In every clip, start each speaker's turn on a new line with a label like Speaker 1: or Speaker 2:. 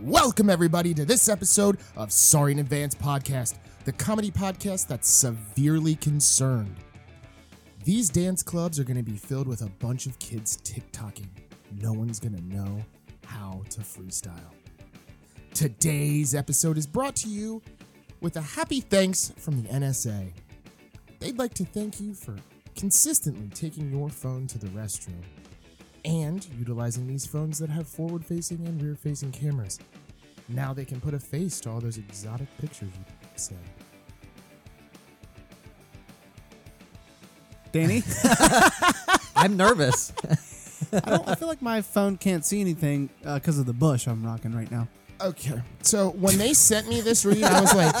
Speaker 1: Welcome, everybody, to this episode of Sorry in Advance Podcast, the comedy podcast that's severely concerned. These dance clubs are going to be filled with a bunch of kids TikToking. No one's going to know how to freestyle. Today's episode is brought to you with a happy thanks from the NSA. They'd like to thank you for consistently taking your phone to the restroom and utilizing these phones that have forward facing and rear facing cameras. Now they can put a face to all those exotic pictures you send.
Speaker 2: Danny?
Speaker 3: I'm nervous.
Speaker 2: I, don't, I feel like my phone can't see anything because of the bush I'm rocking right now.
Speaker 1: Okay, so when they sent me this read, I was like,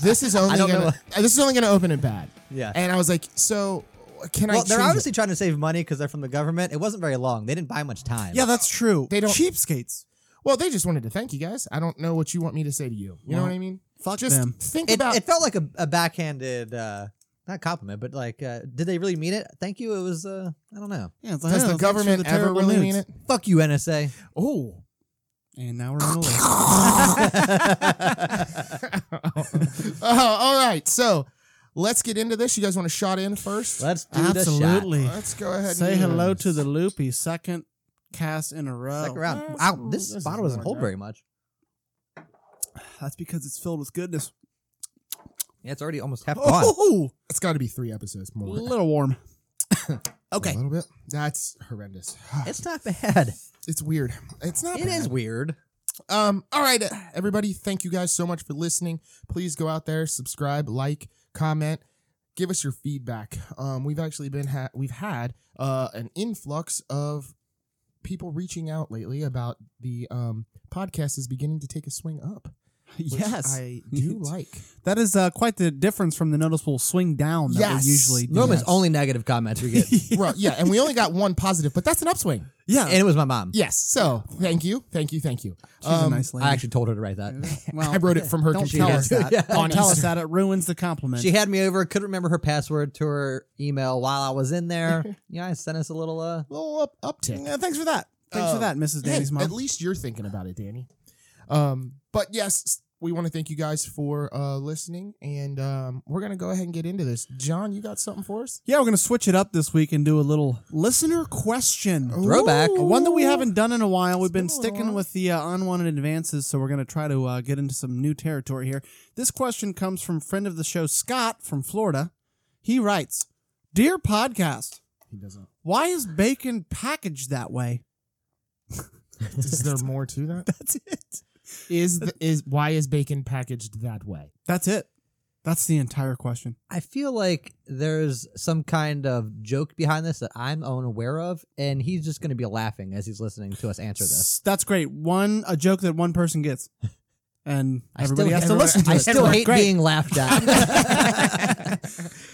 Speaker 1: "This is only
Speaker 3: I don't
Speaker 1: gonna,
Speaker 3: know.
Speaker 1: uh, this is only gonna open it bad."
Speaker 3: Yeah.
Speaker 1: and I was like, "So can I?"
Speaker 3: well, they're
Speaker 1: change it?"
Speaker 3: obviously trying to save money because they're from the government. It wasn't very long. They didn't buy much time.
Speaker 2: Yeah, that's true.
Speaker 1: They don't-
Speaker 2: cheapskates.
Speaker 1: Well, they just wanted to thank you guys. I don't know what you want me to say to you. You know
Speaker 2: Well,
Speaker 1: what I mean?
Speaker 2: fuck
Speaker 1: just
Speaker 2: them.
Speaker 1: Think
Speaker 3: It,
Speaker 1: about
Speaker 3: it felt like a, a backhanded, uh, not compliment, but like, uh, did they really mean it? Thank you. It was, uh, I don't know.
Speaker 2: Yeah, it's like,
Speaker 1: does
Speaker 2: oh,
Speaker 1: the
Speaker 2: thanks for
Speaker 1: government ever
Speaker 2: terrible
Speaker 1: really
Speaker 2: news.
Speaker 1: mean it?
Speaker 3: Fuck you, NSA.
Speaker 1: Oh,
Speaker 2: And now we're in the list.
Speaker 1: oh, all right. So let's get into this. You guys want to shot in first?
Speaker 3: Let's do the shot.
Speaker 2: Absolutely.
Speaker 1: Let's go ahead.
Speaker 2: Say
Speaker 1: and
Speaker 2: hello to the loopy second cast in a row.
Speaker 3: Second round.
Speaker 2: That's-
Speaker 3: Wow, this,
Speaker 1: this
Speaker 3: bottle
Speaker 1: is
Speaker 3: doesn't
Speaker 1: more
Speaker 3: hold very much.
Speaker 2: Ah, That's because it's filled with goodness.
Speaker 3: Yeah, it's already almost half gone.
Speaker 2: Oh,
Speaker 1: It's got to be three episodes
Speaker 2: a
Speaker 1: more.
Speaker 2: little warm.
Speaker 1: A little bit. That's horrendous.
Speaker 3: It's not bad.
Speaker 1: It's weird. It's not.
Speaker 3: It
Speaker 1: bad.
Speaker 3: is weird.
Speaker 1: Um, all right, uh, everybody, thank you guys so much for listening. Please go out there, subscribe, like, comment, give us your feedback. Um, we've actually been ha- we've had uh, an influx of people reaching out lately about the um, podcast is beginning to take a swing up. which
Speaker 2: Yes.
Speaker 1: I do like.
Speaker 2: that is uh, quite the difference from the noticeable swing down that
Speaker 1: Yes.
Speaker 2: we usually do.
Speaker 3: Noma's only negative comments we get.
Speaker 1: well, yeah, and we only got one positive, but that's an upswing.
Speaker 2: Yeah.
Speaker 3: and it was my mom.
Speaker 1: Yes, so thank you, thank you, thank you. Um,
Speaker 2: She's a nice lady.
Speaker 3: um, I actually told her to write that.
Speaker 2: well,
Speaker 1: I wrote it from her
Speaker 2: don't
Speaker 1: computer.
Speaker 2: tell us that.
Speaker 3: Yeah.
Speaker 2: Don't
Speaker 1: On
Speaker 2: tell us
Speaker 1: Easter.
Speaker 2: that. It ruins the compliment.
Speaker 3: She had me over, couldn't remember her password to her email while I was in there. yeah, I sent us a little uh
Speaker 1: little up, uptick.
Speaker 2: Yeah, thanks for that. Thanks
Speaker 1: Um,
Speaker 2: for that, Mrs.
Speaker 1: Hey,
Speaker 2: Danny's mom.
Speaker 1: At least you're thinking about it, Danny. Um, but yes, we want to thank you guys for uh, listening, and um, we're gonna go ahead and get into this. John, you got something for us?
Speaker 2: yeah, we're going to switch it up this week and do a little listener question.
Speaker 3: Throwback.
Speaker 1: Ooh.
Speaker 2: One that we haven't done in a while. We've
Speaker 1: been
Speaker 2: been
Speaker 1: a little
Speaker 2: sticking
Speaker 1: while.
Speaker 2: with the uh, unwanted advances, so we're going to try to uh, get into some new territory here. This question comes from friend of the show, Scott from Florida. He writes Dear podcast,
Speaker 1: He doesn't.
Speaker 2: why is bacon packaged that way?
Speaker 1: Is there more to that?
Speaker 2: That's it.
Speaker 1: Is the, is why is bacon packaged that way?
Speaker 2: That's it. That's the entire question.
Speaker 3: I feel like there's some kind of joke behind this that I'm unaware of, and he's just gonna be laughing as he's listening to us answer this.
Speaker 2: S- That's great. One a joke that one person gets, and
Speaker 3: I
Speaker 2: everybody
Speaker 3: still-
Speaker 2: has to listen to
Speaker 3: I
Speaker 2: it.
Speaker 3: still hate
Speaker 2: Great.
Speaker 3: being laughed at.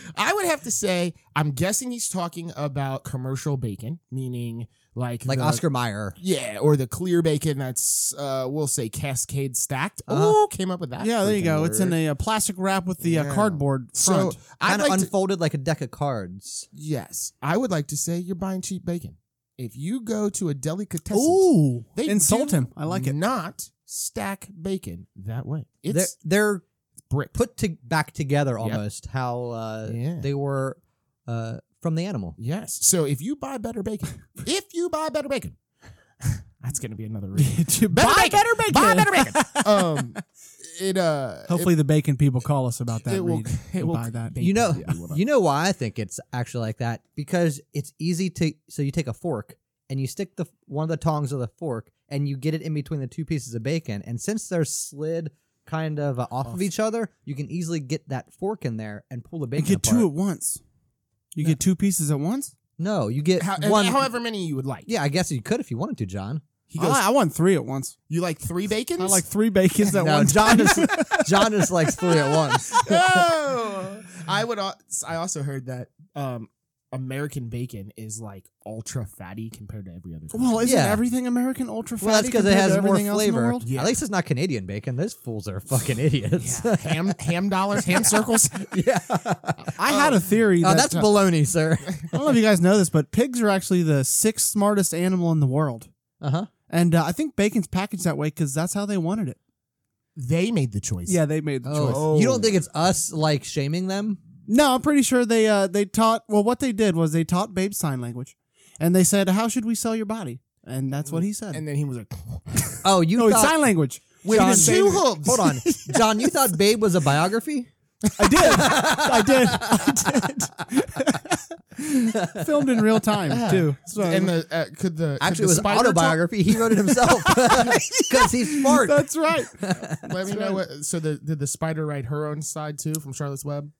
Speaker 1: I would have to say, I'm guessing he's talking about commercial bacon, meaning like
Speaker 3: like
Speaker 1: the-
Speaker 3: Oscar Meyer.
Speaker 1: Yeah, or the clear bacon that's uh, we'll say cascade stacked.
Speaker 3: Uh-huh.
Speaker 1: oh, came up with that.
Speaker 2: Yeah, there you
Speaker 1: freaking
Speaker 2: go. It's in
Speaker 1: word.
Speaker 2: a, uh, plastic wrap with the
Speaker 1: Yeah.
Speaker 2: uh, cardboard
Speaker 1: so.
Speaker 2: front.
Speaker 1: I'd
Speaker 3: Kind
Speaker 1: like
Speaker 3: of
Speaker 1: to-
Speaker 3: unfolded like a deck of cards.
Speaker 1: Yes, I would like to say you're buying cheap bacon. If you go to a delicatessen,
Speaker 2: Ooh,
Speaker 1: they
Speaker 2: insult
Speaker 1: do
Speaker 2: him. I like it.
Speaker 1: Not stack bacon that way. It's
Speaker 3: They're, they're
Speaker 1: brick.
Speaker 3: put to, back together almost how uh,
Speaker 1: Yeah.
Speaker 3: they were uh, from the animal.
Speaker 1: Yes. So if you buy better bacon, if you buy better bacon, that's going to be another reason.
Speaker 2: To
Speaker 1: Better
Speaker 2: buy
Speaker 1: bacon.
Speaker 2: better bacon.
Speaker 1: buy better bacon. Um, it uh,
Speaker 2: Hopefully, the bacon people call us about
Speaker 1: it,
Speaker 2: that.
Speaker 1: it will.
Speaker 2: Reed.
Speaker 1: It
Speaker 2: We'll
Speaker 1: will.
Speaker 2: buy that.
Speaker 3: You know,
Speaker 1: Yeah, we will buy
Speaker 3: you know why I think it's actually like that because it's easy to. So you take a fork and you stick the one of the tongs of the fork and you get it in between the two pieces of bacon. And since they're slid kind of uh, off
Speaker 1: Off.
Speaker 3: of each other, you can easily get that fork in there and pull the
Speaker 2: You
Speaker 3: bacon.
Speaker 2: get two
Speaker 3: apart.
Speaker 2: at once. You
Speaker 1: Yeah.
Speaker 2: get two pieces at once.
Speaker 3: No, you get
Speaker 1: How, and
Speaker 3: one.
Speaker 1: however many you would like.
Speaker 3: yeah, I guess you could if you wanted to, John.
Speaker 1: He goes.
Speaker 2: I, I want three at once.
Speaker 1: you like three bacons?
Speaker 2: I like three bacons at
Speaker 3: no,
Speaker 2: once.
Speaker 3: John is John is like three at once.
Speaker 1: oh, I would. al- I also heard that um, American bacon is like ultra fatty compared to every other. country.
Speaker 2: Well, isn't
Speaker 3: Yeah.
Speaker 2: everything American ultra fatty?
Speaker 3: Well, that's because it
Speaker 2: compared to
Speaker 3: has more
Speaker 2: everything else in the
Speaker 3: flavor.
Speaker 2: world?
Speaker 1: Yeah.
Speaker 3: At least it's not Canadian bacon. Those fools are fucking idiots.
Speaker 1: Yeah. ham ham dollars, ham circles.
Speaker 3: yeah.
Speaker 2: I had a theory.
Speaker 3: Oh,
Speaker 2: that,
Speaker 3: that's baloney, sir.
Speaker 2: I don't know if you guys know this, but pigs are actually the sixth smartest animal in the world.
Speaker 3: Uh huh.
Speaker 2: And uh, I think bacon's packaged that way because that's how they wanted it.
Speaker 1: They made the choice.
Speaker 2: Yeah, they made the choice.
Speaker 1: Oh.
Speaker 3: You don't think it's us like shaming them?
Speaker 2: No, I'm pretty sure they uh, they taught. Well, what they did was they taught Babe sign language, and they said, "How should we sell your body?" And that's what he said.
Speaker 1: And then he was like,
Speaker 3: Oh, you
Speaker 2: no, it's
Speaker 3: thought
Speaker 2: sign language.
Speaker 1: "Wait,
Speaker 3: John-
Speaker 1: two hubs."
Speaker 3: Hold on, John. You thought Babe was a biography?
Speaker 2: I did. I did. I did. Filmed in real time too. So
Speaker 1: and the uh, could the could the
Speaker 3: Actually, it was
Speaker 1: spider
Speaker 3: autobiography. He wrote it himself because he's smart.
Speaker 2: that's right.
Speaker 1: Talk? Let me know what. So the did the spider write her own side too from Charlotte's Web?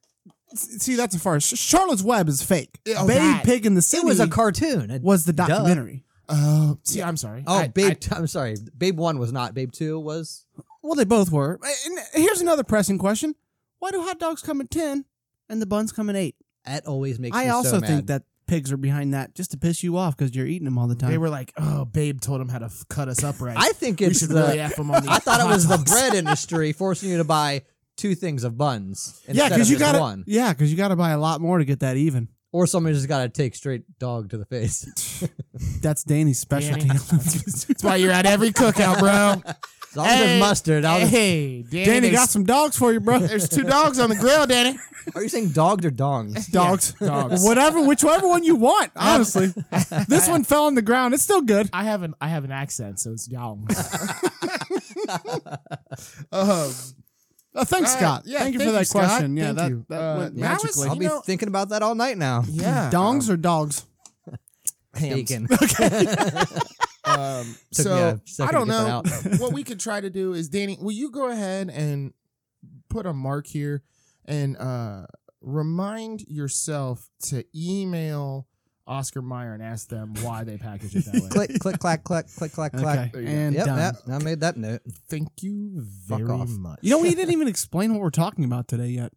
Speaker 2: See, that's a farce. Charlotte's Web is fake.
Speaker 1: Oh,
Speaker 2: Babe
Speaker 1: that.
Speaker 2: Pig in the City
Speaker 3: It was a cartoon. It-
Speaker 2: was the documentary.
Speaker 1: Oh, see, I'm sorry.
Speaker 3: oh,
Speaker 1: I-
Speaker 3: Babe. I, I'm sorry. Babe one was not. Babe two was.
Speaker 2: Well, they both were. And here's another pressing question: Why do hot dogs come in ten and the buns come in eight?
Speaker 3: That always makes.
Speaker 2: I
Speaker 3: me
Speaker 2: also
Speaker 3: so mad.
Speaker 2: think that pigs are behind that just to piss you off because you're eating them all the
Speaker 1: I-
Speaker 2: time.
Speaker 1: they were like, "Oh, Babe told him how to f- cut us up right."
Speaker 3: I think
Speaker 1: we
Speaker 3: it's
Speaker 1: should
Speaker 3: the.
Speaker 1: really f him on the.
Speaker 3: I thought it
Speaker 1: hot
Speaker 3: was the
Speaker 1: dogs.
Speaker 3: bread industry forcing you to buy two things of buns.
Speaker 2: yeah,
Speaker 3: because
Speaker 2: because you got
Speaker 3: one,
Speaker 2: Yeah, because you got to buy a lot more to get that even.
Speaker 3: or somebody just got to take straight dog to the face.
Speaker 2: That's Danny's specialty.
Speaker 1: Danny. That's why you're at every cookout, bro.
Speaker 3: So I'll just
Speaker 1: Hey,
Speaker 3: mustard. I'll just,
Speaker 1: hey, Danny,
Speaker 2: Danny got
Speaker 1: there's-
Speaker 2: some dogs for you, bro.
Speaker 1: There's two dogs on the grill, Danny.
Speaker 3: are you saying dogged or dongs?
Speaker 2: Dogs,
Speaker 1: Yeah, dogs.
Speaker 2: whatever, whichever one you want. Honestly, this one fell on the ground. It's still good.
Speaker 1: I have an I have an accent, so it's young. um,
Speaker 2: Uh, thanks,
Speaker 1: All right.
Speaker 2: Scott.
Speaker 1: Yeah,
Speaker 2: thank you
Speaker 1: thank
Speaker 2: for that
Speaker 1: you, Scott.
Speaker 2: question. Yeah,
Speaker 1: Thank
Speaker 2: that,
Speaker 1: you.
Speaker 2: that
Speaker 1: Uh,
Speaker 2: went
Speaker 1: now it's-
Speaker 2: magically.
Speaker 3: I'll
Speaker 1: You
Speaker 3: be
Speaker 1: know-
Speaker 3: thinking about that all night now.
Speaker 1: yeah,
Speaker 2: Dongs or dogs?
Speaker 3: Bacon.
Speaker 1: Um,
Speaker 3: Took me
Speaker 1: so
Speaker 3: a second
Speaker 1: I don't
Speaker 3: to get that
Speaker 1: know. what we could try to do is, Danny, will you go ahead and put a mark here and uh, remind yourself to email Oscar Meyer and ask them why they package it that way.
Speaker 3: click, click, clack, click, click, clack, clack.
Speaker 1: There
Speaker 2: Okay,
Speaker 1: you go.
Speaker 2: and
Speaker 3: Yep,
Speaker 2: done.
Speaker 3: yep. I made that note.
Speaker 1: Thank you
Speaker 3: Fuck
Speaker 1: very
Speaker 3: off.
Speaker 1: much.
Speaker 2: You know, we didn't even explain what we're talking about today yet.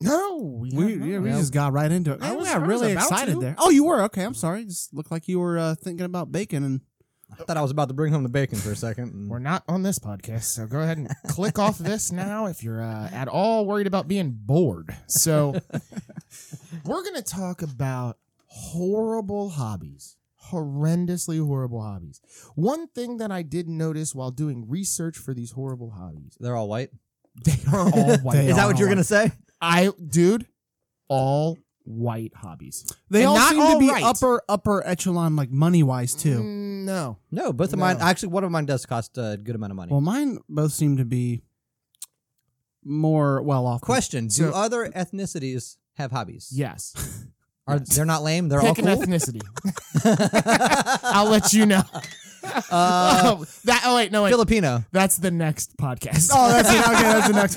Speaker 1: no, we,
Speaker 2: We,
Speaker 1: have not.
Speaker 2: yeah, we just got right into it.
Speaker 1: I
Speaker 2: I
Speaker 1: was-
Speaker 2: was,
Speaker 1: I was
Speaker 2: really
Speaker 1: about
Speaker 2: excited
Speaker 1: to.
Speaker 2: there. Oh, you were okay. I'm sorry. Just looked like you were uh, thinking about bacon, and
Speaker 3: I thought I was about to bring home the bacon for a second. Mm, and-
Speaker 1: We're not on this podcast, so go ahead and click off this now if you're uh, at all worried about being bored. So, we're going to talk about horrible hobbies, horrendously horrible hobbies. One thing that I did notice while doing research for these horrible hobbies,
Speaker 3: They're all white.
Speaker 1: they are all white.
Speaker 2: They
Speaker 3: Is that
Speaker 2: are
Speaker 3: what you're
Speaker 2: all
Speaker 3: gonna say?
Speaker 1: I, dude, all white hobbies.
Speaker 2: they
Speaker 1: And
Speaker 2: all
Speaker 1: not
Speaker 2: seem
Speaker 1: all
Speaker 2: to be
Speaker 1: right.
Speaker 2: upper upper echelon, like money wise too.
Speaker 1: Mm, No.
Speaker 3: No, both of mine.
Speaker 1: No.
Speaker 3: Actually, one of mine does cost a good amount of money.
Speaker 2: Well, mine both seem to be more well off.
Speaker 3: Question: Do
Speaker 1: So-
Speaker 3: other ethnicities have hobbies?
Speaker 1: Yes.
Speaker 3: Are they're not lame? They're
Speaker 1: Pick an
Speaker 3: all cool.
Speaker 1: ethnicity. I'll let you know.
Speaker 3: uh,
Speaker 1: oh, that. Oh wait, no wait.
Speaker 3: Filipino.
Speaker 1: that's the next podcast.
Speaker 2: Oh, that's it. okay. That's the next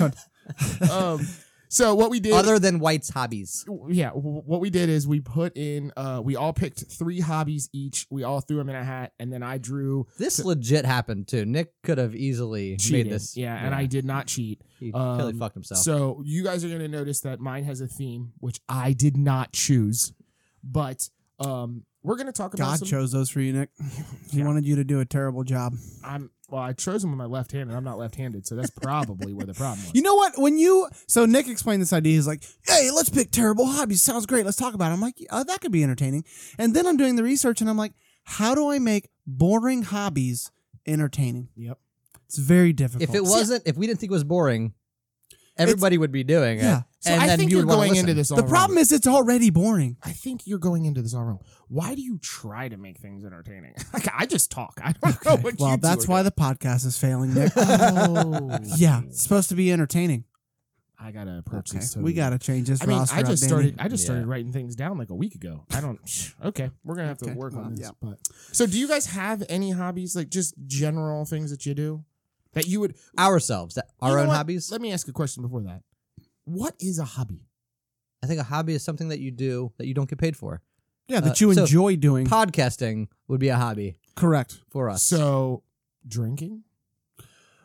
Speaker 2: one.
Speaker 1: um, so what we did,
Speaker 3: Other than whites' hobbies.
Speaker 1: yeah, w- what we did is we put in, uh, we all picked three hobbies each. We all threw them in a hat, and then I drew
Speaker 3: This legit happened too. Nick could have easily
Speaker 1: cheating.
Speaker 3: made this.
Speaker 1: yeah, and I did not cheat.
Speaker 3: He
Speaker 1: um,
Speaker 3: totally fucked himself.
Speaker 1: So you guys are gonna notice that mine has a theme, which I did not choose, but um, we're gonna talk about.
Speaker 2: God
Speaker 1: some,
Speaker 2: chose those for you, Nick. He
Speaker 1: Yeah.
Speaker 2: wanted you to do a terrible job.
Speaker 1: I'm well. I chose them with my left hand, and I'm not left-handed, so that's probably where the problem was.
Speaker 2: You know what? When you so Nick explained this idea, he's like, "Hey, let's pick terrible hobbies. Sounds great. Let's talk about." It. I'm like, "Oh, that could be entertaining." And then I'm doing the research, and I'm like, "How do I make boring hobbies entertaining?"
Speaker 1: Yep.
Speaker 2: It's very difficult.
Speaker 3: if it
Speaker 2: See,
Speaker 3: wasn't, if we didn't think it was boring, everybody would be doing it.
Speaker 2: Yeah.
Speaker 1: so
Speaker 3: and
Speaker 1: I
Speaker 3: then
Speaker 1: think
Speaker 3: you
Speaker 1: are
Speaker 3: would wanna
Speaker 1: going into
Speaker 3: listen.
Speaker 1: this. All
Speaker 2: the
Speaker 1: wrong.
Speaker 2: problem is it's already boring.
Speaker 1: I think you're going into this all wrong. Why do you try to make things entertaining? Like, I just talk. I don't know what
Speaker 2: Well,
Speaker 1: Oh, you
Speaker 2: that's
Speaker 1: do
Speaker 2: why the podcast is failing, Nick.
Speaker 1: oh,
Speaker 2: yeah, it's supposed to be entertaining.
Speaker 1: I gotta approach
Speaker 2: Okay,
Speaker 1: this. Totally.
Speaker 2: we gotta change this
Speaker 1: I mean,
Speaker 2: roster.
Speaker 1: I just
Speaker 2: up,
Speaker 1: started.
Speaker 2: Danny.
Speaker 1: I just
Speaker 3: Yeah.
Speaker 1: started writing things down like a week ago. I don't. Okay, we're gonna have to
Speaker 2: Okay,
Speaker 1: work
Speaker 2: well,
Speaker 1: on this.
Speaker 2: yeah.
Speaker 1: But so, do you guys have any hobbies, like just general things that you do that you would?
Speaker 3: Ourselves, that- our
Speaker 1: You know
Speaker 3: own
Speaker 1: what?
Speaker 3: hobbies.
Speaker 1: Let me ask a question before that. What is a hobby?
Speaker 3: I think a hobby is something that you do that you don't get paid for.
Speaker 2: Yeah, that
Speaker 3: uh,
Speaker 2: you
Speaker 3: so-
Speaker 2: enjoy
Speaker 1: Mm.
Speaker 2: doing.
Speaker 3: Podcasting would be a hobby
Speaker 2: Correct.
Speaker 3: for us.
Speaker 1: So, drinking.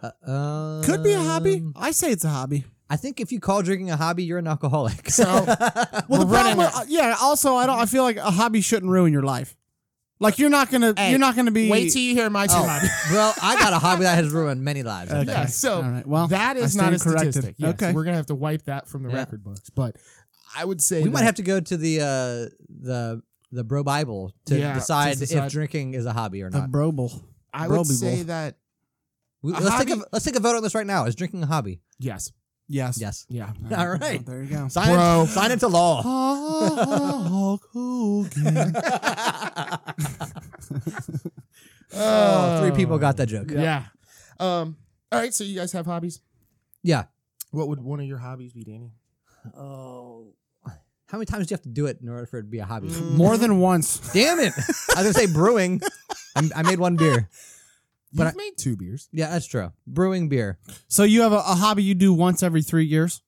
Speaker 3: Uh, um,
Speaker 2: Could be a hobby. I say it's a hobby.
Speaker 3: I think if you call drinking a hobby, you're an alcoholic.
Speaker 1: So-
Speaker 2: Well, the
Speaker 1: We're running
Speaker 2: problem, uh, yeah. Also, I don't. I feel like a hobby shouldn't ruin your life. Like you're not gonna,
Speaker 1: Hey,
Speaker 2: you're not gonna be.
Speaker 1: Wait till you hear my two
Speaker 3: Oh,
Speaker 1: hobby.
Speaker 3: well, I got a hobby that has ruined many lives. I
Speaker 2: Okay.
Speaker 1: Yeah.
Speaker 3: think.
Speaker 1: So,
Speaker 2: All right. Well,
Speaker 1: that
Speaker 2: I
Speaker 1: is not a
Speaker 2: stand corrected.
Speaker 1: statistic. Yes,
Speaker 2: Okay.
Speaker 1: we're gonna have to wipe that from the
Speaker 3: Yeah.
Speaker 1: record books. But I would say
Speaker 3: We
Speaker 1: that-
Speaker 3: might have to go to the uh, the the Bro Bible to
Speaker 1: Yeah, to
Speaker 3: decide
Speaker 1: decide-
Speaker 3: if drinking is a hobby or
Speaker 2: the
Speaker 3: not.
Speaker 2: Brobel.
Speaker 1: I
Speaker 2: Bro,
Speaker 1: would
Speaker 2: people.
Speaker 1: say that
Speaker 3: We-
Speaker 1: A
Speaker 3: let's take a
Speaker 1: hobby-
Speaker 3: let's take a vote on this right now. Is drinking a hobby?
Speaker 1: yes,
Speaker 2: Yes.
Speaker 3: Yes.
Speaker 1: yeah.
Speaker 3: All right.
Speaker 2: There you go.
Speaker 3: Sign
Speaker 1: Bro.
Speaker 3: it, sign it to law.
Speaker 2: Oh. Hulk Hogan.
Speaker 3: oh, three people got that joke.
Speaker 1: Yeah. Um. All right. So you guys have hobbies.
Speaker 3: Yeah.
Speaker 1: What would one of your hobbies be, Danny?
Speaker 3: Oh. How many times do you have to do it in order for it to be a hobby?
Speaker 2: More than once.
Speaker 3: Damn it! I was gonna say brewing. i I made one beer.
Speaker 1: But
Speaker 3: But
Speaker 1: You've made two beers.
Speaker 3: Yeah, that's true. Brewing beer.
Speaker 2: So you have a, a hobby you do once every three years.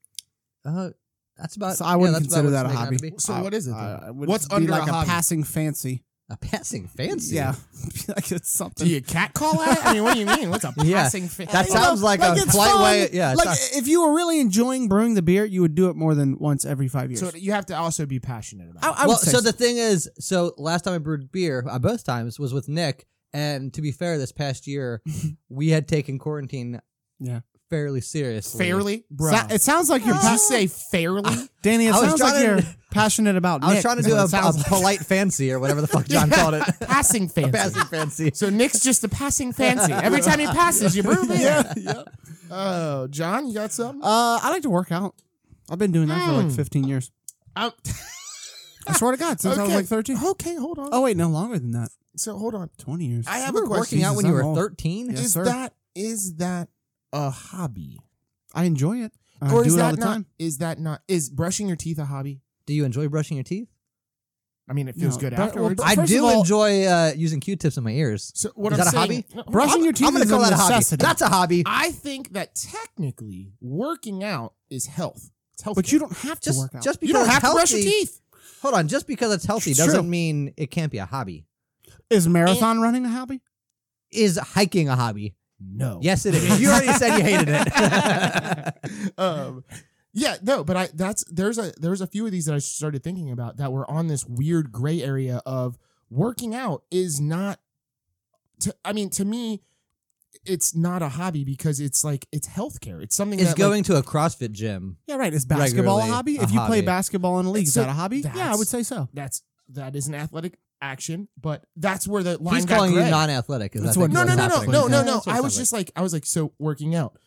Speaker 3: Uh, that's about.
Speaker 2: So I wouldn't
Speaker 3: yeah, that's about
Speaker 2: consider
Speaker 3: what
Speaker 2: that a
Speaker 3: it's making out
Speaker 2: hobby.
Speaker 3: to be.
Speaker 1: So
Speaker 2: I-
Speaker 1: what is it? Then?
Speaker 2: Uh, it would
Speaker 1: What's
Speaker 2: be
Speaker 1: under
Speaker 2: like
Speaker 1: a
Speaker 2: a,
Speaker 1: hobby?
Speaker 2: passing fancy?
Speaker 3: A passing fancy.
Speaker 2: Yeah, like it's something.
Speaker 1: Do you cat call at it? I mean, what do you mean? What's a
Speaker 3: Yeah.
Speaker 1: passing fit?
Speaker 3: That sounds like,
Speaker 2: Like,
Speaker 3: a
Speaker 2: it's
Speaker 3: polite
Speaker 2: fun.
Speaker 3: way. Yeah, it's
Speaker 2: like
Speaker 3: not-
Speaker 2: if you were really enjoying brewing the beer, you would do it more than once every five years.
Speaker 1: So you have to also be passionate about.
Speaker 2: I,
Speaker 1: it.
Speaker 2: I would
Speaker 3: well,
Speaker 2: say
Speaker 3: so the thing is, so last time I brewed beer, uh, both times was with Nick, and to be fair, this past year we had taken quarantine,
Speaker 2: Yeah.
Speaker 3: fairly seriously.
Speaker 1: Fairly, bro.
Speaker 2: So- it sounds like you're
Speaker 1: Did you
Speaker 2: pas-
Speaker 1: say fairly?
Speaker 2: Danny. It
Speaker 3: I was
Speaker 2: sounds like
Speaker 3: trying
Speaker 2: you're
Speaker 3: to-
Speaker 2: passionate about.
Speaker 3: I was
Speaker 2: Nick,
Speaker 3: trying to
Speaker 2: is
Speaker 3: do
Speaker 2: what
Speaker 3: a,
Speaker 2: it sounds
Speaker 3: a
Speaker 2: like.
Speaker 3: polite fancy or whatever the fuck John called it.
Speaker 1: passing fancy.
Speaker 3: Passing fancy.
Speaker 1: So Nick's just a passing fancy. Every time he passes, you brew beer.
Speaker 2: yeah, yeah.
Speaker 1: Oh, John, you got something?
Speaker 2: Uh, I like to work out. I've been doing that for like
Speaker 1: Mm.
Speaker 2: 15 years.
Speaker 1: I'm-
Speaker 2: I swear to God, since I was
Speaker 1: Okay.
Speaker 2: like 13.
Speaker 1: okay, hold on.
Speaker 2: Oh wait, no longer than that.
Speaker 1: So hold on.
Speaker 2: 20 years.
Speaker 1: I have a
Speaker 3: You were
Speaker 1: question.
Speaker 3: working out
Speaker 2: Jesus,
Speaker 3: when you
Speaker 2: I'm
Speaker 3: were
Speaker 2: old.
Speaker 3: thirteen.
Speaker 2: Yes,
Speaker 1: is
Speaker 2: sir.
Speaker 1: that is that a hobby,
Speaker 2: I enjoy it. I
Speaker 1: or
Speaker 2: do
Speaker 1: is
Speaker 2: it
Speaker 1: that
Speaker 2: all the
Speaker 1: not?
Speaker 2: time.
Speaker 1: Is that not? Is brushing your teeth a hobby?
Speaker 3: Do you enjoy brushing your teeth?
Speaker 1: I mean, it feels
Speaker 2: No,
Speaker 1: good
Speaker 2: but- well,
Speaker 1: afterwards.
Speaker 2: br-
Speaker 3: I
Speaker 2: first
Speaker 3: do
Speaker 2: of all-
Speaker 3: enjoy uh, using Q-tips in my ears.
Speaker 1: so what
Speaker 3: is
Speaker 1: I'm
Speaker 3: that a
Speaker 1: saying, No,
Speaker 2: Brushing
Speaker 1: I'm-
Speaker 2: your teeth
Speaker 3: I'm gonna
Speaker 2: is
Speaker 3: call
Speaker 2: a
Speaker 3: that a hobby.
Speaker 2: necessity.
Speaker 3: That's a hobby.
Speaker 1: I think that technically working out is health. It's health.
Speaker 2: But you don't have to
Speaker 3: Just
Speaker 2: work out.
Speaker 3: just because
Speaker 1: you don't
Speaker 3: it's
Speaker 1: have to
Speaker 3: healthy,
Speaker 1: brush your teeth.
Speaker 3: Hold on, just because it's healthy
Speaker 2: It's
Speaker 3: doesn't
Speaker 2: true.
Speaker 3: mean it can't be a hobby.
Speaker 2: is marathon running a hobby?
Speaker 3: Is hiking a hobby?
Speaker 1: No.
Speaker 3: Yes, it is. You already said you hated it.
Speaker 1: um, yeah, no, but I that's there's a there's a few of these that I started thinking about that were on this weird gray area of working out is not. To, I mean, to me, it's not a hobby because it's like it's healthcare. It's something
Speaker 3: Is
Speaker 1: that,
Speaker 3: going to a CrossFit gym.
Speaker 2: Yeah, right. Is basketball a
Speaker 3: Regularly
Speaker 2: hobby?
Speaker 3: a
Speaker 2: if you play
Speaker 3: hobby.
Speaker 2: basketball in a league, is
Speaker 1: So
Speaker 2: that a hobby? Yeah, I
Speaker 1: that's-
Speaker 2: would say so.
Speaker 1: like, that's that is an athletic action, but that's where the line
Speaker 3: He's
Speaker 1: got
Speaker 3: calling you
Speaker 1: gray.
Speaker 3: non-athletic. is I
Speaker 2: That's
Speaker 3: think
Speaker 2: what-
Speaker 1: no,
Speaker 3: what's
Speaker 1: no, no, no,
Speaker 3: happening.
Speaker 1: no, no,
Speaker 2: Yeah,
Speaker 1: no.
Speaker 3: That's what
Speaker 1: I
Speaker 3: it
Speaker 1: was
Speaker 3: sounds
Speaker 1: just like I was like so working out.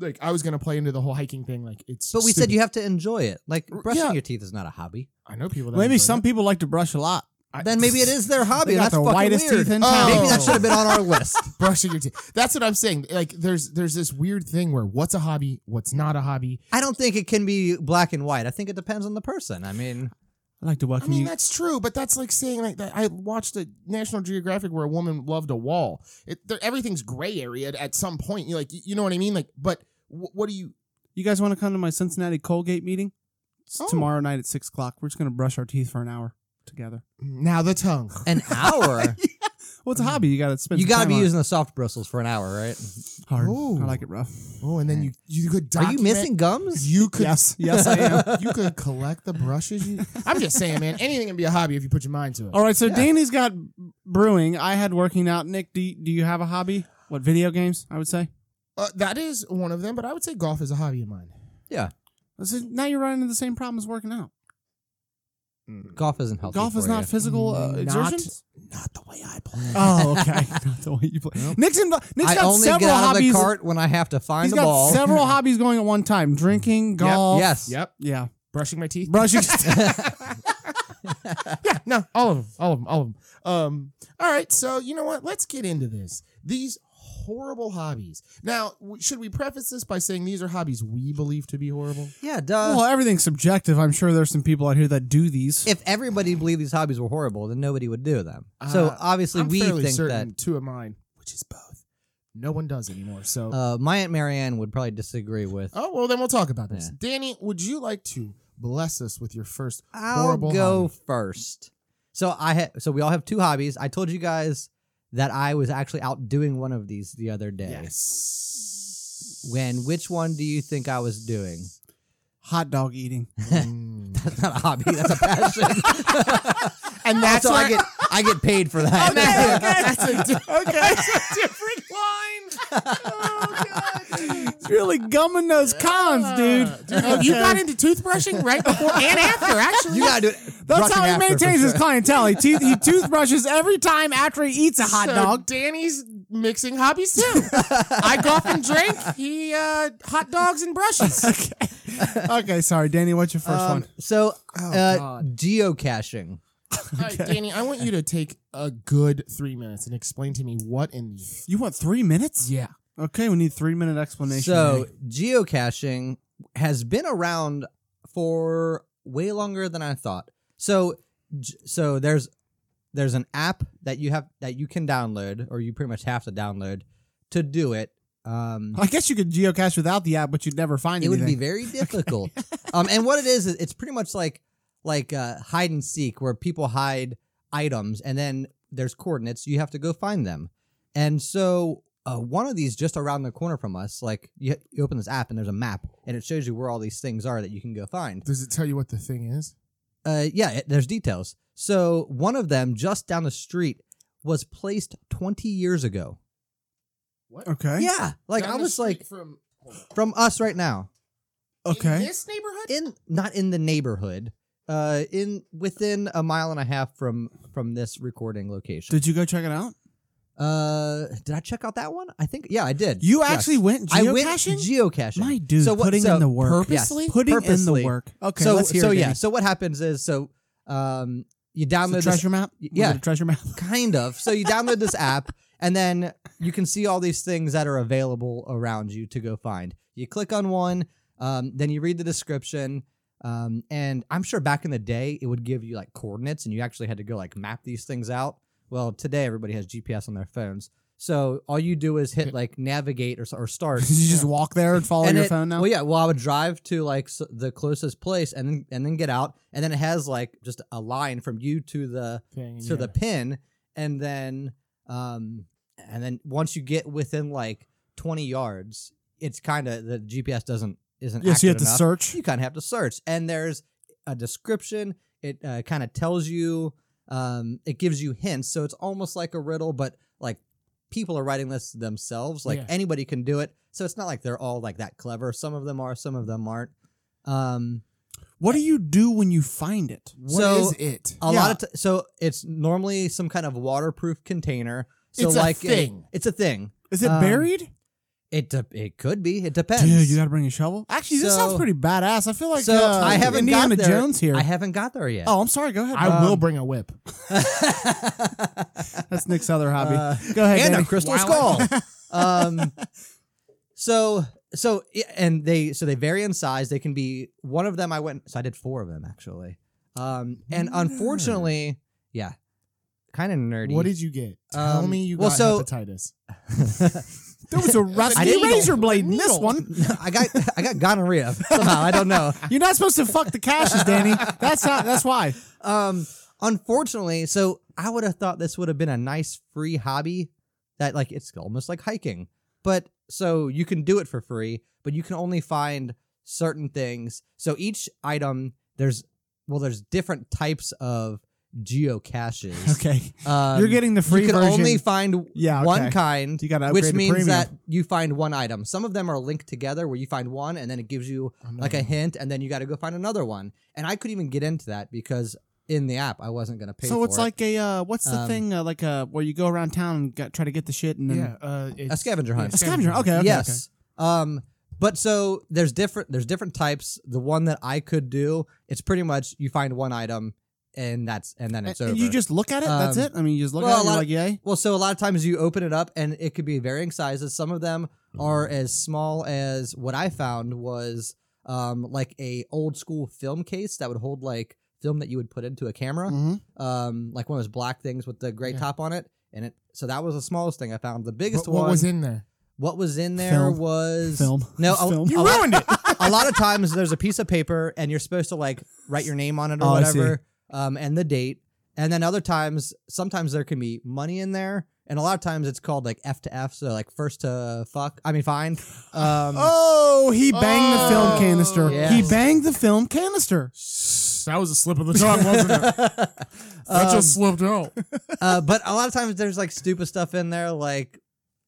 Speaker 1: Like I was gonna play into the whole hiking thing. Like it's.
Speaker 3: like. but we
Speaker 1: stupid.
Speaker 3: said you have to enjoy it. Like brushing
Speaker 1: yeah.
Speaker 3: your teeth is not a hobby.
Speaker 1: I know people. That
Speaker 2: Maybe
Speaker 1: enjoy
Speaker 2: some
Speaker 1: it.
Speaker 2: people like to brush a lot.
Speaker 1: I-
Speaker 3: Then maybe it is their hobby.
Speaker 2: They
Speaker 3: and
Speaker 2: got
Speaker 3: that's
Speaker 2: the
Speaker 3: fucking
Speaker 2: whitest
Speaker 3: weird.
Speaker 2: teeth in
Speaker 1: Oh.
Speaker 2: town.
Speaker 3: Maybe that should have been on our list.
Speaker 1: brushing your teeth. That's what I'm saying. Like there's there's this weird thing where what's a hobby, what's not a hobby.
Speaker 3: I don't think it can be black and white. I think it depends on the person. I mean,
Speaker 2: I like to
Speaker 1: I
Speaker 2: welcome
Speaker 1: mean
Speaker 2: you.
Speaker 1: that's true, but that's like saying like that. I watched a National Geographic where a woman loved a wall. It, there, everything's gray area at- at some point. You like you know what I mean? Like, but wh- what do you?
Speaker 2: You guys want to come to my Cincinnati Colgate meeting? It's
Speaker 1: Oh.
Speaker 2: tomorrow night at six o'clock. We're just gonna brush our teeth for an hour together.
Speaker 1: Now the tongue.
Speaker 3: an hour.
Speaker 2: Well, it's a hobby. You got to spend.
Speaker 3: you
Speaker 2: some
Speaker 3: got to
Speaker 2: time
Speaker 3: be
Speaker 2: on it.
Speaker 3: using the soft bristles for an hour, right?
Speaker 2: hard.
Speaker 1: Ooh.
Speaker 2: I like it rough.
Speaker 1: Oh, and then you you could.
Speaker 3: Are
Speaker 1: Document,
Speaker 3: you missing gums?
Speaker 1: You could.
Speaker 2: Yes, yes, I am.
Speaker 1: You could collect the brushes. You, I'm just saying, man. Anything can be a hobby if you put your mind to it.
Speaker 2: All right, so
Speaker 3: Yeah.
Speaker 2: Danny's got brewing. I had working out. Nick, do do you have a hobby? What video games? I would say.
Speaker 1: Uh, that is one of them, but I would say golf is a hobby of mine.
Speaker 2: This is- now you're running into the same problem as working out.
Speaker 3: Golf isn't healthy.
Speaker 2: Golf is
Speaker 3: for
Speaker 2: not
Speaker 3: you.
Speaker 2: physical uh,
Speaker 1: Not-
Speaker 2: exertion.
Speaker 1: Not the way I play.
Speaker 2: Oh, okay. Not the way you play.
Speaker 3: Nope.
Speaker 2: Nick's, in, Nick's
Speaker 3: I
Speaker 2: got
Speaker 3: only
Speaker 2: several
Speaker 3: get out
Speaker 2: hobbies.
Speaker 3: of the cart when I have to find
Speaker 2: He's
Speaker 3: the
Speaker 2: got
Speaker 3: ball.
Speaker 2: several hobbies going at one time: drinking, golf.
Speaker 3: Yes.
Speaker 1: Yep.
Speaker 2: Yeah.
Speaker 1: Brushing my teeth.
Speaker 2: Brushing.
Speaker 1: yeah, no, all of them, all of them, all of them. Um, all right, so you know what? Let's get into this. These horrible hobbies. Now, w- should we preface this by saying these are hobbies we believe to be horrible?
Speaker 3: Yeah, duh.
Speaker 2: well, everything's subjective. I'm sure there's some people out here that do these.
Speaker 3: if everybody believed these hobbies were horrible, then nobody would do them. so
Speaker 1: Uh,
Speaker 3: obviously,
Speaker 1: I'm
Speaker 3: we
Speaker 1: fairly
Speaker 3: think
Speaker 1: certain
Speaker 3: that
Speaker 1: two of mine, which is both. No one does anymore. So,
Speaker 3: uh, my aunt Marianne would probably disagree with.
Speaker 1: oh well, then we'll talk about this. Danny, would you like to bless us with your first?
Speaker 3: I'll
Speaker 1: horrible
Speaker 3: go
Speaker 1: hobby.
Speaker 3: first. So I ha- so we all have two hobbies. I told you guys that I was actually out doing one of these the other day.
Speaker 1: Yes.
Speaker 3: When which one do you think I was doing?
Speaker 2: Hot dog eating.
Speaker 1: Mm.
Speaker 3: That's not a hobby. That's a passion.
Speaker 1: and that's
Speaker 3: so
Speaker 1: why
Speaker 3: I get I get paid for that.
Speaker 1: that's a, okay. That's a different line. Oh god.
Speaker 2: It's really gumming those cons, dude.
Speaker 1: have you got into toothbrushing right before and after, actually.
Speaker 3: You gotta do it.
Speaker 2: That's
Speaker 3: brushing
Speaker 2: how he
Speaker 3: after for
Speaker 2: maintains his
Speaker 3: sure.
Speaker 2: clientele. He, tooth- he toothbrushes every time after he eats a hot
Speaker 1: So
Speaker 2: dog.
Speaker 1: Danny's mixing hobbies too. I golf and drink. He uh, hot dogs and brushes.
Speaker 2: okay. okay, sorry, Danny. What's your first
Speaker 3: Um,
Speaker 2: one?
Speaker 3: So,
Speaker 1: Oh,
Speaker 3: uh,
Speaker 1: God.
Speaker 3: geocaching.
Speaker 1: All right, Danny, I want you to take a good three minutes and explain to me what in the
Speaker 2: You want three minutes?
Speaker 1: yeah.
Speaker 2: Okay, we need three minute explanation.
Speaker 3: So,
Speaker 2: Danny.
Speaker 3: geocaching has been around for way longer than I thought. So, j- so there's there's an app that you have that you can download, or you pretty much have to download to do it. Um,
Speaker 2: I guess you could geocache without the app, but you'd never find
Speaker 3: it would be
Speaker 2: anything.
Speaker 3: very difficult. um, and what it is, is it's pretty much like like uh, hide and seek, where people hide items, and then there's coordinates. You have to go find them. And so uh, one of these just around the corner from us, like you, you open this app and there's a map, and it shows you where all these things are that you can go find.
Speaker 1: Does it tell you what the thing is?
Speaker 3: Uh, yeah, it, there's details. So one of them just down the street was placed 20 years ago.
Speaker 1: What?
Speaker 2: okay.
Speaker 3: Yeah, like
Speaker 1: Down
Speaker 3: I
Speaker 1: the
Speaker 3: was
Speaker 1: street
Speaker 3: like
Speaker 1: from hold on.
Speaker 3: from us right now.
Speaker 1: In
Speaker 2: Okay.
Speaker 1: this neighborhood.
Speaker 3: in not in the neighborhood uh in within a mile and a half from from this recording location
Speaker 2: Did you go check it out?
Speaker 3: uh did i check out that one i think yeah i did
Speaker 2: You
Speaker 3: Yes.
Speaker 2: actually went
Speaker 3: i went
Speaker 2: geocaching.
Speaker 3: geocaching
Speaker 2: My dude,
Speaker 3: so what,
Speaker 2: putting
Speaker 3: so-
Speaker 2: in the work.
Speaker 3: purposely? yes,
Speaker 2: putting in
Speaker 3: purposely.
Speaker 2: the work. Okay,
Speaker 3: so
Speaker 2: let's hear
Speaker 3: so
Speaker 2: it,
Speaker 3: yeah
Speaker 2: Danny.
Speaker 3: so what happens is so um you
Speaker 2: It's a
Speaker 3: download this
Speaker 2: treasure map.
Speaker 3: y-
Speaker 2: Was it a
Speaker 3: yeah.
Speaker 2: treasure map.
Speaker 3: kind of so you download this app and then you can see all these things that are available around you to go find you click on one um, then you read the description um, and i'm sure back in the day it would give you like coordinates and you actually had to go like map these things out well today everybody has gps on their phones so all you do is hit like navigate or, s- or start
Speaker 2: Did you just walk there and follow
Speaker 3: and
Speaker 2: your
Speaker 3: it-
Speaker 2: phone now?
Speaker 3: Well, yeah. Well, I would drive to like s the closest place and then and then get out, and then it has like just a line from you to the
Speaker 1: Thing,
Speaker 3: to the pin and then um and then once you get within like 20 yards it's kind of the gps doesn't isn't
Speaker 2: Yes, you have
Speaker 3: active
Speaker 2: to
Speaker 3: enough.
Speaker 2: search.
Speaker 3: you kind of have to search and there's a description it uh, kind of tells you um it gives you hints so it's almost like a riddle but like people are writing this themselves like
Speaker 1: Yeah.
Speaker 3: anybody can do it so it's not like they're all like that clever some of them are some of them aren't um
Speaker 2: What do you do when you find it?
Speaker 1: What
Speaker 3: So-
Speaker 1: is it?
Speaker 3: a
Speaker 2: Yeah.
Speaker 3: lot of t- so it's normally some kind of waterproof container. So
Speaker 1: It's a
Speaker 3: like
Speaker 1: thing.
Speaker 3: It, it's a thing.
Speaker 2: Is it
Speaker 3: Um,
Speaker 2: buried?
Speaker 3: It de- it could be. It depends.
Speaker 2: Dude, you got to bring a shovel. Actually, this
Speaker 3: So-
Speaker 2: sounds pretty badass. I
Speaker 1: oh
Speaker 2: feel like
Speaker 3: so
Speaker 2: uh,
Speaker 3: I haven't
Speaker 2: Indiana
Speaker 3: got there.
Speaker 2: Jones here.
Speaker 3: I haven't got there yet.
Speaker 2: oh, I'm sorry. Go ahead.
Speaker 1: I
Speaker 2: bud.
Speaker 1: will
Speaker 3: Um,
Speaker 1: bring a whip.
Speaker 2: That's Nick's other hobby.
Speaker 3: Uh,
Speaker 2: Go ahead.
Speaker 3: and
Speaker 2: Danny.
Speaker 3: a crystal
Speaker 1: Wow.
Speaker 3: skull. um, so so yeah, and they so they vary in size. They can be one of them. I went so I did four of them actually. Um, and
Speaker 1: Nerd.
Speaker 3: unfortunately, yeah, kind of nerdy.
Speaker 1: What did you get? Tell
Speaker 3: Um,
Speaker 1: me you
Speaker 3: well,
Speaker 1: got
Speaker 3: so-
Speaker 1: hepatitis.
Speaker 2: There was a
Speaker 1: I
Speaker 2: rusty
Speaker 3: didn't-
Speaker 2: razor blade in this
Speaker 1: Needle.
Speaker 2: one.
Speaker 3: I got I got gonorrhea somehow. I don't know.
Speaker 2: You're not supposed to fuck the caches, Danny. That's not, that's why.
Speaker 3: Um, unfortunately, so I would have thought this would have been a nice free hobby that like it's almost like hiking. But so you can do it for free, but you can only find certain things. So each item there's well there's different types of geocaches.
Speaker 2: Okay,
Speaker 3: Um,
Speaker 2: you're getting the free
Speaker 3: you can
Speaker 2: version.
Speaker 3: only find
Speaker 2: yeah,
Speaker 3: one
Speaker 2: okay.
Speaker 3: kind.
Speaker 2: You got to upgrade
Speaker 3: Which
Speaker 2: to
Speaker 3: means
Speaker 2: premium.
Speaker 3: that you find one item. Some of them are linked together where you find one and then it gives you like
Speaker 2: Mm.
Speaker 3: a hint, and then you got to go find another one. And I could even get into that because in the app I wasn't going to pay.
Speaker 2: So
Speaker 3: for
Speaker 2: it's
Speaker 3: it.
Speaker 2: like a uh, what's the
Speaker 3: Um,
Speaker 2: thing uh, like uh, where you go around town and got, try to get the shit and then
Speaker 1: Yeah, uh, it's,
Speaker 3: Mm. a scavenger hunt.
Speaker 2: a scavenger. Okay, okay, okay.
Speaker 3: yes. Um, but so there's different there's different types. The one that I could do, it's pretty much you find one item and that's and then
Speaker 2: And,
Speaker 3: it's over.
Speaker 2: and you just look at it. that's
Speaker 3: Um,
Speaker 2: it. I mean, you just look at
Speaker 3: well,
Speaker 2: it.
Speaker 3: a
Speaker 2: You're
Speaker 3: lot
Speaker 2: like, yay.
Speaker 3: well, so a lot of times you open it up and it could be varying sizes. Some of them are
Speaker 1: Mm-hmm.
Speaker 3: as small as what I found was um like a old school film case that would hold like film that you would put into a camera.
Speaker 2: Mhm.
Speaker 3: um, like one of those black things with the gray
Speaker 1: Mm-hmm. Yeah.
Speaker 3: top on it, and it. So that was the smallest thing I found. The biggest
Speaker 1: But what
Speaker 3: one.
Speaker 1: was in there?
Speaker 3: what was in there
Speaker 2: Film.
Speaker 3: was
Speaker 2: Film.
Speaker 3: No, a,
Speaker 2: Film.
Speaker 3: a
Speaker 1: You
Speaker 3: lot,
Speaker 1: ruined it.
Speaker 3: a lot of times there's a piece of paper, and you're supposed to like write your name on it or
Speaker 2: Oh, I see.
Speaker 3: whatever, um, and the date. And then other times, sometimes there can be money in there, and a lot of times it's called like F to F, so like first to fuck. I mean, fine. Um,
Speaker 2: Oh, he banged the film
Speaker 1: Oh,
Speaker 2: canister.
Speaker 3: yes.
Speaker 2: He banged the film canister.
Speaker 1: That was a slip of the tongue, wasn't it? That
Speaker 3: um,
Speaker 1: just slipped out.
Speaker 3: uh, but a lot of times there's like stupid stuff in there, like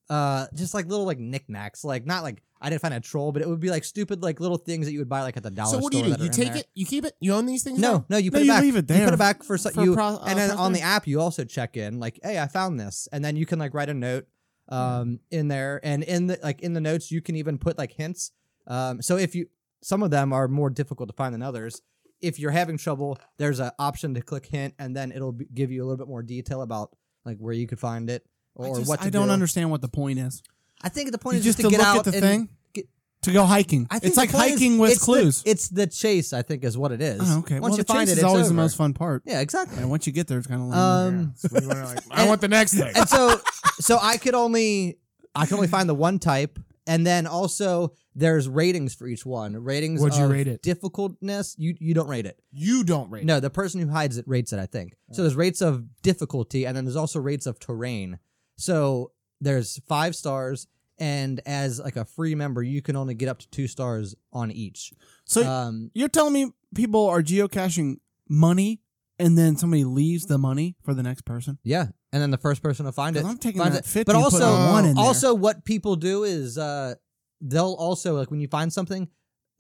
Speaker 3: uh, just like little like knickknacks, like not like I didn't find a troll, but it would be like stupid like little things that you would buy like at the dollar
Speaker 1: So
Speaker 3: store.
Speaker 1: what do you
Speaker 3: that
Speaker 1: do? You
Speaker 3: are in
Speaker 1: take
Speaker 3: there.
Speaker 1: it, you keep it, you own these things.
Speaker 3: No,
Speaker 1: now?
Speaker 3: no, you
Speaker 2: No,
Speaker 3: put it
Speaker 2: you
Speaker 3: back.
Speaker 2: leave it
Speaker 3: You
Speaker 2: there
Speaker 3: put it back for, so
Speaker 2: for
Speaker 3: you,
Speaker 2: pro- uh,
Speaker 3: and then on
Speaker 2: profit.
Speaker 3: the app you also check in, like, hey, I found this, and then you can like write a note. um, in there, and in the like in the notes you can even put like hints. Um, so if you some of them are more difficult to find than others. If you're having trouble, there's an option to click hint, and then it'll b- give you a little bit more detail about like where you could find it or
Speaker 2: I, just-
Speaker 3: what to
Speaker 2: I don't
Speaker 3: do.
Speaker 2: understand what the point is.
Speaker 3: I think the point
Speaker 2: You
Speaker 3: is
Speaker 2: just
Speaker 3: to,
Speaker 2: to
Speaker 3: get
Speaker 2: look
Speaker 3: out
Speaker 2: at the
Speaker 3: and
Speaker 2: thing?
Speaker 3: get-
Speaker 2: To go hiking.
Speaker 3: I think
Speaker 2: It's
Speaker 3: the
Speaker 2: like
Speaker 3: point is-
Speaker 2: hiking with
Speaker 3: it's the-
Speaker 2: clues.
Speaker 3: it's the chase, I think, is what it is.
Speaker 2: oh, okay.
Speaker 3: Once
Speaker 2: well,
Speaker 3: you
Speaker 2: the
Speaker 3: find
Speaker 2: chase
Speaker 3: it,
Speaker 2: is
Speaker 3: it's
Speaker 2: always the
Speaker 3: over.
Speaker 2: most fun part.
Speaker 3: Yeah, exactly.
Speaker 2: And once you get there, it's kind of lame.
Speaker 3: Um,
Speaker 1: So we were like, I want the next thing.
Speaker 3: and so, so I could only, I could only find the one type, and then also there's ratings for each one. Ratings.
Speaker 1: Would you
Speaker 3: of
Speaker 1: rate it?
Speaker 3: Difficultness. You you don't rate it.
Speaker 1: You don't rate. it.
Speaker 3: No, the person who hides it rates it, I think. So there's rates of difficulty and then there's also rates of terrain. So there's five stars and as like a free member, you can only get up to two stars on each.
Speaker 2: so
Speaker 3: um
Speaker 2: you're telling me people are geocaching money and then somebody leaves the money for the next person?
Speaker 3: yeah, and then the first person to find it.
Speaker 2: 'Cause I'm taking
Speaker 3: finds
Speaker 2: that
Speaker 3: it.
Speaker 2: 50
Speaker 3: but
Speaker 2: and
Speaker 3: also
Speaker 2: putting a one in there.
Speaker 3: also what people do is uh they'll also like when you find something,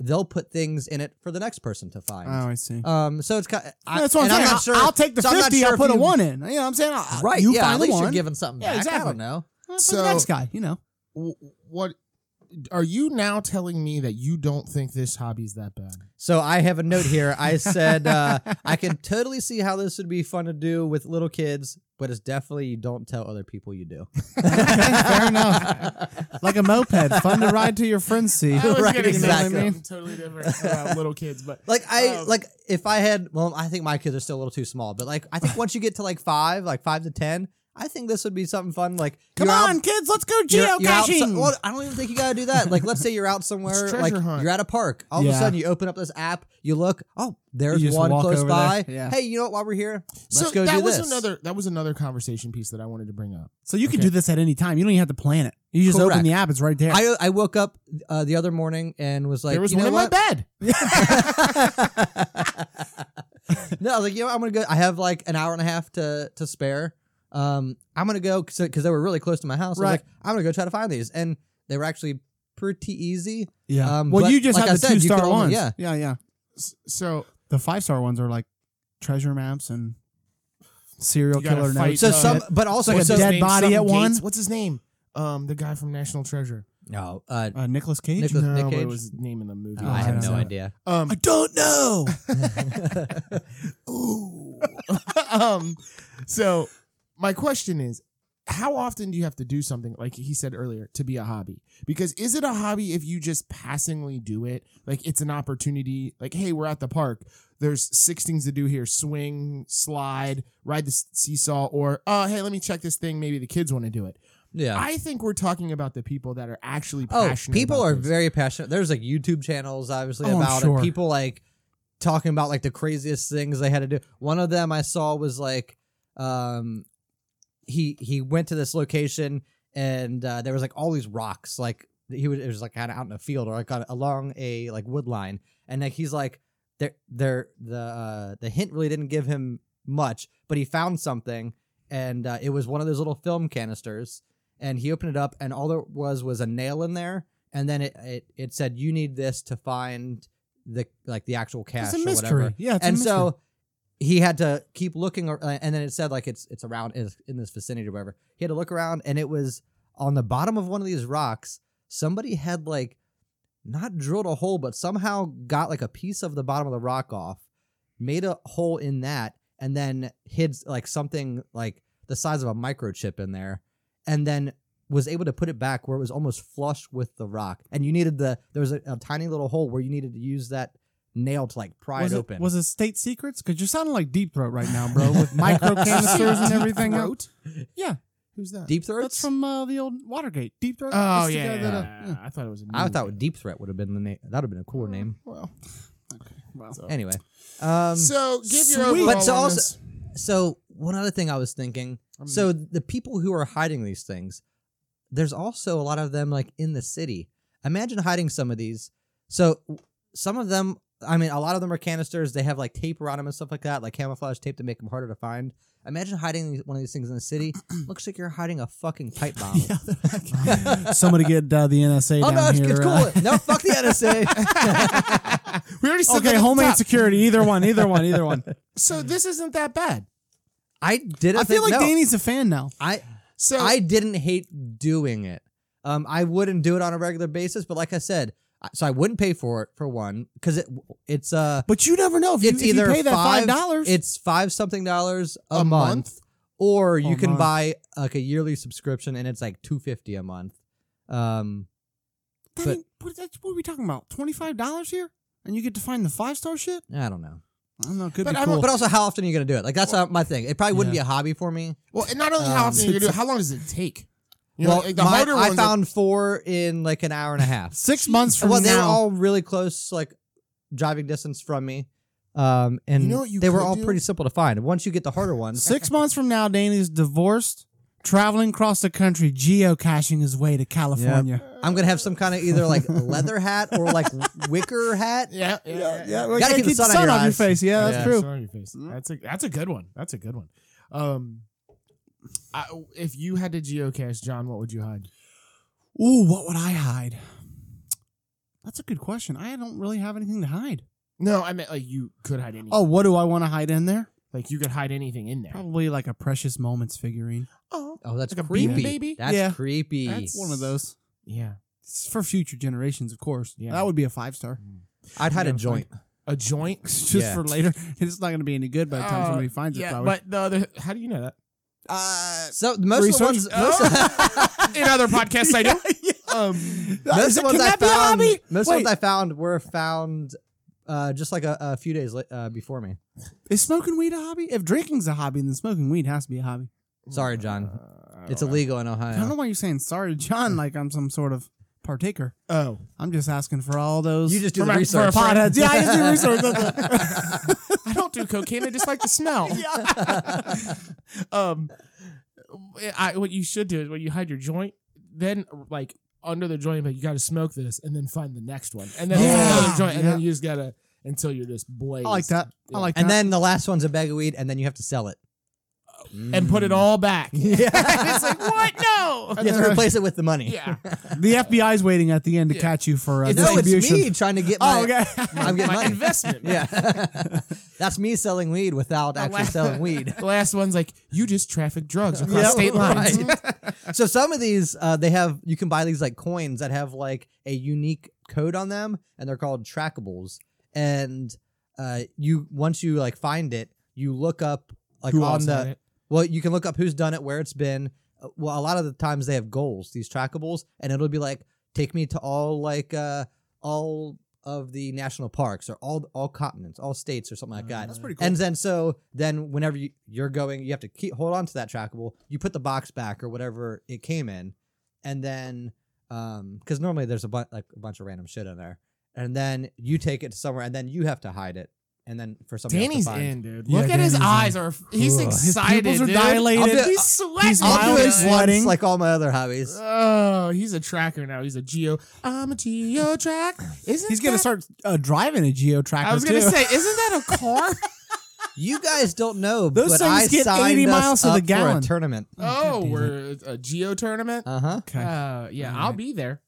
Speaker 3: they'll put things in it for the next person to find.
Speaker 2: Oh, I see.
Speaker 3: um so it's kind of, I,
Speaker 2: That's what I'm
Speaker 3: and
Speaker 2: saying.
Speaker 3: I'm
Speaker 2: i
Speaker 3: not sure
Speaker 2: will take the
Speaker 3: so I'm not
Speaker 2: 50,
Speaker 3: sure
Speaker 2: I'll put
Speaker 3: if
Speaker 2: a
Speaker 3: you-
Speaker 2: 1 in. You know what I'm saying? I'll-
Speaker 3: Right,
Speaker 2: You
Speaker 3: yeah,
Speaker 2: find
Speaker 3: at
Speaker 2: the
Speaker 3: least you're
Speaker 2: one.
Speaker 3: giving something
Speaker 2: Yeah,
Speaker 3: back. I
Speaker 2: exactly.
Speaker 3: don't know.
Speaker 2: Well, for
Speaker 1: So-
Speaker 2: the next guy, you know.
Speaker 1: W- What are you now telling me that you don't think this hobby's that bad?
Speaker 3: So I have a note here. I said uh, I can totally see how this would be fun to do with little kids, but it's definitely you don't tell other people you do.
Speaker 2: Fair enough. Like a moped, fun to ride to your friend's seat.
Speaker 1: I was
Speaker 3: Right,
Speaker 1: gonna
Speaker 3: exactly.
Speaker 1: say something totally different about little kids, but
Speaker 3: Like I
Speaker 1: Um,
Speaker 3: like if I had well, I think my kids are still a little too small, but like I think once you get to like five, like five to ten, I think this would be something fun. Like
Speaker 2: Come
Speaker 3: you're
Speaker 2: on,
Speaker 3: out-
Speaker 2: kids, let's go
Speaker 3: you're- you're out
Speaker 2: geocaching.
Speaker 3: so- well, I don't even think you gotta do that. Like, let's say you're out somewhere,
Speaker 1: treasure
Speaker 3: like
Speaker 1: hunt.
Speaker 3: you're at a park. All of a
Speaker 2: Yeah.
Speaker 3: sudden, you open up this app, you look, oh, there's
Speaker 2: You just
Speaker 3: one
Speaker 2: walk
Speaker 3: close
Speaker 2: over
Speaker 3: by.
Speaker 2: there. Yeah.
Speaker 3: Hey, you know what? While we're here, let's
Speaker 1: so
Speaker 3: go
Speaker 1: that
Speaker 3: do
Speaker 1: was
Speaker 3: this.
Speaker 1: another that was another conversation piece that I wanted to bring up.
Speaker 2: so you can
Speaker 1: Okay.
Speaker 2: do this at any time. You don't even have to plan it. You just
Speaker 3: Correct.
Speaker 2: open the app; it's right there.
Speaker 3: I I woke up uh, the other morning and was like,
Speaker 1: there was
Speaker 3: you
Speaker 1: one
Speaker 3: know
Speaker 1: in
Speaker 3: what?
Speaker 1: my bed.
Speaker 3: no, I was like, you know, what? I'm gonna go. I have like an hour and a half to to spare. Um, I'm gonna go because they were really close to my house. I was
Speaker 2: Right.
Speaker 3: like, I'm gonna go try to find these, and they were actually pretty easy.
Speaker 2: yeah.
Speaker 3: um,
Speaker 2: well,
Speaker 3: but
Speaker 2: you just
Speaker 3: like I
Speaker 2: have the
Speaker 3: said, you
Speaker 2: two
Speaker 3: can
Speaker 2: star
Speaker 3: only-
Speaker 2: ones.
Speaker 3: yeah.
Speaker 2: yeah, yeah.
Speaker 1: S- So
Speaker 2: The five star ones are like treasure maps and serial
Speaker 1: You gotta
Speaker 2: killer
Speaker 1: fight
Speaker 2: notes.
Speaker 3: So
Speaker 1: Uh,
Speaker 2: and
Speaker 3: some,
Speaker 2: shit.
Speaker 3: but also
Speaker 2: Like a
Speaker 1: what's
Speaker 3: so,
Speaker 1: his
Speaker 2: dead
Speaker 1: name?
Speaker 2: body
Speaker 1: Something
Speaker 2: at one?
Speaker 1: Gates? What's his name? Um, the guy from National Treasure.
Speaker 3: no, uh,
Speaker 2: uh, Nicholas Cage.
Speaker 3: Nicolas- Nick
Speaker 1: no, what
Speaker 3: Cage?
Speaker 1: was his name in the movie?
Speaker 3: no, I have no
Speaker 2: Uh,
Speaker 3: idea.
Speaker 1: Um,
Speaker 2: I don't know.
Speaker 1: Ooh. um, so my question is, how often do you have to do something like he said earlier to be a hobby? Because is it a hobby if you just passingly do it? Like it's an opportunity. Like hey, we're at the park. There's six things to do here: swing, slide, ride the s- seesaw, or uh, hey, let me check this thing. Maybe the kids want to do it.
Speaker 3: Yeah.
Speaker 1: I think we're talking about the people that are actually
Speaker 3: Oh,
Speaker 1: passionate.
Speaker 3: people
Speaker 1: about
Speaker 3: are
Speaker 1: this.
Speaker 3: very passionate. There's like YouTube channels, obviously,
Speaker 2: Oh, I'm
Speaker 3: about
Speaker 2: sure.
Speaker 3: it. People like talking about like the craziest things they had to do. One of them I saw was like, um, he he went to this location and uh, there was like all these rocks. Like he was it was like kind of out in a field or like on, along a like wood line, and like he's like, there there the uh, the hint really didn't give him much, but he found something, and uh, it was one of those little film canisters. And he opened it up, and all there was was a nail in there, and then it it, it said you need this to find the like the actual cash
Speaker 2: It's a
Speaker 3: or
Speaker 2: mystery.
Speaker 3: whatever.
Speaker 2: Yeah, it's a
Speaker 3: and
Speaker 2: mystery.
Speaker 3: so he had to keep looking, ar- uh, and then it said like it's it's around it's in this vicinity or whatever. He had to look around, and it was on the bottom of one of these rocks. Somebody had like not drilled a hole, but somehow got like a piece of the bottom of the rock off, made a hole in that, and then hid like something like the size of a microchip in there, and then was able to put it back where it was almost flush with the rock. And you needed the there was a, a tiny little hole where you needed to use that nail to like pry
Speaker 2: was
Speaker 3: it
Speaker 2: it,
Speaker 3: open.
Speaker 2: Was it state secrets? Because you're sounding like deep throat right now, bro, with micro canisters and everything. else.
Speaker 1: Throat?
Speaker 2: Yeah,
Speaker 1: Who's that?
Speaker 3: deep throat?
Speaker 2: that's from uh, the old Watergate. Deep throat.
Speaker 1: Oh
Speaker 2: It's the
Speaker 1: yeah,
Speaker 2: guy
Speaker 1: yeah,
Speaker 2: that, uh,
Speaker 1: yeah, yeah. I thought it was. A
Speaker 3: I
Speaker 1: new-
Speaker 3: thought deep threat would have been the name. That would have been a cooler name.
Speaker 1: Well,
Speaker 2: well.
Speaker 1: so-
Speaker 3: Anyway, um,
Speaker 1: So give your
Speaker 2: Sweet.
Speaker 1: overall.
Speaker 3: But so
Speaker 1: on
Speaker 3: also-
Speaker 1: this.
Speaker 3: So one other thing I was thinking. so the people who are hiding these things, there's also a lot of them like in the city. Imagine hiding some of these. So w- some of them, I mean, a lot of them are canisters. They have like tape around them and stuff like that, like camouflage tape to make them harder to find. Imagine hiding these- one of these things in the city. Looks like you're hiding a fucking pipe bomb.
Speaker 2: Somebody get uh, the NSA
Speaker 3: oh
Speaker 2: down
Speaker 3: no, it's,
Speaker 2: here.
Speaker 3: it's cool.
Speaker 2: uh,
Speaker 3: no, fuck the NSA.
Speaker 1: we already said that
Speaker 2: okay,
Speaker 1: at the
Speaker 2: Homeland
Speaker 1: top.
Speaker 2: Security. Either one. Either one. Either one.
Speaker 1: So this isn't that bad.
Speaker 3: I didn't.
Speaker 2: I feel
Speaker 3: think-
Speaker 2: like
Speaker 3: no,
Speaker 2: Danny's a fan now.
Speaker 3: I
Speaker 1: So
Speaker 3: I didn't hate doing it. Um, I wouldn't do it on a regular basis, but like I said, I- so I wouldn't pay for it for one because it it's uh
Speaker 2: But you never know if you,
Speaker 3: it's
Speaker 2: if you
Speaker 3: either
Speaker 2: pay that
Speaker 3: five
Speaker 2: five dollars.
Speaker 3: it's five something dollars a,
Speaker 1: A
Speaker 3: month,
Speaker 1: month?
Speaker 3: or
Speaker 2: Oh,
Speaker 3: you can
Speaker 2: month.
Speaker 3: buy like a yearly subscription and it's like two fifty a month. Um,
Speaker 2: That
Speaker 3: but-
Speaker 2: ain't- what, that's, what are we talking about? Twenty five dollars here, and you get to find the five star shit.
Speaker 3: I don't know,
Speaker 2: I don't know. It could
Speaker 1: But
Speaker 2: be
Speaker 1: I don't-
Speaker 2: cool.
Speaker 3: but also how often are you gonna do it? Like that's uh my thing. It probably wouldn't
Speaker 2: Yeah.
Speaker 3: be a hobby for me.
Speaker 1: well, and not only how
Speaker 2: Um,
Speaker 1: often you do it, how long does it take? You know,
Speaker 3: well,
Speaker 1: like the
Speaker 3: my-
Speaker 1: harder
Speaker 3: I
Speaker 1: ones. are-
Speaker 3: found four in like an hour and a half.
Speaker 2: Six months from
Speaker 3: Oh, well, they were
Speaker 2: now,
Speaker 3: all really close, like driving distance from me. Um, and
Speaker 1: You know what you
Speaker 3: they were
Speaker 1: could
Speaker 3: all
Speaker 1: do?
Speaker 3: pretty simple to find. Once you get the harder ones,
Speaker 2: six months from now, Danny's divorced, traveling across the country, geocaching his way to California.
Speaker 3: I'm gonna have some kind of either like leather hat or like wicker hat.
Speaker 1: yeah, yeah, yeah,
Speaker 2: well,
Speaker 3: Gotta
Speaker 2: yeah,
Speaker 3: keep the sun out of your
Speaker 2: off your
Speaker 3: eyes.
Speaker 2: face. Yeah, that's
Speaker 1: Yeah,
Speaker 2: true.
Speaker 1: sorry, face.
Speaker 2: Mm.
Speaker 1: That's a that's a good one. That's a good one. Um, I, if you had to geocache, John, what would you hide?
Speaker 2: Ooh, what would I hide? That's a good question. I don't really have anything to hide.
Speaker 1: No, I meant like you could hide anything.
Speaker 2: Oh, what do I want to hide in there?
Speaker 1: like you could hide anything in there.
Speaker 2: Probably like a precious moments figurine.
Speaker 1: Oh,
Speaker 3: Oh, that's
Speaker 1: Like a bean
Speaker 3: creepy.
Speaker 1: baby?
Speaker 3: That's
Speaker 2: Yeah.
Speaker 3: creepy.
Speaker 2: That's one of those.
Speaker 1: yeah.
Speaker 2: It's for future generations, of course.
Speaker 1: Yeah.
Speaker 2: That would be a five star.
Speaker 3: I'd hide
Speaker 1: Yeah,
Speaker 3: a joint.
Speaker 1: A joint.
Speaker 2: Just
Speaker 3: Yeah.
Speaker 2: for later. It's not going to be any good by the time
Speaker 1: Uh,
Speaker 2: somebody finds it.
Speaker 1: yeah,
Speaker 2: Probably.
Speaker 1: but the other. How do you know that?
Speaker 2: uh,
Speaker 3: So most
Speaker 2: Research?
Speaker 3: of the ones, most of,
Speaker 1: In other podcasts, I do.
Speaker 2: um,
Speaker 3: most of
Speaker 2: is
Speaker 3: the
Speaker 2: it-
Speaker 3: ones
Speaker 2: can
Speaker 3: I
Speaker 2: that be a
Speaker 3: found,
Speaker 2: hobby?
Speaker 3: most
Speaker 2: Wait,
Speaker 3: of the ones I found were found uh, just like a, a few days la- uh, before me.
Speaker 2: is smoking weed a hobby? If drinking's a hobby, then smoking weed has to be a hobby.
Speaker 3: Sorry, John.
Speaker 1: Uh, I don't
Speaker 3: It's
Speaker 1: know.
Speaker 3: illegal in
Speaker 2: I don't know
Speaker 3: Ohio.
Speaker 2: why you're saying sorry, to John, like I'm some sort of partaker.
Speaker 1: Oh,
Speaker 2: I'm just asking for all those.
Speaker 3: You just do
Speaker 1: For
Speaker 3: the
Speaker 1: my- for
Speaker 3: research.
Speaker 1: a
Speaker 2: potheads. Yeah, I just do research. That's it.
Speaker 1: I don't do cocaine. I just like the smell. um, eh, I, what you should do is when you hide your joint, then like under the joint, but you got to smoke this and then find the next one, and then find
Speaker 2: Yeah.
Speaker 1: another joint, and
Speaker 2: Yeah.
Speaker 1: then you just gotta until you're just blazed.
Speaker 2: I like that.
Speaker 1: Yeah.
Speaker 2: I like
Speaker 3: and
Speaker 2: that.
Speaker 3: then the last one's a bag of weed, and then you have to sell it
Speaker 1: and put it all back.
Speaker 3: Yeah.
Speaker 1: it's like what? No.
Speaker 3: You have to replace it with the money.
Speaker 1: Yeah.
Speaker 2: the FBI's waiting at the end to
Speaker 1: Yeah.
Speaker 2: catch you for uh,
Speaker 1: It's-
Speaker 3: No, it's
Speaker 2: distribution.
Speaker 3: me trying to get my.
Speaker 2: Oh, okay.
Speaker 3: I'm getting
Speaker 1: My
Speaker 3: money.
Speaker 1: investment.
Speaker 3: Yeah, that's me selling weed without
Speaker 1: The
Speaker 3: actually
Speaker 1: last-
Speaker 3: selling weed.
Speaker 1: The last one's like you just traffic drugs across
Speaker 3: Yep,
Speaker 1: state lines.
Speaker 3: right. so some of these, uh, they have you can buy these like coins that have like a unique code on them, and they're called trackables. And uh, you once you like find it, you look up like
Speaker 2: oh,
Speaker 1: Who
Speaker 3: on
Speaker 1: else
Speaker 3: the
Speaker 1: had it?
Speaker 3: Well, you can look up who's done it, where it's been. Uh, Well, a lot of the times they have goals, these trackables, and it'll be like take me to all like uh all of the national parks or all all continents, all states or something like that.
Speaker 2: Ah, That's pretty
Speaker 3: And then so then whenever you, you're going, you have to keep hold on to that trackable. You put the box back or whatever it came in, and then um because normally there's a bunch like a bunch of random shit in there, and then you take it to somewhere, and then you have to hide it, and then for somebody
Speaker 1: Danny's
Speaker 3: else to find.
Speaker 1: in, dude.
Speaker 2: Yeah,
Speaker 1: Look at his
Speaker 2: Danny's in.
Speaker 1: eyes. Are he's
Speaker 2: Ugh. His
Speaker 1: excited?
Speaker 2: pupils are
Speaker 1: dude.
Speaker 2: dilated.
Speaker 3: I'll do-
Speaker 1: He's sweating.
Speaker 2: He's
Speaker 3: I'll do
Speaker 2: Wild
Speaker 3: it
Speaker 2: eyes.
Speaker 3: once, like all my other hobbies.
Speaker 1: Oh, he's a tracker now. He's a geo. I'm a geo track. Isn't
Speaker 2: He's going to
Speaker 1: that-
Speaker 2: start uh, driving a geo tracker.
Speaker 1: I was gonna
Speaker 2: too.
Speaker 1: say, isn't that a car?
Speaker 3: You guys don't know,
Speaker 2: Those
Speaker 3: but
Speaker 2: things
Speaker 3: I
Speaker 2: get
Speaker 3: signed
Speaker 2: 80
Speaker 3: us
Speaker 2: miles to the
Speaker 3: up for a
Speaker 2: gallon.
Speaker 3: tournament.
Speaker 1: oh,
Speaker 2: God damn
Speaker 1: we're a geo tournament.
Speaker 3: Uh huh.
Speaker 2: Okay.
Speaker 1: Uh, yeah, I'll be there.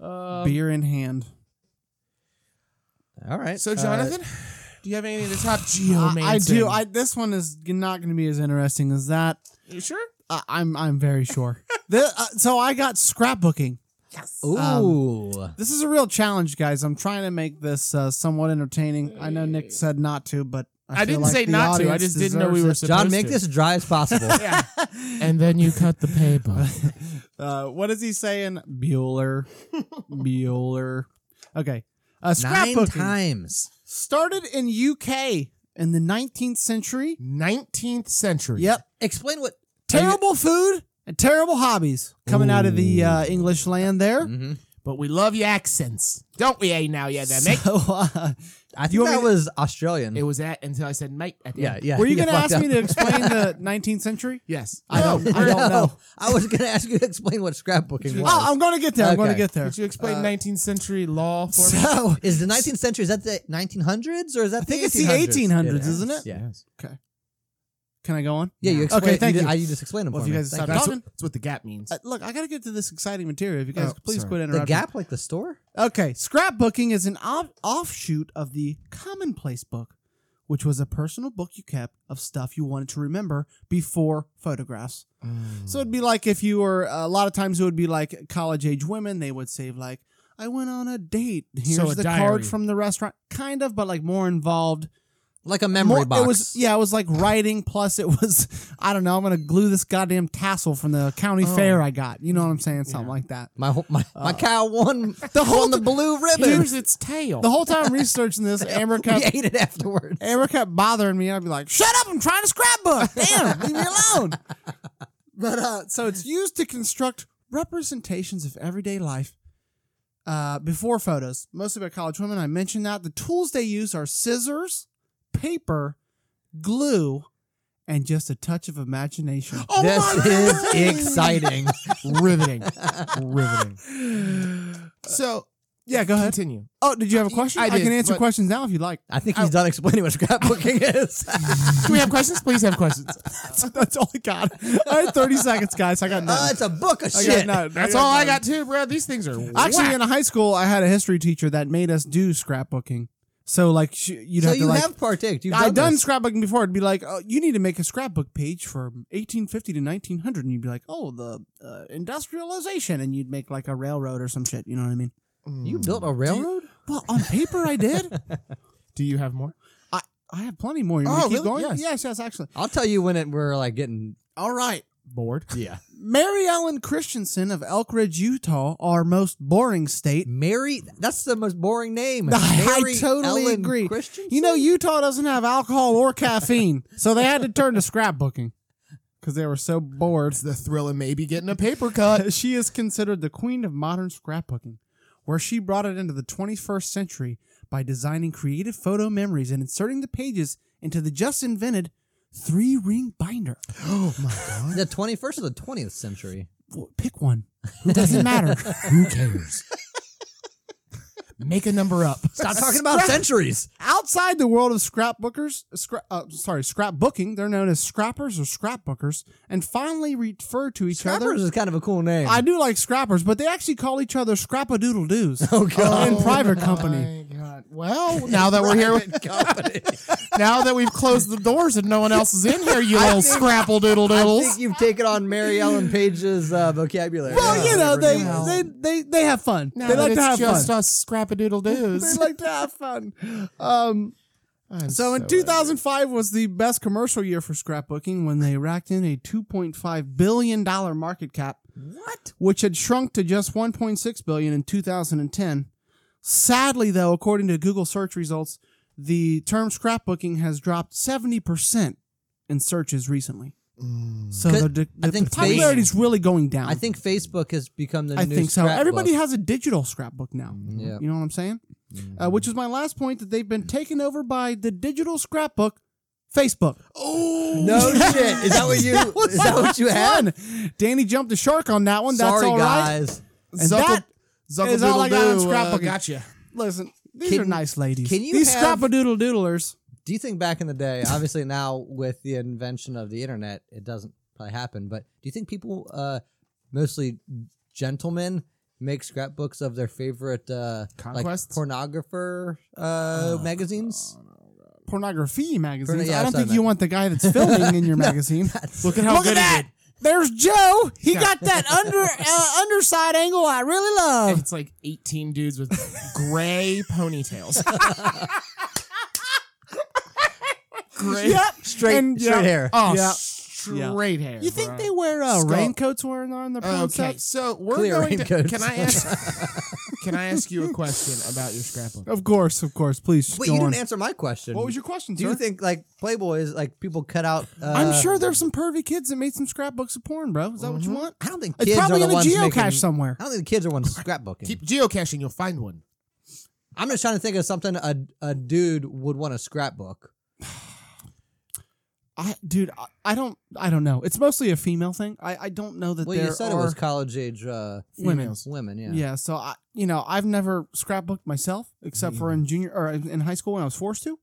Speaker 1: Um,
Speaker 2: Beer in hand.
Speaker 3: All right.
Speaker 1: so,
Speaker 3: uh,
Speaker 1: Jonathan, do you have any of the top geo?
Speaker 2: I, I do. I this one is g- not going to be as interesting as that.
Speaker 1: you sure?
Speaker 2: I, I'm I'm very sure. The- uh, so I got scrapbooking.
Speaker 3: ooh,
Speaker 1: um,
Speaker 2: This is a real challenge, guys. I'm trying to make this uh, somewhat entertaining. I know Nick said not to, but I,
Speaker 1: I
Speaker 2: feel
Speaker 1: didn't
Speaker 2: like
Speaker 1: say
Speaker 2: the
Speaker 1: not to. I
Speaker 2: audience
Speaker 1: just didn't know we were
Speaker 2: deserves
Speaker 1: supposed
Speaker 3: John, make
Speaker 1: to.
Speaker 3: this as dry as possible.
Speaker 1: Yeah. and then you cut the paper.
Speaker 2: it. uh, what is he saying? Bueller, Bueller. Okay, uh,
Speaker 3: Nine
Speaker 2: scrapbooking
Speaker 3: times.
Speaker 2: started in UK in the 19th century.
Speaker 1: Nineteenth century.
Speaker 2: Yep,
Speaker 3: Explain what.
Speaker 2: terrible food and terrible hobbies coming out of the uh, English land there.
Speaker 3: Mhm.
Speaker 1: But we love your accents, don't we? Eh, now, yeah, then, mate.
Speaker 2: So, uh,
Speaker 3: I think
Speaker 2: You want
Speaker 3: that
Speaker 2: me to-
Speaker 3: was Australian.
Speaker 1: It was that until I said, mate. At the
Speaker 3: yeah,
Speaker 1: end.
Speaker 3: yeah.
Speaker 2: were you
Speaker 3: yeah,
Speaker 2: going to ask
Speaker 3: fucked
Speaker 2: me
Speaker 3: up.
Speaker 2: to explain the 19th century?
Speaker 1: Yes.
Speaker 2: I don't.
Speaker 1: No.
Speaker 2: I don't know.
Speaker 3: I was going to ask you to explain what scrapbooking was.
Speaker 2: Oh, I'm going to get there. I'm going to
Speaker 3: Okay.
Speaker 2: get there.
Speaker 1: Could you explain 19th century law for me?
Speaker 2: So
Speaker 3: is the 19th century? Is that the 1900s or is that? I
Speaker 2: think it's the 1800s, isn't it?
Speaker 3: Yeah.
Speaker 2: can I go on?
Speaker 3: Yeah. You
Speaker 2: Okay,
Speaker 3: explain.
Speaker 2: thank
Speaker 3: you.
Speaker 2: you.
Speaker 3: Did, I, you just explained them
Speaker 2: Well, if
Speaker 3: for
Speaker 2: you
Speaker 3: me.
Speaker 2: guys
Speaker 3: Thank
Speaker 2: decide-
Speaker 1: That's,
Speaker 2: Talking.
Speaker 1: what, that's what the gap means.
Speaker 2: Uh, look, I got to get to this exciting material. If you guys
Speaker 1: Oh,
Speaker 2: could please
Speaker 1: sorry.
Speaker 2: quit
Speaker 3: you. The
Speaker 2: interrupting.
Speaker 3: Gap, like the store.
Speaker 2: Okay, scrapbooking is an off- offshoot of the commonplace book, which was a personal book you kept of stuff you wanted to remember before photographs.
Speaker 1: Mm.
Speaker 2: So it'd be like if you were a lot of times it would be like college age women, they would save like, I went on a date. Here's
Speaker 1: So a
Speaker 2: the
Speaker 1: diary.
Speaker 2: card from the restaurant. Kind of, but like more involved.
Speaker 3: like a memory
Speaker 2: More-
Speaker 3: box.
Speaker 2: It was yeah, it was like writing plus it was I don't know, I'm gonna glue this goddamn tassel from the county
Speaker 1: Oh.
Speaker 2: fair I got. You know what I'm saying? Something like that.
Speaker 3: my whole, my, my
Speaker 2: Uh,
Speaker 3: cow won the
Speaker 2: whole
Speaker 3: whole the blue ribbon.
Speaker 1: Here's its tail.
Speaker 2: The whole time researching this, Amber
Speaker 3: We
Speaker 2: kept
Speaker 3: ate it afterwards.
Speaker 2: Amber kept bothering me. I'd be like, "Shut up! I'm trying to scrapbook. Damn, leave me alone." But uh, so it's used to construct representations of everyday life. Uh, before photos, mostly by college women. I mentioned that the tools they use are scissors, paper, glue, and just a touch of imagination.
Speaker 1: Oh
Speaker 3: this
Speaker 1: my
Speaker 3: is
Speaker 1: God.
Speaker 3: exciting.
Speaker 1: riveting, riveting. So
Speaker 2: Yeah, go ahead.
Speaker 1: continue.
Speaker 2: Oh, did you have a question?
Speaker 1: I
Speaker 2: I,
Speaker 1: did,
Speaker 2: can answer
Speaker 1: but-
Speaker 2: questions now if you'd like.
Speaker 3: I think he's done explaining what scrapbooking is.
Speaker 1: Do we have questions? Please have questions.
Speaker 2: That's, that's all I got. I had 30 seconds, guys. I got
Speaker 3: Uh,
Speaker 2: nothing.
Speaker 3: it's a book of
Speaker 2: I got
Speaker 3: shit.
Speaker 2: nothing.
Speaker 1: That's all I
Speaker 2: nothing.
Speaker 1: got too, bro. These things are
Speaker 2: Actually,
Speaker 1: whack.
Speaker 2: in high school, I had a history teacher that made us do scrapbooking. So like, sh- you'd
Speaker 3: so
Speaker 2: have to
Speaker 3: you
Speaker 2: like.
Speaker 3: have partaked. You've done,
Speaker 2: I'd done
Speaker 3: this.
Speaker 2: scrapbooking before. It'd be like, oh, you need to make a scrapbook page from 1850 to 1900, and you'd be like, oh, the uh, industrialization, and you'd make like a railroad or some shit. You know what I mean?
Speaker 3: You
Speaker 1: Mm.
Speaker 3: built a railroad.
Speaker 2: Well, on paper, I did.
Speaker 1: Do you have more?
Speaker 2: I have plenty more. You want me
Speaker 1: Oh,
Speaker 2: to keep
Speaker 1: really?
Speaker 2: going?
Speaker 1: Yes.
Speaker 2: yes, yes, actually.
Speaker 3: I'll tell you when it we're like getting
Speaker 2: All right.
Speaker 1: Bored.
Speaker 3: yeah.
Speaker 2: Mary Ellen Christensen of Elk Ridge, Utah, our most boring state.
Speaker 3: Mary. That's the most boring name.
Speaker 2: I
Speaker 3: Mary
Speaker 2: totally
Speaker 3: Ellen
Speaker 2: agree.
Speaker 3: Christensen?
Speaker 2: You know, Utah doesn't have alcohol or caffeine, so they had to turn to scrapbooking because they were so bored.
Speaker 1: It's the thrill of maybe getting a paper cut.
Speaker 2: She is considered the queen of modern scrapbooking, where she brought it into the 21st century by designing creative photo memories and inserting the pages into the just invented three ring binder.
Speaker 1: oh my
Speaker 3: the twenty first or the twentieth century.
Speaker 2: Well, Pick one. It doesn't matter.
Speaker 1: Who cares? Make a number up.
Speaker 3: Stop talking about centuries.
Speaker 2: Outside the world of scrapbookers, scra- uh, sorry, scrapbooking, they're known as scrappers or scrapbookers, and finally refer to each other.
Speaker 3: Scrappers is kind of a cool name.
Speaker 2: I do like scrappers, but they actually call each other scrap-a-doodle doos.
Speaker 3: oh god.
Speaker 2: in private
Speaker 1: my
Speaker 2: company.
Speaker 1: God. Well, now that we're here, with-
Speaker 3: company.
Speaker 1: now that we've closed the doors and no one else is in here, you
Speaker 3: I
Speaker 1: little
Speaker 3: think-
Speaker 1: scrapple doodle
Speaker 3: I
Speaker 1: diddles.
Speaker 3: think you've taken on Mary Ellen Page's uh, vocabulary.
Speaker 2: Well,
Speaker 3: Yeah,
Speaker 2: you know,
Speaker 3: whatever
Speaker 2: they,
Speaker 3: it is.
Speaker 2: they they they have fun.
Speaker 1: Now
Speaker 2: they like
Speaker 1: it's
Speaker 2: to have
Speaker 1: just
Speaker 2: fun.
Speaker 1: us scrap a doodle
Speaker 2: They
Speaker 1: doos.
Speaker 2: like to have fun. Um,
Speaker 1: I'm
Speaker 2: so in
Speaker 1: angry.
Speaker 2: 2005 was the best commercial year for scrapbooking when they racked in a 2.5 billion dollar market cap,
Speaker 3: what?
Speaker 2: which had shrunk to just 1.6 billion in 2010. Sadly, though, according to Google search results, the term scrapbooking has dropped 70 percent in searches recently.
Speaker 1: Mm.
Speaker 2: So
Speaker 3: Could-
Speaker 2: the,
Speaker 3: I
Speaker 2: the,
Speaker 3: think
Speaker 2: the popularity is really going down.
Speaker 3: I think Facebook has become the
Speaker 2: I
Speaker 3: new
Speaker 2: think so.
Speaker 3: scrapbook. Mm-hmm.
Speaker 2: Everybody has a digital scrapbook now.
Speaker 3: Yeah.
Speaker 2: You know what I'm saying? Uh, which is my last point that they've been taken over by the digital scrapbook, Facebook.
Speaker 1: Oh
Speaker 3: No shit. Is that what you? Oh, is that what you had?
Speaker 2: One. Danny jumped the shark on that one. That's
Speaker 3: Sorry,
Speaker 2: all right.
Speaker 3: guys.
Speaker 2: And that
Speaker 1: Zuckle
Speaker 2: is all I got on
Speaker 1: doodle-doo, uh,
Speaker 2: scrapbooking.
Speaker 1: Gotcha.
Speaker 2: listen, these
Speaker 3: Can-
Speaker 2: are nice ladies.
Speaker 3: can you
Speaker 2: these
Speaker 3: have-
Speaker 2: scrapadoodle doodlers?
Speaker 3: Do you think back in the day? Obviously, now with the invention of the internet, it doesn't probably happen. But do you think people, uh, mostly gentlemen, make scrapbooks of their favorite uh, like
Speaker 1: Conquests?
Speaker 3: pornographer uh,
Speaker 2: Oh,
Speaker 3: magazines?
Speaker 2: Pornography magazines.
Speaker 3: yeah,
Speaker 2: I don't
Speaker 3: that's what I
Speaker 2: think you
Speaker 3: meant.
Speaker 2: want the guy that's filming in your magazine.
Speaker 1: Look at how
Speaker 2: Look
Speaker 1: good
Speaker 2: at that.
Speaker 1: it is.
Speaker 2: There's Joe. He got that under uh, underside angle I really love.
Speaker 1: It's like 18 dudes with gray ponytails. gray.
Speaker 2: Yep.
Speaker 3: Straight,
Speaker 2: And-
Speaker 3: straight
Speaker 2: yeah.
Speaker 3: hair.
Speaker 1: Oh,
Speaker 2: Yeah.
Speaker 1: straight hair.
Speaker 2: You think
Speaker 1: bro.
Speaker 2: they wear uh,
Speaker 1: Skull.
Speaker 2: raincoats when on the
Speaker 1: Okay,
Speaker 2: princess?
Speaker 1: so we're
Speaker 3: Clear
Speaker 1: going to.
Speaker 3: raincoats.
Speaker 1: Can I ask? can I ask you a question about your scrapbook?
Speaker 2: Of course, of course. Please
Speaker 3: Wait,
Speaker 2: go
Speaker 3: you
Speaker 2: on.
Speaker 3: didn't answer my question.
Speaker 2: What was your question,
Speaker 3: Do
Speaker 2: sir?
Speaker 3: you think like Playboys, like people cut out? Uh,
Speaker 2: I'm sure there's some pervy kids that made some scrapbooks of porn, bro. Is that what you want?
Speaker 3: I don't think
Speaker 2: It's
Speaker 3: kids
Speaker 2: probably
Speaker 3: are
Speaker 2: in a
Speaker 3: the ones
Speaker 2: geocache
Speaker 3: making,
Speaker 2: somewhere.
Speaker 3: I don't think the kids are the ones scrapbooking.
Speaker 1: Keep geocaching, you'll find one.
Speaker 3: I'm just trying to think of something a a dude would want to scrapbook.
Speaker 2: I, dude, I, I don't, I don't know. It's mostly a female thing. I, I don't know that
Speaker 3: Well,
Speaker 2: there
Speaker 3: you said
Speaker 2: are
Speaker 3: it was college age uh,
Speaker 2: women.
Speaker 3: women, yeah.
Speaker 2: Yeah. so I,
Speaker 1: Mm.
Speaker 2: you know, I've never scrapbooked myself except for in junior or in high school when I was forced to.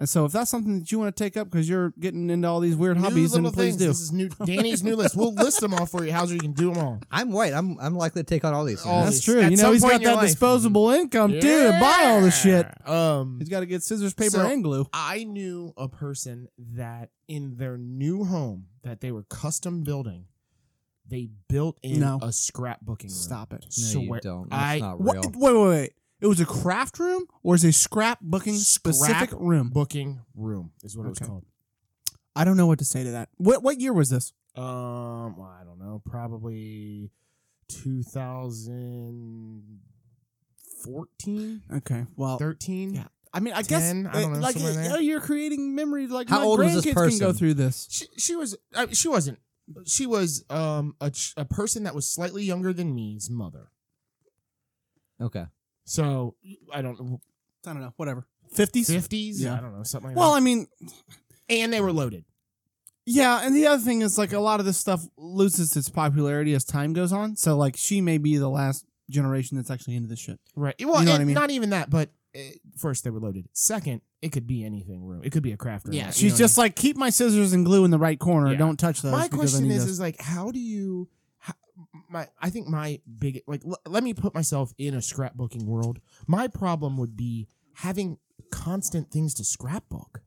Speaker 2: And so if that's something that you want to take up because you're getting into all these weird hobbies,
Speaker 1: new
Speaker 2: then
Speaker 1: little
Speaker 2: please
Speaker 1: things.
Speaker 2: do.
Speaker 1: This is new. Danny's new list. We'll list them all for you. How's you can do them all?
Speaker 3: I'm white. I'm I'm likely to take on all these.
Speaker 1: All
Speaker 3: things.
Speaker 2: That's
Speaker 1: these-
Speaker 2: true.
Speaker 1: at
Speaker 2: You know,
Speaker 1: some
Speaker 2: he's
Speaker 1: point
Speaker 2: got
Speaker 1: in your
Speaker 2: that
Speaker 1: life.
Speaker 2: disposable income too to buy all this shit.
Speaker 1: Um,
Speaker 2: He's got to get scissors, paper,
Speaker 1: So-
Speaker 2: and glue.
Speaker 1: I knew a person that in their new home that they were custom building, they built in
Speaker 2: No.
Speaker 1: a scrapbooking room.
Speaker 2: Stop it.
Speaker 3: No,
Speaker 1: Swear-
Speaker 3: you don't. That's
Speaker 1: I
Speaker 3: not
Speaker 2: What?
Speaker 3: real.
Speaker 2: Wait, wait, wait. It was a craft room or is a scrapbooking specific room?
Speaker 1: booking room is what it
Speaker 2: Okay.
Speaker 1: was
Speaker 2: I don't know what to say to that. What what year was this?
Speaker 1: called. Um, well, I don't know, probably 2014,
Speaker 2: Okay. Well,
Speaker 1: 13.
Speaker 2: Oh, yeah. I mean, I
Speaker 1: 10,
Speaker 2: guess
Speaker 1: I don't
Speaker 2: uh,
Speaker 1: know,
Speaker 2: like
Speaker 1: somewhere in there.
Speaker 2: uh, you're creating memories. Like
Speaker 3: How
Speaker 2: my
Speaker 3: old was
Speaker 2: grandkids can
Speaker 3: this
Speaker 2: go
Speaker 3: person?
Speaker 2: through this.
Speaker 1: She, she was uh, she wasn't she was um a, ch- a person that was slightly younger than me's mother.
Speaker 3: Okay.
Speaker 1: So I don't
Speaker 2: I don't know. Whatever. Fifties.
Speaker 1: 50s,
Speaker 2: Yeah.
Speaker 1: I don't know, something like
Speaker 2: Well,
Speaker 1: that.
Speaker 2: I mean,
Speaker 1: and they were loaded.
Speaker 2: Yeah, and the other thing is like a lot of this stuff loses its popularity as time goes on. So like she may be the last generation that's actually into this shit.
Speaker 1: Right. Well,
Speaker 2: You know what
Speaker 1: and
Speaker 2: I mean?
Speaker 1: not even that, but uh, first they were loaded. Second, it could be anything room. It could be a craft room. You know
Speaker 2: she's
Speaker 1: what
Speaker 2: just like keep my scissors and glue in the right corner.
Speaker 1: Yeah.
Speaker 2: Don't touch
Speaker 1: I
Speaker 2: those.
Speaker 1: mean? my
Speaker 2: because I
Speaker 1: question
Speaker 2: need
Speaker 1: is
Speaker 2: those."
Speaker 1: is like how do you how, my I think my big like l- let me put myself in a scrapbooking world. My problem would be having constant things to scrapbook.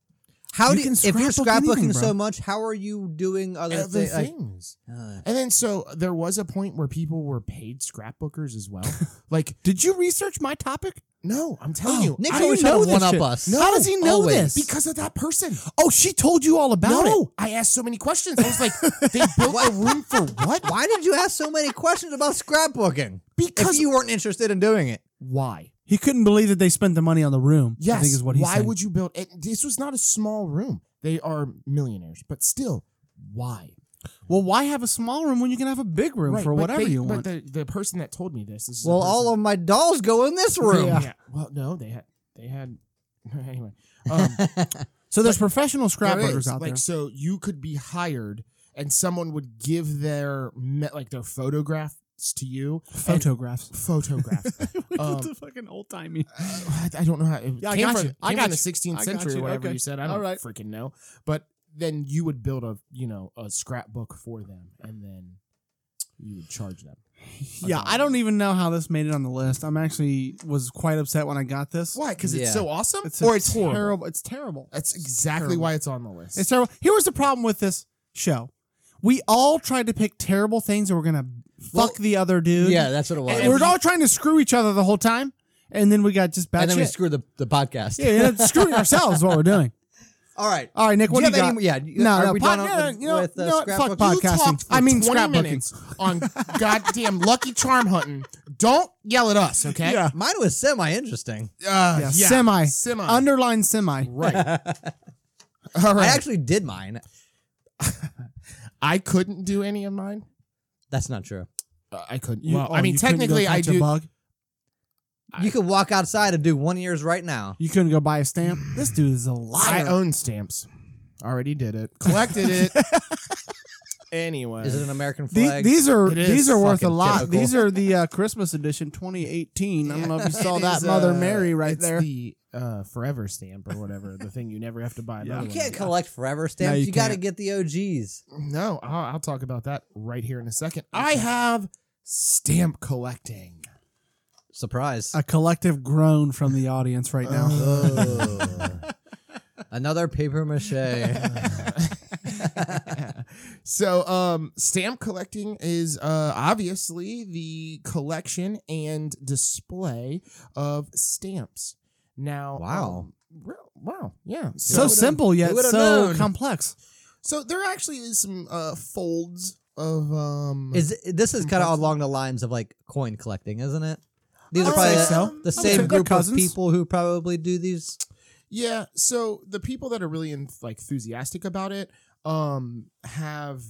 Speaker 3: How
Speaker 2: You
Speaker 3: do you,
Speaker 2: can
Speaker 3: if you're
Speaker 2: scrapbook
Speaker 3: scrapbooking
Speaker 2: anything, bro.
Speaker 3: so much? How are you doing other,
Speaker 1: Other
Speaker 3: thi- like- uh,
Speaker 1: things.
Speaker 3: Ugh.
Speaker 1: and then so there was a point where people were paid scrapbookers as well. like
Speaker 2: did you research my topic?
Speaker 1: no, I'm telling
Speaker 2: Oh,
Speaker 1: you.
Speaker 3: Nick
Speaker 2: I
Speaker 3: always
Speaker 2: didn't
Speaker 3: tried
Speaker 2: know
Speaker 3: to
Speaker 2: this
Speaker 3: one up
Speaker 2: shit.
Speaker 3: us.
Speaker 2: How does he know
Speaker 3: always.
Speaker 2: this?
Speaker 1: because of that person.
Speaker 2: oh, she told you all about
Speaker 1: no,
Speaker 2: it.
Speaker 1: I asked so many questions. I was like, they built a room for what?
Speaker 3: Why did you ask so many questions about scrapbooking?
Speaker 1: Because
Speaker 3: If you weren't interested in doing it,
Speaker 1: why?
Speaker 2: He couldn't believe that they spent the money on the room.
Speaker 1: Yes.
Speaker 2: I think is what he's
Speaker 1: why
Speaker 2: saying.
Speaker 1: would you build? It, this was not a small room. They are millionaires, but still, why?
Speaker 2: well, why have a small room when you can have a big room
Speaker 1: Right,
Speaker 2: for
Speaker 1: but
Speaker 2: whatever
Speaker 1: they-
Speaker 2: you
Speaker 1: but
Speaker 2: want?
Speaker 1: the, the person that told me this, this is a
Speaker 3: well,
Speaker 1: person-
Speaker 3: all of my dolls go in this room.
Speaker 1: yeah. Well, no, they had they had anyway. Um,
Speaker 2: so there's
Speaker 1: There
Speaker 2: professional
Speaker 1: is.
Speaker 2: scrapbookers out
Speaker 1: like
Speaker 2: there.
Speaker 1: so you could be hired and someone would give their me- like their photographs to you
Speaker 2: Photographs.
Speaker 1: photographs Um,
Speaker 2: the fucking old timey.
Speaker 1: Uh, I, I don't know how it
Speaker 2: Yeah, I
Speaker 1: came
Speaker 2: got
Speaker 1: from,
Speaker 2: you. I
Speaker 1: came
Speaker 2: got
Speaker 1: from the
Speaker 2: you.
Speaker 1: 16th
Speaker 2: I got
Speaker 1: century
Speaker 2: you.
Speaker 1: whatever
Speaker 2: Okay.
Speaker 1: you said I
Speaker 2: All
Speaker 1: don't
Speaker 2: right.
Speaker 1: freaking know but then you would build a you know a scrapbook for them and then you would charge them
Speaker 2: Yeah, I don't even know how this made it on the list. I'm actually was quite upset when I got this.
Speaker 1: why because it's
Speaker 3: Yeah.
Speaker 1: so awesome
Speaker 2: It's
Speaker 1: or
Speaker 2: a
Speaker 1: it's horrible
Speaker 2: terrible. It's terrible.
Speaker 1: that's exactly
Speaker 2: terrible.
Speaker 1: why it's on the list
Speaker 2: It's terrible. Here was the problem with this show. We all tried to pick terrible things that were gonna fuck
Speaker 3: Well,
Speaker 2: the other dude.
Speaker 3: that's what it
Speaker 2: And we were all trying to screw each other the whole time, and then we got just bad
Speaker 3: and then we
Speaker 2: shit.
Speaker 3: screwed the, the podcast.
Speaker 2: yeah, yeah, that's screwing ourselves is what we're doing.
Speaker 3: All right.
Speaker 2: All right, Nick, what do you,
Speaker 3: have
Speaker 2: got?
Speaker 3: any- Yeah. you-
Speaker 2: No,
Speaker 3: are
Speaker 2: no,
Speaker 3: we
Speaker 2: pod-
Speaker 3: done
Speaker 2: no,
Speaker 3: with,
Speaker 2: no, you know
Speaker 3: with,
Speaker 2: what?
Speaker 3: uh,
Speaker 2: You know what? Fuck
Speaker 3: scrapbooking?
Speaker 2: pod-
Speaker 1: You
Speaker 2: podcasting.
Speaker 1: talked for
Speaker 2: I mean
Speaker 1: 20
Speaker 2: scrapbooking.
Speaker 1: minutes on goddamn Lucky Charm hunting. Don't yell at us, okay?
Speaker 2: Yeah.
Speaker 3: Mine was semi-interesting.
Speaker 1: Uh,
Speaker 2: Yeah, semi.
Speaker 1: Semi.
Speaker 2: Underline semi.
Speaker 1: right.
Speaker 3: All right. I actually did mine.
Speaker 1: I couldn't do any of mine.
Speaker 3: That's not true.
Speaker 1: Uh, I couldn't.
Speaker 2: You-
Speaker 1: well,
Speaker 2: oh,
Speaker 1: I mean,
Speaker 2: you couldn't go
Speaker 1: technically, I
Speaker 2: catch a
Speaker 1: do.
Speaker 2: Bug.
Speaker 3: You could walk outside and do one years right now.
Speaker 2: You couldn't go buy a stamp. This dude is a liar.
Speaker 1: I own stamps. Already did it. Collected it. anyway.
Speaker 3: Is it an American
Speaker 2: The-
Speaker 3: flag?
Speaker 2: these are
Speaker 1: It is
Speaker 2: these are worth a
Speaker 3: fucking
Speaker 2: lot.
Speaker 3: typical.
Speaker 2: These are the uh, Christmas edition 2018. I don't know if you saw
Speaker 1: It
Speaker 2: that
Speaker 1: is,
Speaker 2: Mother
Speaker 1: uh,
Speaker 2: Mary right
Speaker 1: it's
Speaker 2: there.
Speaker 1: The uh, forever stamp or whatever. the thing you never have to buy.
Speaker 2: Yeah.
Speaker 1: another
Speaker 3: you
Speaker 1: one
Speaker 3: can't
Speaker 1: of.
Speaker 3: collect forever stamps.
Speaker 2: No, you
Speaker 3: you got to
Speaker 2: can't.
Speaker 3: get the OGs.
Speaker 1: No, I'll, I'll talk about that right here in a second. I have stamp collecting.
Speaker 3: Surprise.
Speaker 2: a collective groan from the audience right now.
Speaker 1: Uh,
Speaker 2: Oh.
Speaker 3: Another paper mache.
Speaker 1: so um stamp collecting is uh obviously the collection and display of stamps now
Speaker 3: Wow.
Speaker 1: um, re- wow yeah
Speaker 2: so simple yet
Speaker 3: who would've
Speaker 2: so
Speaker 3: known?
Speaker 2: complex.
Speaker 1: so there actually is some uh folds of um
Speaker 3: is it- this is kind of along the lines of like coin collecting, isn't it? These are
Speaker 1: I'd
Speaker 3: probably
Speaker 1: say
Speaker 3: the,
Speaker 1: so.
Speaker 3: the
Speaker 1: I'd
Speaker 2: say
Speaker 3: same
Speaker 2: they're
Speaker 3: group of
Speaker 2: cousins.
Speaker 3: people who probably do these.
Speaker 1: yeah so the people that are really in, like enthusiastic about it um have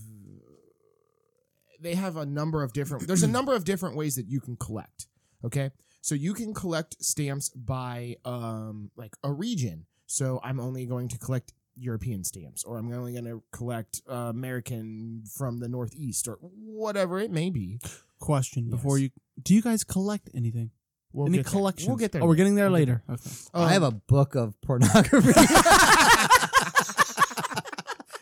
Speaker 1: they have a number of different there's a number of different ways that you can collect okay so you can collect stamps by um like a region so i'm only going to collect european stamps or i'm only going to collect uh, american from the northeast or whatever it may be
Speaker 2: Question
Speaker 1: Yes.
Speaker 2: before you do you guys collect anything?
Speaker 1: We'll
Speaker 2: Any
Speaker 1: get there.
Speaker 2: collections?
Speaker 1: We'll get there.
Speaker 2: Oh, we're getting there later. Okay.
Speaker 1: Um,
Speaker 3: I have a book of pornography.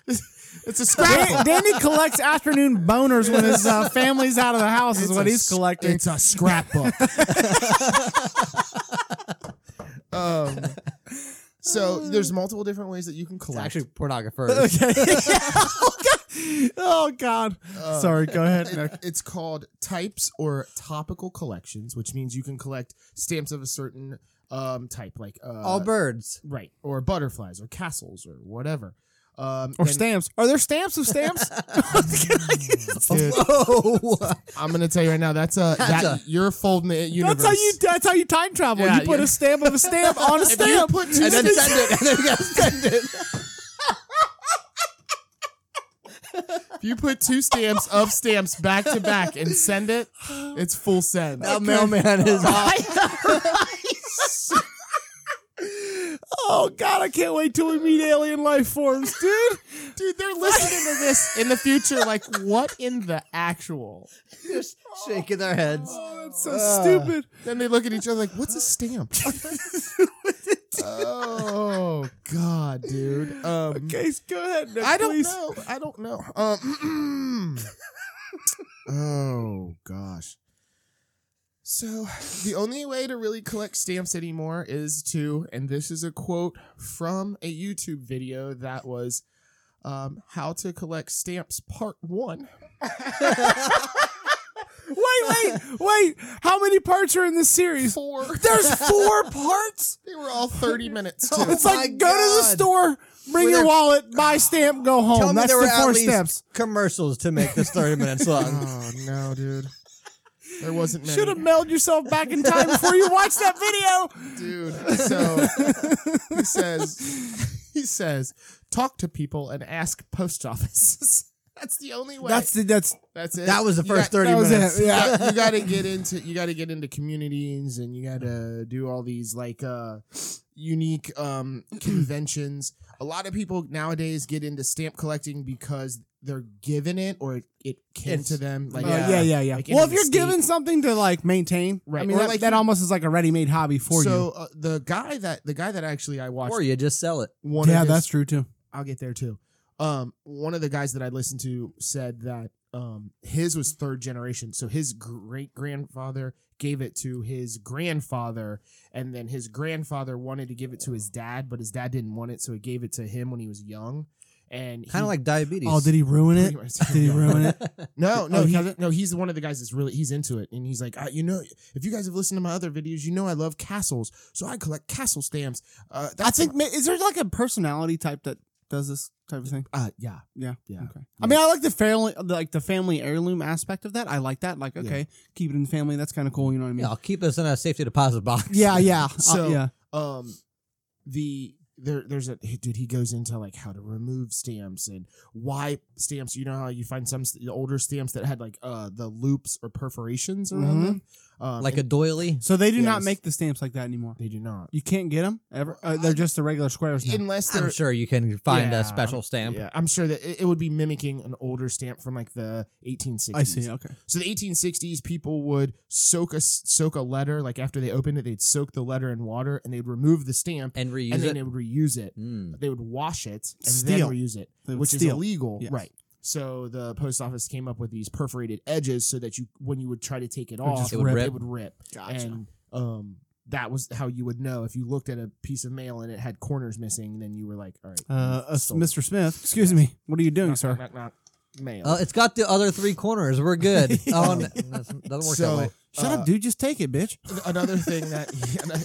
Speaker 1: It's a
Speaker 2: Dan-
Speaker 1: scrapbook.
Speaker 2: Danny collects afternoon boners when his uh, family's out of the house.
Speaker 1: It's
Speaker 2: is what
Speaker 1: a
Speaker 2: he's
Speaker 1: sc-
Speaker 2: collecting.
Speaker 1: It's a scrapbook. um, so there's multiple different ways that you can
Speaker 3: It's
Speaker 1: collect.
Speaker 3: actually pornographers.
Speaker 2: okay. oh God. Oh, God.
Speaker 1: Uh,
Speaker 2: Sorry. Go ahead. Nick.
Speaker 1: It- it's called types or topical collections, which means you can collect stamps of a certain um, type, like uh,
Speaker 3: All birds.
Speaker 1: right, or butterflies, or castles, or whatever. Um,
Speaker 2: Or
Speaker 1: and
Speaker 2: stamps. Are there stamps of stamps?
Speaker 1: Dude.
Speaker 3: Whoa.
Speaker 1: I'm gonna tell you right now, that's a
Speaker 3: That's
Speaker 1: that you're folding it. Universe.
Speaker 2: That's how you. That's how you time travel.
Speaker 1: Yeah,
Speaker 2: you put
Speaker 1: yeah.
Speaker 2: a stamp of a stamp on a
Speaker 1: If you
Speaker 2: stamp.
Speaker 1: put two
Speaker 3: and then
Speaker 1: stamps-
Speaker 3: send it. And then you gotta send it.
Speaker 1: If you put two stamps of stamps back to back and send it, it's full send.
Speaker 3: Now mailman is
Speaker 2: oh God! I can't wait till we meet alien life forms, dude.
Speaker 1: Dude, they're listening to this in the future. Like, what in the actual?
Speaker 3: just shaking their heads.
Speaker 2: Oh, that's so
Speaker 3: Uh.
Speaker 2: stupid.
Speaker 1: Then they look at each other like, what's a stamp? oh, God, dude. Um,
Speaker 2: Okay, go ahead. Nick,
Speaker 1: I don't
Speaker 2: please.
Speaker 1: know. I don't know. Um, oh gosh. So the only way to really collect stamps anymore is to, and this is a quote from a YouTube video that was um, "How to Collect Stamps Part One."
Speaker 2: Wait, wait, wait. How many parts are in this series?
Speaker 1: Four.
Speaker 2: There's four parts.
Speaker 1: They were all thirty minutes. Too.
Speaker 3: Oh
Speaker 2: It's
Speaker 3: my
Speaker 2: like go to the
Speaker 3: God.
Speaker 2: store, bring
Speaker 3: Were
Speaker 2: your
Speaker 3: there-
Speaker 2: wallet, buy stamp, go home.
Speaker 3: Tell me
Speaker 2: That's
Speaker 3: there were
Speaker 2: the
Speaker 3: at
Speaker 2: four
Speaker 3: least
Speaker 2: steps.
Speaker 3: commercials to make this 30 minutes long.
Speaker 1: oh no, dude. There wasn't many.
Speaker 2: Should have mailed yourself back in time before you watched that video.
Speaker 1: dude. So he says, he says, talk to people and ask post offices. That's the only way.
Speaker 2: That's the, that's
Speaker 1: That's it.
Speaker 3: That was the
Speaker 1: You
Speaker 3: first
Speaker 1: got-
Speaker 3: 30
Speaker 2: that was
Speaker 3: minutes.
Speaker 2: it. Yeah.
Speaker 1: you got- you got to get into you got to get into communities and you got to do all these like uh unique um conventions. A lot of people nowadays get into stamp collecting because they're given it or it, it came
Speaker 3: It's-
Speaker 1: to them. Like
Speaker 2: Oh,
Speaker 3: Yeah.
Speaker 2: yeah, yeah, yeah.
Speaker 1: Like into
Speaker 2: well, if
Speaker 1: the
Speaker 2: you're
Speaker 1: state.
Speaker 2: given something to like maintain,
Speaker 1: Right.
Speaker 2: I mean,
Speaker 1: Or
Speaker 2: that,
Speaker 1: like
Speaker 2: that
Speaker 1: you-
Speaker 2: almost is like a ready-made hobby for
Speaker 1: so uh, the guy that the guy that actually I watched
Speaker 3: Or you just sell it.
Speaker 1: one
Speaker 2: you. Yeah,
Speaker 1: of his
Speaker 2: that's true too.
Speaker 1: I'll get there too. Um, one of the guys that I listened to said that um, his was third generation, so his great grandfather gave it to his grandfather, and then his grandfather wanted to give it to his dad, but his dad didn't want it, so he gave it to him when he was young. And
Speaker 3: Kind of like diabetes.
Speaker 2: Oh, did he ruin it? Did he ruin it?
Speaker 1: No, no,
Speaker 2: Oh, he
Speaker 1: he,
Speaker 2: has it?
Speaker 1: no. He's one of the guys that's really he's into it, and he's like, I, you know, if you guys have listened to my other videos, you know I love castles, so I collect castle stamps. Uh,
Speaker 2: I
Speaker 1: that's
Speaker 2: think ma- is there like a personality type that does this type of thing?
Speaker 1: uh, yeah,
Speaker 2: Yeah.
Speaker 1: Yeah.
Speaker 2: Okay. I mean, I like the family, like the family heirloom aspect of that. I like that. Like,
Speaker 1: Yeah.
Speaker 2: okay, keep it in the family. That's kind of cool. You know what I mean?
Speaker 3: Yeah, I'll keep this in a safety deposit box.
Speaker 2: Yeah, yeah. Uh,
Speaker 1: So-
Speaker 2: yeah.
Speaker 1: um the there there's a dude he goes into like how to remove stamps and why stamps you know how you find some st- the older stamps that had like uh the loops or perforations around
Speaker 2: Mhm.
Speaker 1: them um,
Speaker 3: Mm-hmm. Like a
Speaker 1: and
Speaker 3: doily.
Speaker 2: So they do not
Speaker 1: Yes.
Speaker 2: make the stamps like that anymore.
Speaker 1: they do not
Speaker 2: You can't get them ever. Uh, they're just the regular squares now.
Speaker 1: unless they're
Speaker 3: I'm sure you can find
Speaker 1: Yeah.
Speaker 3: a special stamp.
Speaker 1: yeah i'm sure that it, it would be mimicking an older stamp from like the 1860s
Speaker 2: I see. Okay.
Speaker 1: So the 1860s, people would soak a soak a letter. Like after they opened it, they'd soak the letter in water, and they'd remove the stamp,
Speaker 3: And reuse
Speaker 1: and then
Speaker 3: it.
Speaker 1: they would reuse it.
Speaker 3: Mm.
Speaker 1: they would wash it and
Speaker 2: Steal.
Speaker 1: then reuse it,
Speaker 2: They would
Speaker 1: which is
Speaker 2: steal.
Speaker 1: illegal,
Speaker 2: Yes.
Speaker 1: right? So the post office came up with these perforated edges so that you, when you would try to take it
Speaker 2: would
Speaker 1: off,
Speaker 2: just
Speaker 1: it
Speaker 3: It
Speaker 1: would
Speaker 3: would
Speaker 1: rip.
Speaker 3: rip.
Speaker 1: And um, that was how you would know if you looked at a piece of mail and it had corners missing. Then you were like, all right,
Speaker 2: Uh, uh,
Speaker 1: stole it.
Speaker 2: Mr. Smith, excuse me. What are you doing,
Speaker 1: knock,
Speaker 2: sir?
Speaker 1: knock, knock, knock, mail.
Speaker 3: Uh, it's got the other three corners. We're good. Oh, no,
Speaker 1: Yeah.
Speaker 3: doesn't doesn't work
Speaker 1: So-
Speaker 3: that way.
Speaker 2: Shut
Speaker 1: Uh,
Speaker 2: up, dude. Just take it, bitch.
Speaker 1: Another thing that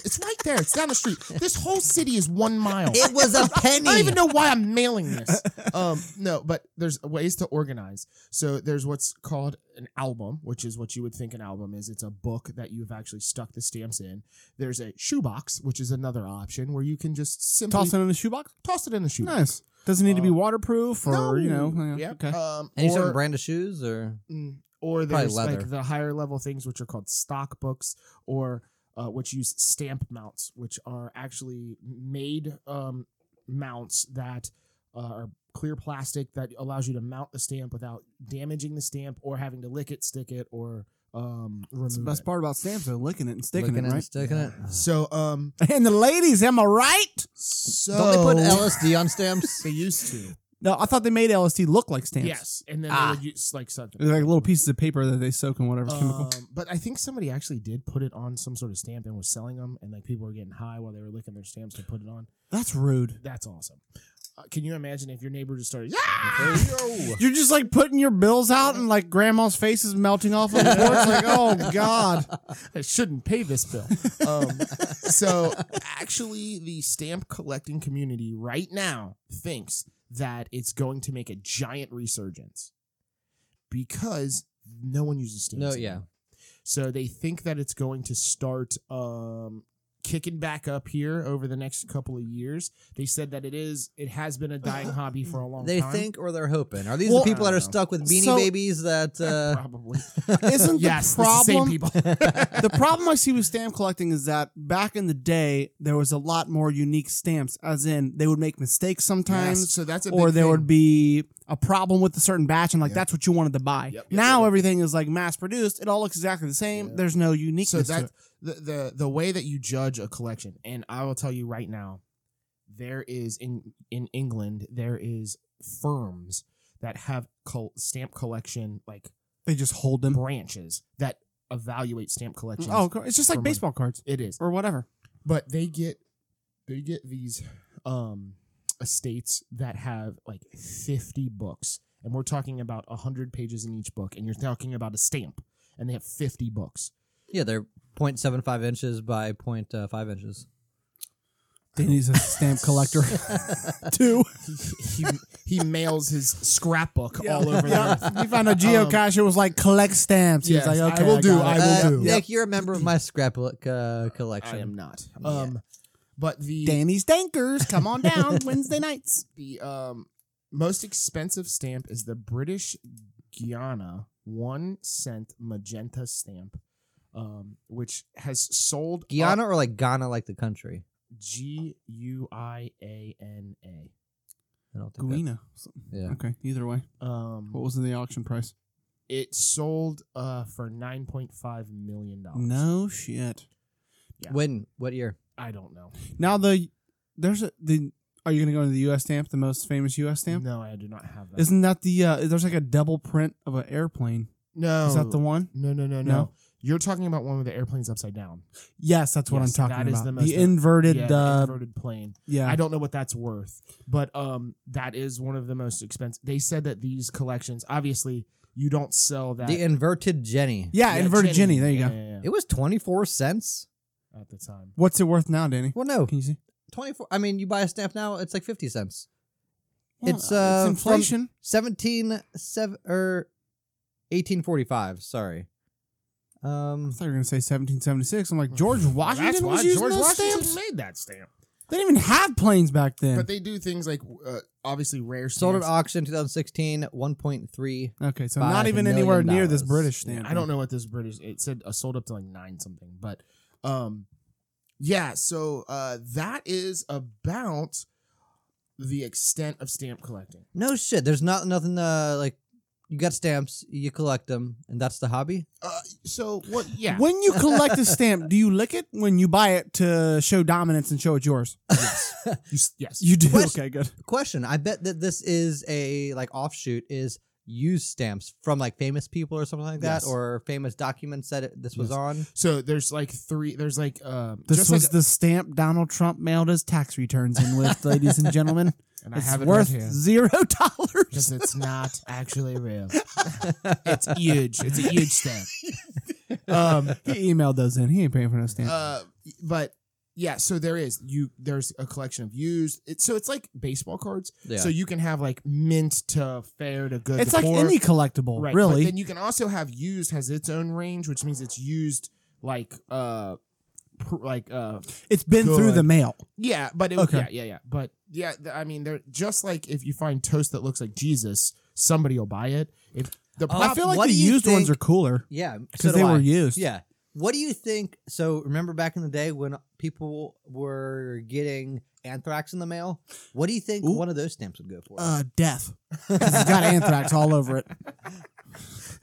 Speaker 1: it's right there. It's down the street. This whole city is one mile.
Speaker 3: It was a penny.
Speaker 1: I don't even know why I'm mailing this. Um, no, but there's ways to organize. So there's what's called an album, which is what you would think an album is. It's a book that you've actually stuck the stamps in. There's a shoebox, which is another option where you can just simply
Speaker 2: Toss
Speaker 1: toss
Speaker 2: it
Speaker 1: it,
Speaker 2: in a shoebox.
Speaker 1: in the shoebox.
Speaker 2: Nice. Doesn't need to be
Speaker 1: Uh,
Speaker 2: waterproof or you know. yeah,
Speaker 1: Yep.
Speaker 2: Okay.
Speaker 1: Um,
Speaker 3: Any certain
Speaker 1: or,
Speaker 3: brand of shoes or
Speaker 1: mm, or there's like
Speaker 3: leather.
Speaker 1: the higher level things, which are called stock books, or uh, which use stamp mounts, which are actually made um, mounts that uh, are clear plastic that allows you to mount the stamp without damaging the stamp or having to lick it, stick it, or um,
Speaker 2: That's the
Speaker 1: remove
Speaker 2: best
Speaker 1: it.
Speaker 2: part about stamps. They're licking it and sticking
Speaker 3: Looking
Speaker 2: it,
Speaker 3: at
Speaker 2: right?
Speaker 3: sticking it.
Speaker 1: So, um,
Speaker 2: And the ladies, am I right?
Speaker 1: so
Speaker 3: Don't they put LSD on stamps?
Speaker 1: They used to.
Speaker 2: No, I thought they made LSD look like stamps.
Speaker 1: Yes, and then
Speaker 2: Ah.
Speaker 1: they would use like something.
Speaker 2: They're like little pieces of paper that they soak in whatever chemical.
Speaker 1: Um, but I think somebody actually did put it on some sort of stamp and was selling them, and like people were getting high while they were licking their stamps to put it on.
Speaker 2: That's rude.
Speaker 1: That's awesome. Uh, can you imagine if your neighbor just started?
Speaker 3: Yo.
Speaker 2: You're just like putting your bills out and like grandma's face is melting off of the porch. like, oh God.
Speaker 1: I shouldn't pay this bill. Um, so, actually, the stamp collecting community right now thinks that it's going to make a giant resurgence because no one uses stamps.
Speaker 3: No,
Speaker 1: anymore.
Speaker 3: yeah.
Speaker 1: So they think that it's going to start um, kicking back up here over the next couple of years. They said that it is it has been a dying hobby for a long
Speaker 3: They
Speaker 1: time.
Speaker 3: think or they're hoping. Are these
Speaker 2: Well,
Speaker 3: the people that
Speaker 1: I
Speaker 3: are
Speaker 1: don't know.
Speaker 3: stuck with beanie
Speaker 2: So-
Speaker 3: babies that uh
Speaker 1: probably
Speaker 2: Isn't
Speaker 1: yes,
Speaker 2: the
Speaker 1: it's the same
Speaker 2: problem
Speaker 1: people.
Speaker 2: the problem I see with stamp collecting is that back in the day there was a lot more unique stamps, as in they would make mistakes sometimes.
Speaker 1: Yes, so that's a
Speaker 2: or
Speaker 1: big
Speaker 2: there
Speaker 1: thing.
Speaker 2: would be a problem with a certain batch and like
Speaker 1: Yeah.
Speaker 2: that's what you wanted to buy.
Speaker 1: yep,
Speaker 2: now
Speaker 1: yep.
Speaker 2: everything is like mass produced. It all looks exactly the same.
Speaker 1: Yeah.
Speaker 2: There's no uniqueness.
Speaker 1: so
Speaker 2: to
Speaker 1: that
Speaker 2: it.
Speaker 1: the, the the way that you judge a collection and i will tell you right now there is in in england there is firms that have col- stamp collection like
Speaker 2: they just hold them.
Speaker 1: branches that evaluate stamp collections
Speaker 2: Oh, co- it's just
Speaker 1: For
Speaker 2: like
Speaker 1: money.
Speaker 2: baseball cards
Speaker 1: it is
Speaker 2: or whatever.
Speaker 1: but they get they get these um estates that have like 50 books and we're talking about 100 pages in each book and you're talking about a stamp and they have 50 books
Speaker 3: Yeah, they're 0.75 inches by 0.5 inches.
Speaker 2: Danny's a stamp collector too.
Speaker 1: he he mails his scrapbook all over the
Speaker 2: Yeah.
Speaker 1: earth.
Speaker 2: He found a geocache. it was like collect stamps. He's
Speaker 1: yes,
Speaker 2: like, okay,
Speaker 1: I will do,
Speaker 2: got it.
Speaker 1: I will
Speaker 3: Uh,
Speaker 1: do.
Speaker 3: Nick, you're a member of my scrapbook uh, collection.
Speaker 1: I am not. Um, but the
Speaker 2: Danny's Dankers, come on down Wednesday nights.
Speaker 1: the um most expensive stamp is the British Guiana one cent magenta stamp, um, which has sold
Speaker 3: Guyana or like Ghana, like the country.
Speaker 1: G U I A N A.
Speaker 3: I don't think.
Speaker 2: Guina.
Speaker 3: That, yeah.
Speaker 2: Okay, either way. What
Speaker 1: Um,
Speaker 2: was the auction price?
Speaker 1: it sold uh for nine point five million dollars.
Speaker 2: No shit.
Speaker 1: Yeah.
Speaker 3: When? What year?
Speaker 1: I don't know.
Speaker 2: Now the there's a, the are you gonna go into the U.S. stamp, the most famous U.S. stamp?
Speaker 1: No, I do not have that.
Speaker 2: Isn't that the uh, there's like a double print of an airplane?
Speaker 1: no,
Speaker 2: Is that
Speaker 1: Oh.
Speaker 2: the one?
Speaker 1: No, no, no, no,
Speaker 2: No?
Speaker 1: You're talking about one with the airplanes upside down.
Speaker 2: Yes, that's what
Speaker 1: Yes,
Speaker 2: I'm talking
Speaker 1: that is
Speaker 2: about.
Speaker 1: the most-
Speaker 2: The, inverted.
Speaker 1: yeah,
Speaker 2: Yeah,
Speaker 1: the
Speaker 2: uh,
Speaker 1: inverted plane.
Speaker 2: yeah.
Speaker 1: I don't know what that's worth, but um, that is one of the most expensive. They said that these collections, obviously, you don't sell that.
Speaker 3: The inverted Jenny.
Speaker 2: yeah,
Speaker 1: Yeah,
Speaker 2: inverted Jenny. There you
Speaker 1: Yeah,
Speaker 2: go.
Speaker 1: yeah,
Speaker 3: It was 24 cents.
Speaker 1: yeah, At the time,
Speaker 2: What's it worth now, Danny?
Speaker 3: Well, no,
Speaker 2: Can you see?
Speaker 3: 24. I mean, you buy a stamp now, it's like 50 cents.
Speaker 2: Well,
Speaker 3: It's, uh,
Speaker 2: it's inflation.
Speaker 3: 17, seven, or 1845. er, Sorry. Um,
Speaker 2: I thought you were gonna say 1776. I'm like George Washington
Speaker 1: that's
Speaker 2: was
Speaker 1: why
Speaker 2: using
Speaker 1: George
Speaker 2: those
Speaker 1: Washington
Speaker 2: stamps.
Speaker 1: made that stamp.
Speaker 2: They didn't even have planes back then.
Speaker 1: But they do things like uh, obviously rare stamps.
Speaker 3: sold at auction 2016, 1.3.
Speaker 2: okay, so
Speaker 3: Five
Speaker 2: not even
Speaker 3: million
Speaker 2: anywhere near this
Speaker 3: dollars.
Speaker 2: British
Speaker 1: Yeah,
Speaker 2: stamp.
Speaker 1: I don't know what this British. It said uh, sold up to like nine something, but um, yeah. So uh, that is about the extent of stamp collecting.
Speaker 3: No shit. There's not nothing uh, like you got stamps, you collect them, and that's the hobby.
Speaker 1: Uh, so what? Yeah.
Speaker 2: When you collect a stamp, do you lick it when you buy it to show dominance and show it's yours?
Speaker 1: You s- yes.
Speaker 2: You do.
Speaker 3: What?
Speaker 2: Okay, good.
Speaker 3: Question: I bet that this is a like offshoot is used stamps from like famous people or something like that,
Speaker 1: Yes.
Speaker 3: or famous documents that it, this was
Speaker 1: Yes.
Speaker 3: on.
Speaker 1: so there's like three. There's like um.
Speaker 2: This
Speaker 1: just
Speaker 2: was
Speaker 1: like,
Speaker 2: the stamp Donald Trump mailed his tax returns in with, ladies and gentlemen.
Speaker 1: and I
Speaker 2: It's
Speaker 1: have it
Speaker 2: worth
Speaker 1: right here
Speaker 2: zero
Speaker 1: because
Speaker 2: dollars.
Speaker 1: it's not actually real. it's huge. It's a huge stamp. Um.
Speaker 2: He emailed those in. He ain't paying for no stamp.
Speaker 1: Uh, but yeah, so there is you. There's a collection of used. It, so it's like baseball cards.
Speaker 3: Yeah.
Speaker 1: So you can have like mint to fair to good.
Speaker 2: it's
Speaker 1: to
Speaker 2: like
Speaker 1: poor.
Speaker 2: any collectible,
Speaker 1: right?
Speaker 2: really.
Speaker 1: But then you can also have used has its own range, which means it's used like uh, pr- like uh,
Speaker 2: it's been through
Speaker 1: Good.
Speaker 2: the mail.
Speaker 1: yeah. But it,
Speaker 2: Okay.
Speaker 1: yeah, yeah, yeah. But yeah, th- I mean, they're just like if you find toast that looks like Jesus, somebody will buy it. If the
Speaker 3: Oh,
Speaker 1: problem,
Speaker 2: I feel like
Speaker 3: what
Speaker 2: the
Speaker 3: do you
Speaker 2: used ones are
Speaker 3: think-
Speaker 2: cooler
Speaker 3: Yeah, so
Speaker 2: because
Speaker 3: do
Speaker 2: they
Speaker 3: I.
Speaker 2: were used.
Speaker 3: Yeah. What do you think? So remember back in the day when people were getting anthrax in the mail? What do you think
Speaker 2: Ooh.
Speaker 3: one of those stamps would go for?
Speaker 2: Uh, death. 'Cause it's got anthrax all over it.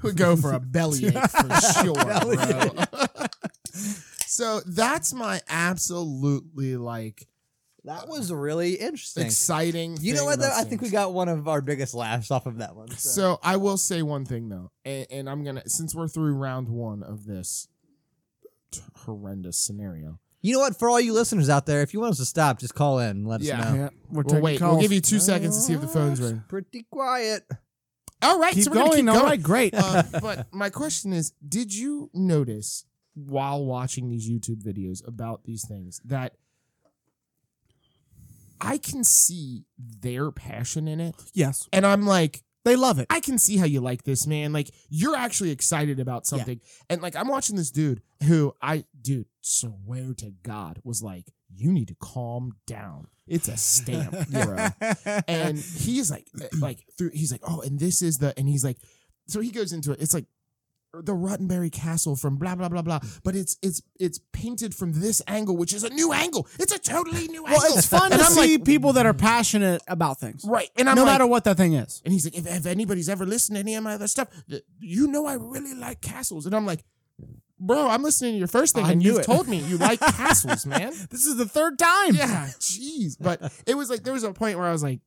Speaker 1: would go for a bellyache for sure, bro. so that's my absolutely like
Speaker 3: that was really interesting.
Speaker 1: exciting.
Speaker 3: You know
Speaker 1: thing
Speaker 3: what? Though
Speaker 1: about
Speaker 3: I think we
Speaker 1: stamps.
Speaker 3: got one of our biggest laughs off of that one. So,
Speaker 1: So I will say one thing though, and, and I'm gonna since we're through round one of this t- horrendous scenario.
Speaker 3: you know what? For all you listeners out there, if you want us to stop, just call in. And let us
Speaker 1: Yeah.
Speaker 3: know.
Speaker 2: Yeah, we're
Speaker 1: Oh. Well,
Speaker 2: taking
Speaker 1: wait,
Speaker 2: calls.
Speaker 1: we'll give you two seconds to see if the phone's
Speaker 3: It's
Speaker 1: ring.
Speaker 3: Pretty quiet.
Speaker 1: All right,
Speaker 2: keep
Speaker 1: so we're
Speaker 2: going.
Speaker 1: gonna keep
Speaker 2: all
Speaker 1: going.
Speaker 2: right, great.
Speaker 1: Uh, but my question is, did you notice while watching these YouTube videos about these things that I can see their passion in it?
Speaker 2: yes,
Speaker 1: And I'm like,
Speaker 2: they love it.
Speaker 1: I can see how you like this, man. Like you're actually excited about something. And like I'm watching this dude who I dude, swear to God, was like, You need to calm down. It's a stamp, bro and he's like eh, like through he's like oh and this is the and he's like so he goes into it it's like the Rottenberry Castle from blah blah blah blah, but it's it's it's painted from this angle, which is a new angle. It's a totally new
Speaker 2: well,
Speaker 1: angle.
Speaker 2: it's fun to
Speaker 1: And I'm like-
Speaker 2: see people that are passionate about things,
Speaker 1: right? Mm. And I'm
Speaker 2: no
Speaker 1: like,
Speaker 2: matter what that thing is.
Speaker 1: and he's like, if, if anybody's ever listened to any of my other stuff, th- you know I really like castles, and I'm like, bro, I'm listening to your first thing,
Speaker 2: I
Speaker 1: and
Speaker 2: knew
Speaker 1: you've
Speaker 2: it.
Speaker 1: told me you like castles, man.
Speaker 2: This is the third time.
Speaker 1: Yeah, jeez. But it was like there was a point where I was like,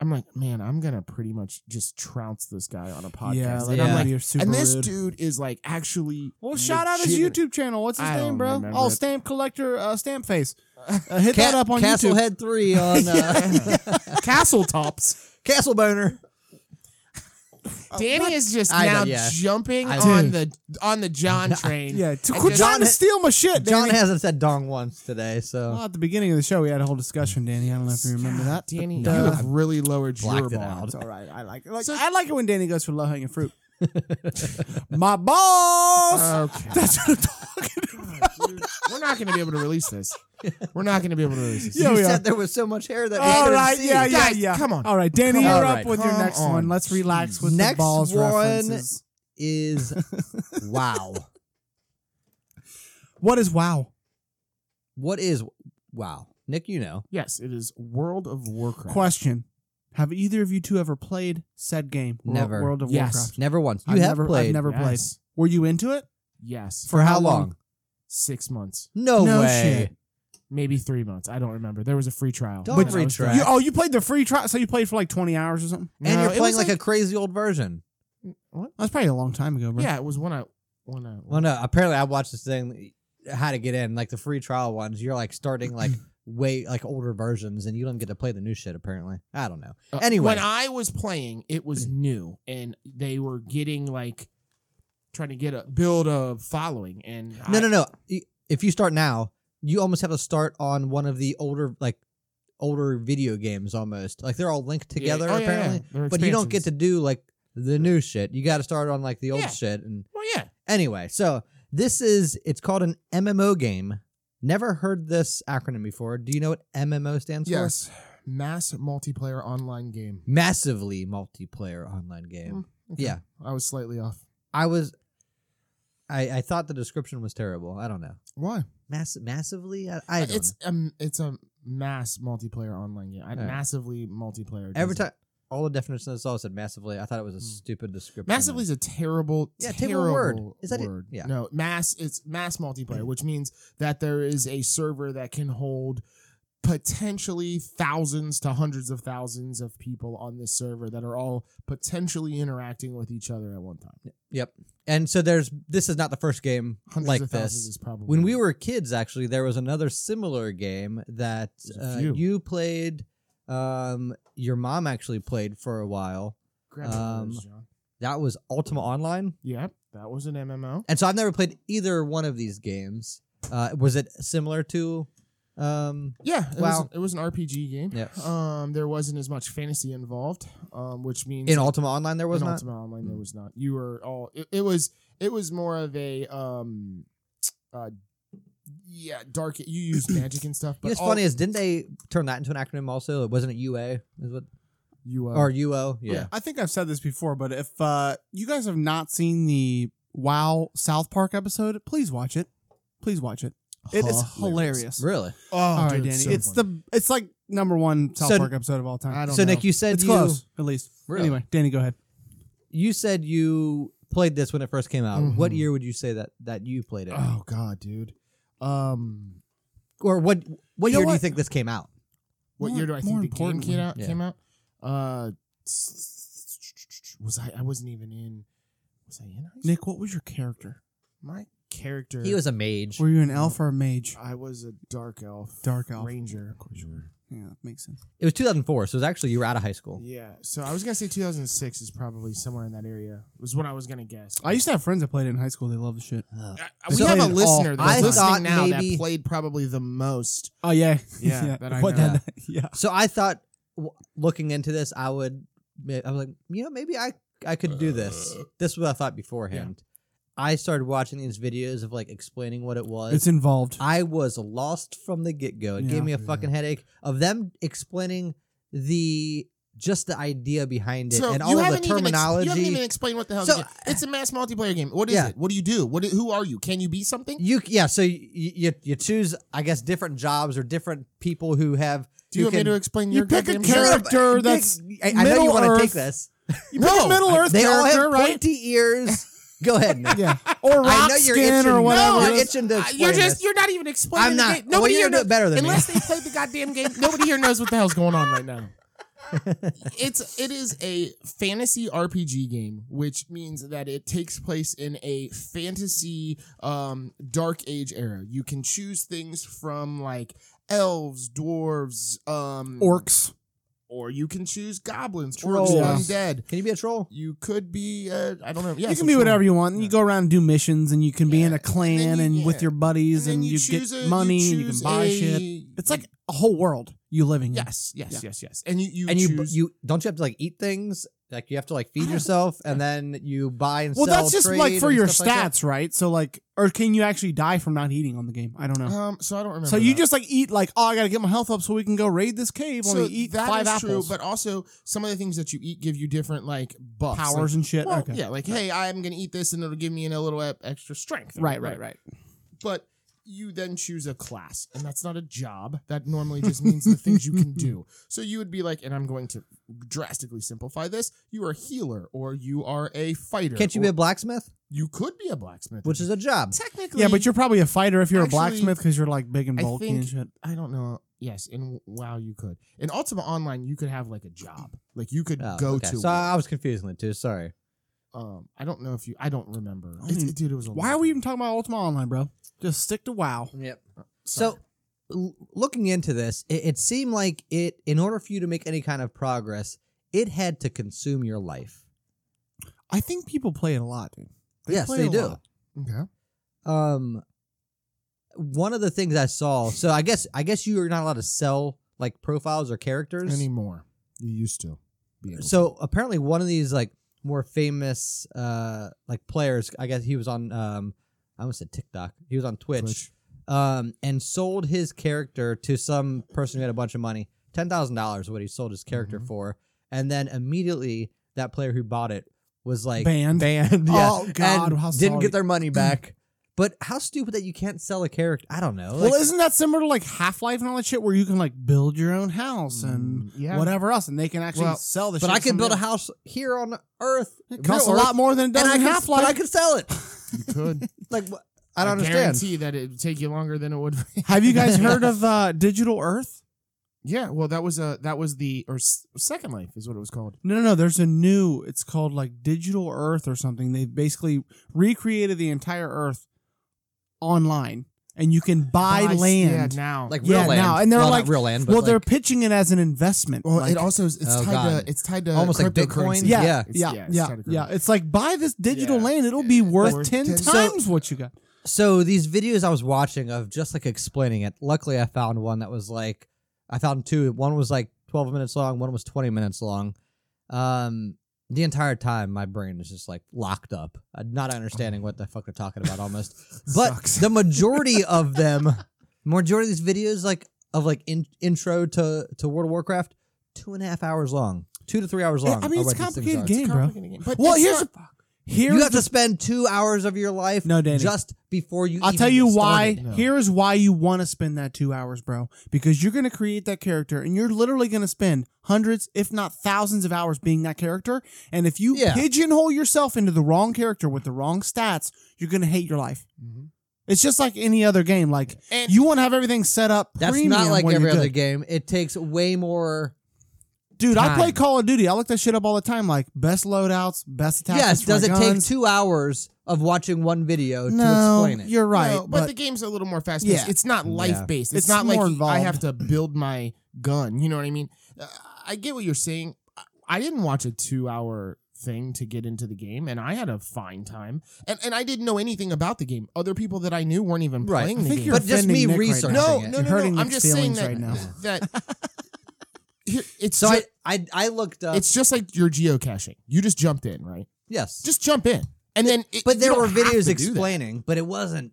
Speaker 1: I'm like, man, I'm gonna pretty much just trounce this guy on a podcast.
Speaker 2: yeah.
Speaker 1: and
Speaker 2: Like,
Speaker 1: I'm
Speaker 3: yeah.
Speaker 1: like,
Speaker 2: you're super
Speaker 1: and this
Speaker 2: rude.
Speaker 1: dude is like actually.
Speaker 2: Well, shout out his
Speaker 1: legitimate-
Speaker 2: YouTube channel. What's his
Speaker 1: I
Speaker 2: name,
Speaker 1: don't
Speaker 2: bro?
Speaker 1: remember
Speaker 2: Oh,
Speaker 1: it.
Speaker 2: Stamp Collector uh, Stamp Face. Uh, hit that
Speaker 3: Ca-
Speaker 2: up on
Speaker 3: Castle
Speaker 2: YouTube.
Speaker 3: Head Three on uh,
Speaker 1: Castle tops.
Speaker 3: Castle Boner.
Speaker 2: Uh,
Speaker 1: Danny is just
Speaker 3: I know,
Speaker 1: now
Speaker 3: yeah.
Speaker 1: jumping
Speaker 3: I-
Speaker 1: on the on the John train.
Speaker 2: Yeah, to
Speaker 1: And
Speaker 2: quit
Speaker 1: just-
Speaker 2: trying to
Speaker 3: John-
Speaker 2: steal my shit,
Speaker 3: John
Speaker 2: Danny.
Speaker 3: hasn't said dong once today, so
Speaker 2: Well, at the beginning of the show, we had a whole discussion, Danny. I don't know if you remember that. but,
Speaker 1: Danny,
Speaker 2: uh,
Speaker 1: you have really lowered your
Speaker 3: Blacked it
Speaker 1: bar.
Speaker 3: out.
Speaker 2: It's all right. I like it. Like,
Speaker 1: So-
Speaker 2: I like it when Danny goes for low hanging fruit. My balls.
Speaker 1: Okay.
Speaker 2: That's what I'm talking.
Speaker 1: We're not going to be able to release this. We're not going to be able to release this.
Speaker 2: Yeah,
Speaker 3: you
Speaker 2: we
Speaker 3: said
Speaker 2: are.
Speaker 3: there was so much hair that we
Speaker 2: All
Speaker 3: couldn't
Speaker 2: right.
Speaker 3: see.
Speaker 2: Yeah, yeah,
Speaker 1: Guys,
Speaker 2: yeah.
Speaker 1: come on.
Speaker 2: All right,
Speaker 1: Come
Speaker 2: Danny, you're
Speaker 3: on.
Speaker 2: up with your
Speaker 1: Come
Speaker 2: next
Speaker 1: on.
Speaker 2: one. Let's relax with the
Speaker 3: Next
Speaker 2: balls
Speaker 3: one-
Speaker 2: references.
Speaker 3: Is wow.
Speaker 2: What is wow?
Speaker 3: What is wow? Nick, you know.
Speaker 1: Yes, it is World of Warcraft.
Speaker 2: Question: Have either of you two ever played said game? Wor-
Speaker 3: Never.
Speaker 2: World of
Speaker 1: Yes.
Speaker 2: Warcraft.
Speaker 3: Never once. You
Speaker 2: I've
Speaker 3: have
Speaker 2: never,
Speaker 3: played.
Speaker 2: I've never played.
Speaker 1: Yes.
Speaker 2: Were you into it?
Speaker 1: Yes.
Speaker 3: For how long?
Speaker 1: six months,
Speaker 3: No,
Speaker 2: No
Speaker 3: way.
Speaker 2: shit.
Speaker 1: maybe three months. I don't remember. There was a free trial.
Speaker 3: Don't
Speaker 1: and I
Speaker 3: free
Speaker 1: was
Speaker 3: trial.
Speaker 1: like,
Speaker 2: You, oh, you played the free trial, so you played for like twenty hours or something.
Speaker 1: no,
Speaker 3: and you're
Speaker 1: it was
Speaker 3: playing like, a crazy old version.
Speaker 2: That's probably a long time ago, bro.
Speaker 1: yeah. It was when I when I
Speaker 3: Well, no. Apparently, I watched this thing. How to get in? Like the free trial ones. You're like starting like way like older versions, and you don't get to play the new shit. Apparently, I don't know.
Speaker 1: uh,
Speaker 3: anyway.
Speaker 1: when I was playing, it was new, and they were getting like trying to get a build a following. And
Speaker 3: No,
Speaker 1: I-
Speaker 3: no, no. Y- If you start now, you almost have to start on one of the older like older video games almost. Like they're all linked
Speaker 1: Yeah,
Speaker 3: together
Speaker 1: oh, yeah, yeah,
Speaker 3: apparently.
Speaker 1: they're
Speaker 3: But you don't get to
Speaker 1: expansions.
Speaker 3: do like the new shit. You got to start on like the old
Speaker 1: Yeah.
Speaker 3: shit and
Speaker 1: Well, yeah.
Speaker 3: Anyway, so this is it's called an MMO game. Never heard this acronym before. Do you know what MMO stands for?
Speaker 1: Yes. Mass multiplayer online game.
Speaker 3: Massively multiplayer online game.
Speaker 1: Okay.
Speaker 3: Yeah.
Speaker 1: I was slightly off.
Speaker 3: I was I I thought the description was terrible. I don't know.
Speaker 1: Why?
Speaker 3: Mass massively? I, I don't
Speaker 1: it's um, it's a mass multiplayer online game. I
Speaker 3: All right.
Speaker 1: massively multiplayer.
Speaker 3: know. Every
Speaker 1: doesn't-
Speaker 3: time all the definitions I saw said massively. I thought it was a
Speaker 1: Hmm.
Speaker 3: stupid description.
Speaker 1: Massively is a terrible,
Speaker 3: Yeah,
Speaker 1: terrible,
Speaker 3: terrible word.
Speaker 1: Is
Speaker 3: Is
Speaker 1: that
Speaker 3: that it?
Speaker 1: word.
Speaker 3: Yeah. Mm.
Speaker 1: No, mass. It's mass multiplayer, which means that there is a server that can hold potentially thousands to hundreds of thousands of people on this server that are all potentially interacting with each other at one time.
Speaker 3: Yep. And so there's this is not the first game
Speaker 1: Hundreds
Speaker 3: like
Speaker 1: of thousands
Speaker 3: this.
Speaker 1: is probably
Speaker 3: When we were kids, actually, there was another similar game that
Speaker 1: There's a
Speaker 3: uh,
Speaker 1: few.
Speaker 3: you played. Um, your mom actually played for a while.
Speaker 1: Grab some of
Speaker 3: um,
Speaker 1: those, John.
Speaker 3: That was Ultima Online,
Speaker 1: Yep, that was an MMO.
Speaker 3: and so I've never played either one of these games. Uh, was it similar to? Um,
Speaker 1: Yeah, it,
Speaker 3: Wow.
Speaker 1: was, it was an RPG game.
Speaker 3: yeah.
Speaker 1: Um, there wasn't as much fantasy involved, um, which means
Speaker 3: In Ultima Online, there was
Speaker 1: in
Speaker 3: not. Mm.
Speaker 1: Ultima Online there was not. You were all it, it was it was more of a um uh yeah, dark you used magic and stuff,
Speaker 3: You
Speaker 1: but
Speaker 3: know What's
Speaker 1: all-
Speaker 3: funny is, didn't they turn that into an acronym? Also, it wasn't a UA, is what,
Speaker 1: you uh,
Speaker 3: or UO? Yeah.
Speaker 2: I think I've said this before, but if uh, you guys have not seen the WoW South Park episode, please watch it. Please watch it. It is hilarious.
Speaker 3: Really?
Speaker 1: Oh,
Speaker 2: All right,
Speaker 1: dude,
Speaker 2: Danny.
Speaker 1: so
Speaker 2: it's
Speaker 1: funny.
Speaker 2: the it's like number one South
Speaker 3: So-
Speaker 2: Park episode of all time.
Speaker 1: I don't
Speaker 3: So
Speaker 1: know.
Speaker 3: Nick, you said
Speaker 2: it's
Speaker 3: you
Speaker 2: close, at least.
Speaker 3: Really?
Speaker 2: Anyway, Danny, go ahead.
Speaker 3: you said you played this when it first came out. What
Speaker 1: Mhm.
Speaker 3: year would you say that that you played it?
Speaker 1: Oh god, dude. Um,
Speaker 3: or what what
Speaker 2: You know
Speaker 3: year do you
Speaker 2: what?
Speaker 3: think this came out?
Speaker 1: what
Speaker 2: More-
Speaker 1: year do I
Speaker 2: more
Speaker 1: think the game
Speaker 2: importantly-
Speaker 1: came out?
Speaker 3: Yeah.
Speaker 1: Came out. Uh, was I? I wasn't even in. Was I in? High school?
Speaker 2: Nick, what was your character?
Speaker 1: My character.
Speaker 3: He was a mage.
Speaker 2: Were you an elf or a mage?
Speaker 1: I was a dark elf.
Speaker 2: Uh, Dark elf.
Speaker 1: ranger. Of course you were.
Speaker 2: Yeah, that makes sense.
Speaker 3: It was 2004, so it was actually you were out of high school.
Speaker 1: Yeah. So I was gonna say 2006 is probably somewhere in that area. Was what I was gonna guess.
Speaker 2: I used to have friends that played it in high school. They loved the shit.
Speaker 3: Uh,
Speaker 1: Uh,
Speaker 3: So-
Speaker 1: we have a
Speaker 2: Played it all
Speaker 1: listener that's
Speaker 3: I thought
Speaker 1: listening now
Speaker 3: maybe-
Speaker 1: that played probably the most.
Speaker 2: Oh yeah,
Speaker 1: Yeah, that I
Speaker 2: What
Speaker 1: know.
Speaker 2: that- yeah.
Speaker 3: so I thought, w- looking into this, I would. I was like, you know, maybe I I could do this.
Speaker 1: Uh.
Speaker 3: This was what I thought beforehand. I started watching these videos of like explaining what it was.
Speaker 2: It's involved.
Speaker 3: I was lost from the get go. It
Speaker 2: Yeah.
Speaker 3: gave me a
Speaker 1: Yeah.
Speaker 3: fucking headache of them explaining the just the idea behind it
Speaker 1: So
Speaker 3: and
Speaker 1: you
Speaker 3: all of the
Speaker 1: haven't even ex-
Speaker 3: terminology.
Speaker 1: you haven't even explained what the hell.
Speaker 3: So-
Speaker 1: it is. it's a mass multiplayer game. What is
Speaker 3: Yeah.
Speaker 1: it? What do you do? What? Who are you? Can you be something?
Speaker 3: You yeah, so you, you you choose I guess different jobs or different people who have.
Speaker 1: Do you,
Speaker 3: who
Speaker 1: want
Speaker 3: can-
Speaker 1: me to explain
Speaker 2: You
Speaker 1: your
Speaker 2: pick a
Speaker 1: goddamn
Speaker 2: character
Speaker 1: job?
Speaker 2: character that's
Speaker 3: I, I know you
Speaker 2: Middle
Speaker 3: want to take
Speaker 2: Earth
Speaker 3: this.
Speaker 2: You pick a Middle Earth
Speaker 3: they all
Speaker 2: character,
Speaker 3: have
Speaker 2: right?
Speaker 3: pointy ears. Go ahead. Nick.
Speaker 2: Yeah, or rock
Speaker 3: I know you're
Speaker 2: skin
Speaker 3: itching.
Speaker 2: or whatever.
Speaker 1: No,
Speaker 3: you're
Speaker 1: it's-
Speaker 3: itching to
Speaker 1: Uh, You're
Speaker 3: explain
Speaker 1: just.
Speaker 3: this.
Speaker 1: You're not even explaining. the
Speaker 3: I'm not.
Speaker 1: game.
Speaker 3: Well,
Speaker 1: Nobody
Speaker 3: you're
Speaker 1: here
Speaker 3: doing it
Speaker 1: knows-
Speaker 3: better than me.
Speaker 1: unless they played the goddamn game. Nobody here knows what the hell's going on right now. it's it is a fantasy RPG game, which means that it takes place in a fantasy um, dark age era. You can choose things from like elves, dwarves, um,
Speaker 2: Orcs.
Speaker 1: or you can choose goblins,
Speaker 3: Trolls.
Speaker 1: trolls, undead.
Speaker 3: Can you be a troll?
Speaker 1: You could be. Uh, I don't know. Yeah,
Speaker 2: you can be whatever you want. You
Speaker 1: Yeah.
Speaker 2: go around and do missions, and you can be in a
Speaker 1: Yeah,
Speaker 2: clan
Speaker 1: and
Speaker 2: and,
Speaker 1: then you-
Speaker 2: with
Speaker 1: yeah.
Speaker 2: your buddies, and,
Speaker 1: then
Speaker 2: you,
Speaker 1: choose
Speaker 2: get
Speaker 1: a-
Speaker 2: money, and you can
Speaker 1: choose
Speaker 2: buy
Speaker 1: a-
Speaker 2: shit. It's like a whole world you living in.
Speaker 1: Yes, yes,
Speaker 2: Yeah.
Speaker 1: yes, yes. And you, you
Speaker 3: and you
Speaker 1: choose-
Speaker 3: you don't you have to like eat things? Like you have to like
Speaker 2: I
Speaker 3: feed
Speaker 2: don't-
Speaker 3: yourself, and then you buy and
Speaker 2: Well,
Speaker 3: sell.
Speaker 2: that's just
Speaker 3: trade
Speaker 2: like for
Speaker 3: and
Speaker 2: your
Speaker 3: stuff like that.
Speaker 2: stats, right? So like, or can you actually die from not eating on the game? I don't know.
Speaker 1: Um, so I don't remember.
Speaker 2: So you
Speaker 1: that.
Speaker 2: just like eat like, oh, I gotta get my health up so we can go raid this cave.
Speaker 1: so
Speaker 2: Only eat
Speaker 1: that
Speaker 2: five
Speaker 1: is
Speaker 2: apples,
Speaker 1: true, but also some of the things that you eat give you different like buffs, like-
Speaker 2: powers and shit.
Speaker 1: well,
Speaker 2: okay.
Speaker 1: Yeah, like hey, I'm gonna eat this and it'll give me a little e- extra strength.
Speaker 2: Right, right, right.
Speaker 1: But you then choose a class, and that's not a job. That normally just means the things you can do. So you would be like, and I'm going to drastically simplify this. You are a healer, or you are a fighter.
Speaker 3: Can't
Speaker 1: or
Speaker 3: you be a blacksmith,
Speaker 1: you could be a blacksmith,
Speaker 3: which is a job?
Speaker 1: technically.
Speaker 2: Yeah, but you're probably a fighter if you're
Speaker 1: Actually,
Speaker 2: a blacksmith because you're like big and
Speaker 1: I
Speaker 2: bulky
Speaker 1: think-
Speaker 2: and shit.
Speaker 1: I don't know. Yes, in WoW you could. In Ultima Online, you could have like a job, like you could
Speaker 3: Oh,
Speaker 1: go
Speaker 3: okay.
Speaker 1: to.
Speaker 3: So I was confusing it too. Sorry.
Speaker 1: Um, I don't know if you. I don't remember.
Speaker 2: I
Speaker 1: It's,
Speaker 2: mean,
Speaker 1: dude, it was a
Speaker 2: Why
Speaker 1: lot.
Speaker 2: are we even talking about Ultima Online, bro? Just stick to WoW.
Speaker 3: Yep.
Speaker 1: Sorry.
Speaker 3: So, l- looking into this, it, it seemed like it, in order for you to make any kind of progress, it had to consume your life.
Speaker 2: I think people play it a lot, dude.
Speaker 3: yes,
Speaker 2: play
Speaker 3: they
Speaker 2: a
Speaker 3: do.
Speaker 2: lot.
Speaker 1: okay.
Speaker 3: Um, one of the things I saw. So I guess I guess you are not allowed to sell like profiles or characters
Speaker 1: Anymore, you used to. Be able
Speaker 3: So apparently, one of these like more famous uh like players. I guess he was on um I almost said TikTok. He was on
Speaker 1: to.
Speaker 3: Twitch. um, and sold his character to some person who had a bunch of money. Ten thousand dollars, what he sold his character
Speaker 2: Mm-hmm.
Speaker 1: Mhm.
Speaker 3: for, and then immediately that player who bought it was like
Speaker 2: Banned.
Speaker 3: banned, yeah,
Speaker 2: Oh God,
Speaker 3: and
Speaker 2: how
Speaker 3: didn't
Speaker 2: sorry.
Speaker 3: get their money back. but how stupid that you can't sell a character? I don't know.
Speaker 2: well,
Speaker 3: Like,
Speaker 2: isn't that similar to like Half Life and all that shit, where you can like build your own house and
Speaker 1: Mm, yeah.
Speaker 2: whatever else, and they can actually
Speaker 1: Well,
Speaker 2: sell the.
Speaker 3: but
Speaker 2: shit
Speaker 3: I
Speaker 2: to
Speaker 3: could build a
Speaker 2: somebody
Speaker 3: house here on Earth.
Speaker 2: else. It costs a
Speaker 3: real
Speaker 2: lot more than it does
Speaker 3: Earth, and I
Speaker 2: in
Speaker 3: could,
Speaker 2: Half
Speaker 3: but I
Speaker 2: Life.
Speaker 3: could sell it.
Speaker 1: You could.
Speaker 3: Like wh- I don't understand.
Speaker 1: guarantee that it would take you longer than it would.
Speaker 2: Have you guys heard of uh, Digital Earth?
Speaker 1: yeah. Well, that was a that was the or S- Second Life is what it was called.
Speaker 2: No, no, no. There's a new. It's called like Digital Earth or something. They basically recreated the entire Earth online, and you can buy,
Speaker 1: Buy s-
Speaker 2: land.
Speaker 1: Oh, yeah, now.
Speaker 3: Like real
Speaker 2: Yeah,
Speaker 3: land,
Speaker 2: now, and they're
Speaker 3: well,
Speaker 2: like-
Speaker 3: not real land. But
Speaker 2: well,
Speaker 3: like,
Speaker 2: they're pitching it as an investment.
Speaker 1: well,
Speaker 2: like-
Speaker 1: it also is, it's
Speaker 3: Oh,
Speaker 1: tied
Speaker 3: God.
Speaker 1: to it's tied to
Speaker 3: Almost like
Speaker 1: cryptocurrency.
Speaker 3: Bitcoin?
Speaker 2: Yeah, yeah,
Speaker 1: It's-
Speaker 2: yeah,
Speaker 1: it's
Speaker 2: yeah,
Speaker 1: tied to
Speaker 2: yeah.
Speaker 1: cryptocurrency.
Speaker 2: It's like buy this digital
Speaker 1: Yeah.
Speaker 2: land; it'll be worth
Speaker 1: Worth
Speaker 2: ten
Speaker 1: 10
Speaker 2: times what you got.
Speaker 3: So these videos I was watching of just like explaining it. Luckily, I found one that was like, I found two. One was like 12 minutes long. One was 20 minutes long. Um, the entire time, my brain is just like locked up, uh, not understanding what the fuck they're talking about almost. But
Speaker 1: Sucks.
Speaker 3: the majority of them, majority of these videos, like of like in, intro to to World of Warcraft, two and a half hours long, two to three hours
Speaker 2: Yeah,
Speaker 3: long.
Speaker 2: I mean,
Speaker 3: are
Speaker 2: it's
Speaker 3: what
Speaker 2: a
Speaker 3: these things
Speaker 2: complicated game,
Speaker 3: are.
Speaker 2: bro.
Speaker 1: Complicated game. But
Speaker 2: Well,
Speaker 1: it's
Speaker 2: here's
Speaker 1: not-
Speaker 2: the- Here
Speaker 3: you have to spend two hours of your life
Speaker 2: No, Danny.
Speaker 3: just before you.
Speaker 2: I'll
Speaker 3: even
Speaker 2: tell
Speaker 3: get
Speaker 2: you why.
Speaker 3: started.
Speaker 1: No.
Speaker 2: Here is why you want to spend that two hours, bro. Because you're going to create that character, and you're literally going to spend hundreds, if not thousands, of hours being that character. And if you
Speaker 3: Yeah.
Speaker 2: pigeonhole yourself into the wrong character with the wrong stats, you're going to hate your life.
Speaker 1: Mhm.
Speaker 2: It's just like any other game. Like
Speaker 1: And
Speaker 2: you want to have everything set up.
Speaker 3: That's
Speaker 2: premium
Speaker 3: not like
Speaker 2: when
Speaker 3: every
Speaker 2: you're
Speaker 3: other
Speaker 2: good.
Speaker 3: game. It takes way more.
Speaker 2: Dude, I play
Speaker 3: time.
Speaker 2: Call of Duty. I look that shit up all the time. Like best loadouts, best attacks.
Speaker 3: yes, does it take
Speaker 2: guns.
Speaker 3: two hours of watching one video
Speaker 2: No,
Speaker 3: to explain it?
Speaker 2: you're right.
Speaker 1: No, but,
Speaker 2: but
Speaker 1: the game's a little more fast paced.
Speaker 2: Yeah.
Speaker 1: It's not life based. It's,
Speaker 2: It's
Speaker 1: not
Speaker 2: more
Speaker 1: like I
Speaker 2: involved.
Speaker 1: have to build my gun. You know what I mean? Uh, I get what you're saying. I- I didn't watch a two hour thing to get into the game, and I had a fine time. And and I didn't know anything about the game. Other people that I knew weren't even
Speaker 3: Right.
Speaker 1: playing
Speaker 2: I
Speaker 1: the
Speaker 2: think
Speaker 1: game.
Speaker 2: you're
Speaker 3: But just
Speaker 2: offending
Speaker 3: me
Speaker 2: Nick right
Speaker 3: researching
Speaker 2: now.
Speaker 1: no,
Speaker 3: it.
Speaker 1: no,
Speaker 2: You're
Speaker 1: no,
Speaker 2: hurting
Speaker 1: no. I'm
Speaker 2: Nick's
Speaker 1: just saying
Speaker 2: feelings
Speaker 1: that
Speaker 2: right now.
Speaker 1: that Here- it's
Speaker 3: So I,
Speaker 1: ju-
Speaker 3: I I looked
Speaker 2: uh,
Speaker 3: up.
Speaker 1: it's just like you're geocaching. You just jumped in, right?
Speaker 3: yes,
Speaker 1: Just jump in, and then it,
Speaker 3: but
Speaker 1: you
Speaker 3: there
Speaker 1: don't
Speaker 3: were
Speaker 1: have to do
Speaker 3: videos
Speaker 1: that.
Speaker 3: explaining, but it wasn't.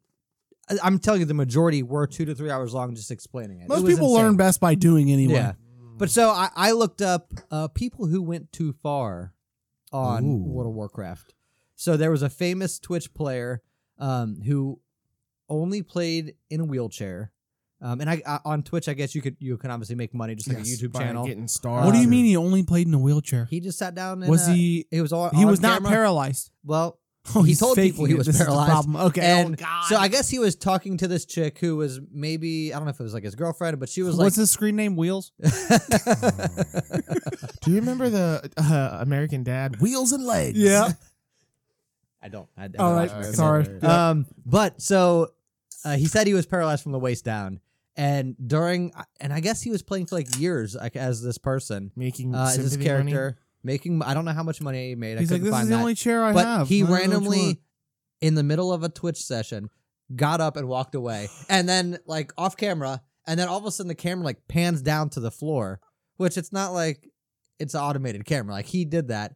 Speaker 3: I- I'm telling you, the majority were two to three hours long, just explaining it. It
Speaker 2: Most
Speaker 3: was
Speaker 2: people
Speaker 3: insane.
Speaker 2: learn best by doing anyway.
Speaker 3: Yeah, but so I, I looked up uh, people who went too far on
Speaker 1: Ooh.
Speaker 3: World of Warcraft. So there was a famous Twitch player um, who only played in a wheelchair, um, and I, I on Twitch, I guess you could you can obviously make money just like
Speaker 1: Yes,
Speaker 3: a YouTube
Speaker 1: by
Speaker 3: channel.
Speaker 1: Getting stars
Speaker 2: What do you
Speaker 1: or-
Speaker 2: mean he only played in a wheelchair?
Speaker 3: He just sat down. And,
Speaker 2: was
Speaker 3: uh,
Speaker 2: he?
Speaker 3: He was all.
Speaker 2: He
Speaker 3: on
Speaker 2: was not
Speaker 3: camera.
Speaker 2: paralyzed.
Speaker 3: Well,
Speaker 2: Oh,
Speaker 3: He
Speaker 2: he's
Speaker 3: told
Speaker 2: faking
Speaker 3: people he
Speaker 2: it.
Speaker 3: was
Speaker 2: This is the
Speaker 3: paralyzed.
Speaker 2: problem. Okay.
Speaker 3: and
Speaker 1: God.
Speaker 3: so I guess he was talking to this chick who was maybe I don't know if it was like his girlfriend, but she was like,
Speaker 2: What's his screen name? Wheels.
Speaker 1: Do you remember the uh, American Dad Wheels and Legs?
Speaker 3: I don't. I, I don't
Speaker 2: All
Speaker 3: know.
Speaker 2: right.
Speaker 1: All right.
Speaker 2: Sorry.
Speaker 1: Okay.
Speaker 2: Uh,
Speaker 3: Um, but so uh, he said he was paralyzed from the waist down, and during and I guess he was playing for like years like, as this person,
Speaker 1: making
Speaker 3: uh, as this
Speaker 1: sympathy
Speaker 3: character
Speaker 1: money?
Speaker 3: making. I don't know how much money he made.
Speaker 2: Mm, he's
Speaker 3: I
Speaker 2: like,
Speaker 3: couldn't
Speaker 2: this
Speaker 3: find
Speaker 2: is the
Speaker 3: that.
Speaker 2: only chair I
Speaker 3: but
Speaker 2: have. I
Speaker 3: he
Speaker 2: don't know which one."
Speaker 3: randomly, in the middle of a Twitch session, got up and walked away, and then like off camera, and then all of a sudden the camera like pans down to the floor, which it's not like it's an automated camera. Like he did that,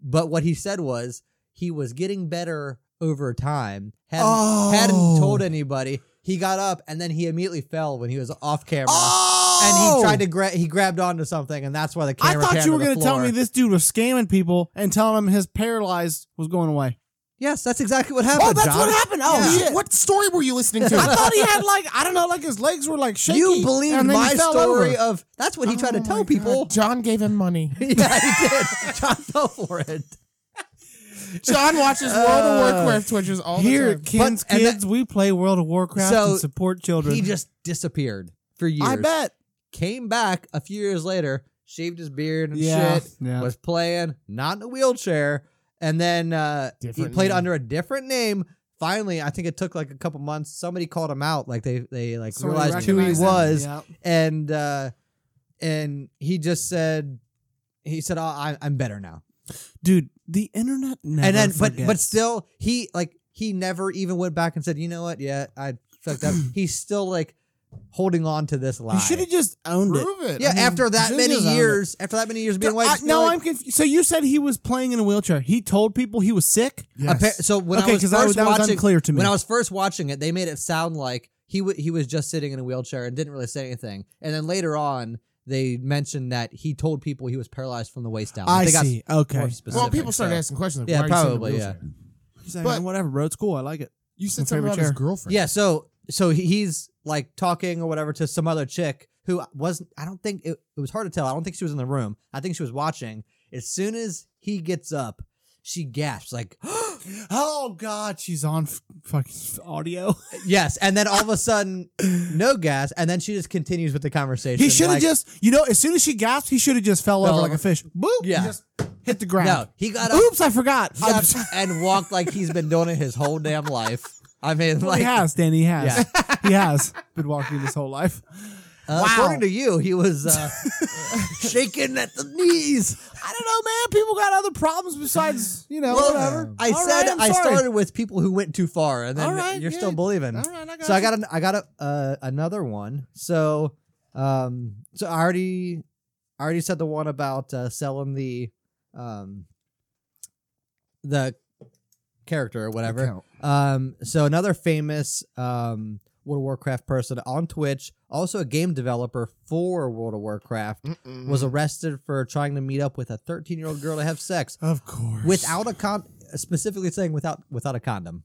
Speaker 3: but what he said was he was getting better over time. Hadn't,
Speaker 2: Oh.
Speaker 3: hadn't told anybody. He got up and then he immediately fell when he was off camera.
Speaker 2: Oh.
Speaker 3: And he tried to grab. He grabbed onto something, and that's why the
Speaker 2: I
Speaker 3: camera.
Speaker 2: thought
Speaker 3: panned
Speaker 2: you were
Speaker 3: to the
Speaker 2: going to tell
Speaker 3: floor.
Speaker 2: me this dude was scamming people and telling them his paralyzed was going away.
Speaker 3: Yes, that's exactly what happened. John.
Speaker 2: Oh, happened. Oh,
Speaker 3: Yeah.
Speaker 1: Shit, What story were you listening to?
Speaker 2: I thought he had like I don't know, like his legs were like shaky.
Speaker 3: you believed
Speaker 2: and then he
Speaker 3: my
Speaker 2: fell
Speaker 3: story
Speaker 2: over.
Speaker 3: of that's what he tried to
Speaker 1: Oh
Speaker 3: tell
Speaker 1: my God.
Speaker 3: people.
Speaker 1: John gave him money.
Speaker 3: yeah, he did. John fell for it.
Speaker 1: John watches World of
Speaker 2: Uh,
Speaker 1: Warcraft Twitches all the
Speaker 2: Here,
Speaker 1: time.
Speaker 2: Ken's
Speaker 3: But- and that-
Speaker 2: kids, we play World of Warcraft
Speaker 3: So,
Speaker 2: and support children.
Speaker 3: He just disappeared for years.
Speaker 2: I bet.
Speaker 3: Came back a few years later, shaved his beard and
Speaker 2: Yeah,
Speaker 3: shit.
Speaker 2: yeah.
Speaker 3: Was playing not in a wheelchair, and then uh, he
Speaker 1: Different
Speaker 3: played
Speaker 1: name.
Speaker 3: under a different name. Finally, I think it took like a couple months. Somebody called him out, like they they like realized who he
Speaker 1: recognized him.
Speaker 3: was, and uh, and he just said, he said, oh, I, I'm better now.
Speaker 2: Dude, the internet never
Speaker 3: and then but
Speaker 2: forgets.
Speaker 3: but still he like he never even went back and said you know what yeah i fucked up he's still like holding on to this lie
Speaker 2: you should have just owned it.
Speaker 1: Prove it.
Speaker 3: yeah
Speaker 1: I mean,
Speaker 3: after that
Speaker 2: should've
Speaker 3: many
Speaker 2: just owned it.
Speaker 3: years after that many years being white
Speaker 2: I-
Speaker 3: just be
Speaker 2: no,
Speaker 3: like-
Speaker 2: I'm confused. So you said he was playing in a wheelchair. He told people he was sick.
Speaker 1: yes.
Speaker 3: appa- so Uh, when
Speaker 2: okay,
Speaker 3: i was
Speaker 2: I
Speaker 3: first
Speaker 2: that was
Speaker 3: watching
Speaker 2: unclear to me.
Speaker 3: when i was first watching it they made it sound like he wa he was just sitting in a wheelchair and didn't really say anything and then later on they mentioned that he told people he was paralyzed from the waist down
Speaker 2: I
Speaker 3: They got
Speaker 2: see.
Speaker 3: more
Speaker 2: okay,
Speaker 3: specific,
Speaker 1: well, people started
Speaker 3: so-
Speaker 1: asking questions. Like,
Speaker 3: Yeah,
Speaker 1: why are you sitting in a
Speaker 3: probably,
Speaker 1: wheelchair?
Speaker 2: He's like,
Speaker 1: But-
Speaker 2: whatever, bro. It's cool. I like it.
Speaker 1: You
Speaker 2: My
Speaker 1: said something
Speaker 2: favorite
Speaker 1: about his
Speaker 2: chair.
Speaker 1: girlfriend.
Speaker 3: Yeah, so so he- he's like talking or whatever to some other chick who wasn't. I don't think it, it was hard to tell. I don't think she was in the room. I think she was watching. As soon as he gets up, she gasps like
Speaker 2: Oh God, she's on f- fucking audio.
Speaker 3: yes, and then all of a sudden no gas, and then she just continues with the conversation.
Speaker 2: He should have
Speaker 3: like-
Speaker 2: just, you know, as soon as she gasped, he should have just fell
Speaker 3: Fell
Speaker 2: over like
Speaker 3: over.
Speaker 2: a fish. Boop.
Speaker 3: Yeah.
Speaker 2: He just hit the ground.
Speaker 3: no. He got up,
Speaker 2: Oops, I forgot. I'm
Speaker 3: got up
Speaker 2: sorry.
Speaker 3: and walked like he's been doing it his whole damn life. I mean, like
Speaker 2: he has, Danny. He has. He has been walking his whole life.
Speaker 3: uh,
Speaker 2: Wow.
Speaker 3: according to you, he was uh, shaking at the knees.
Speaker 2: I don't know, man. People got other problems besides, you know,
Speaker 3: Well,
Speaker 2: whatever.
Speaker 3: I
Speaker 2: All
Speaker 3: said
Speaker 2: right, I'm
Speaker 3: I
Speaker 2: sorry.
Speaker 3: started with people who went too far, and then
Speaker 2: All right,
Speaker 3: you're
Speaker 2: yeah.
Speaker 3: still believing.
Speaker 2: All right, I got
Speaker 3: so I
Speaker 2: you.
Speaker 3: got an, I got a, uh, another one. So um, so I already I already said the one about uh, selling the um the character or whatever.
Speaker 1: Account.
Speaker 3: Um, so another famous um, World of Warcraft person on Twitch, also a game developer for World of Warcraft,
Speaker 1: Mm-mm.
Speaker 3: was arrested for trying to meet up with a 13 year old girl to have sex
Speaker 2: Of course.
Speaker 3: without a con specifically saying without without a condom.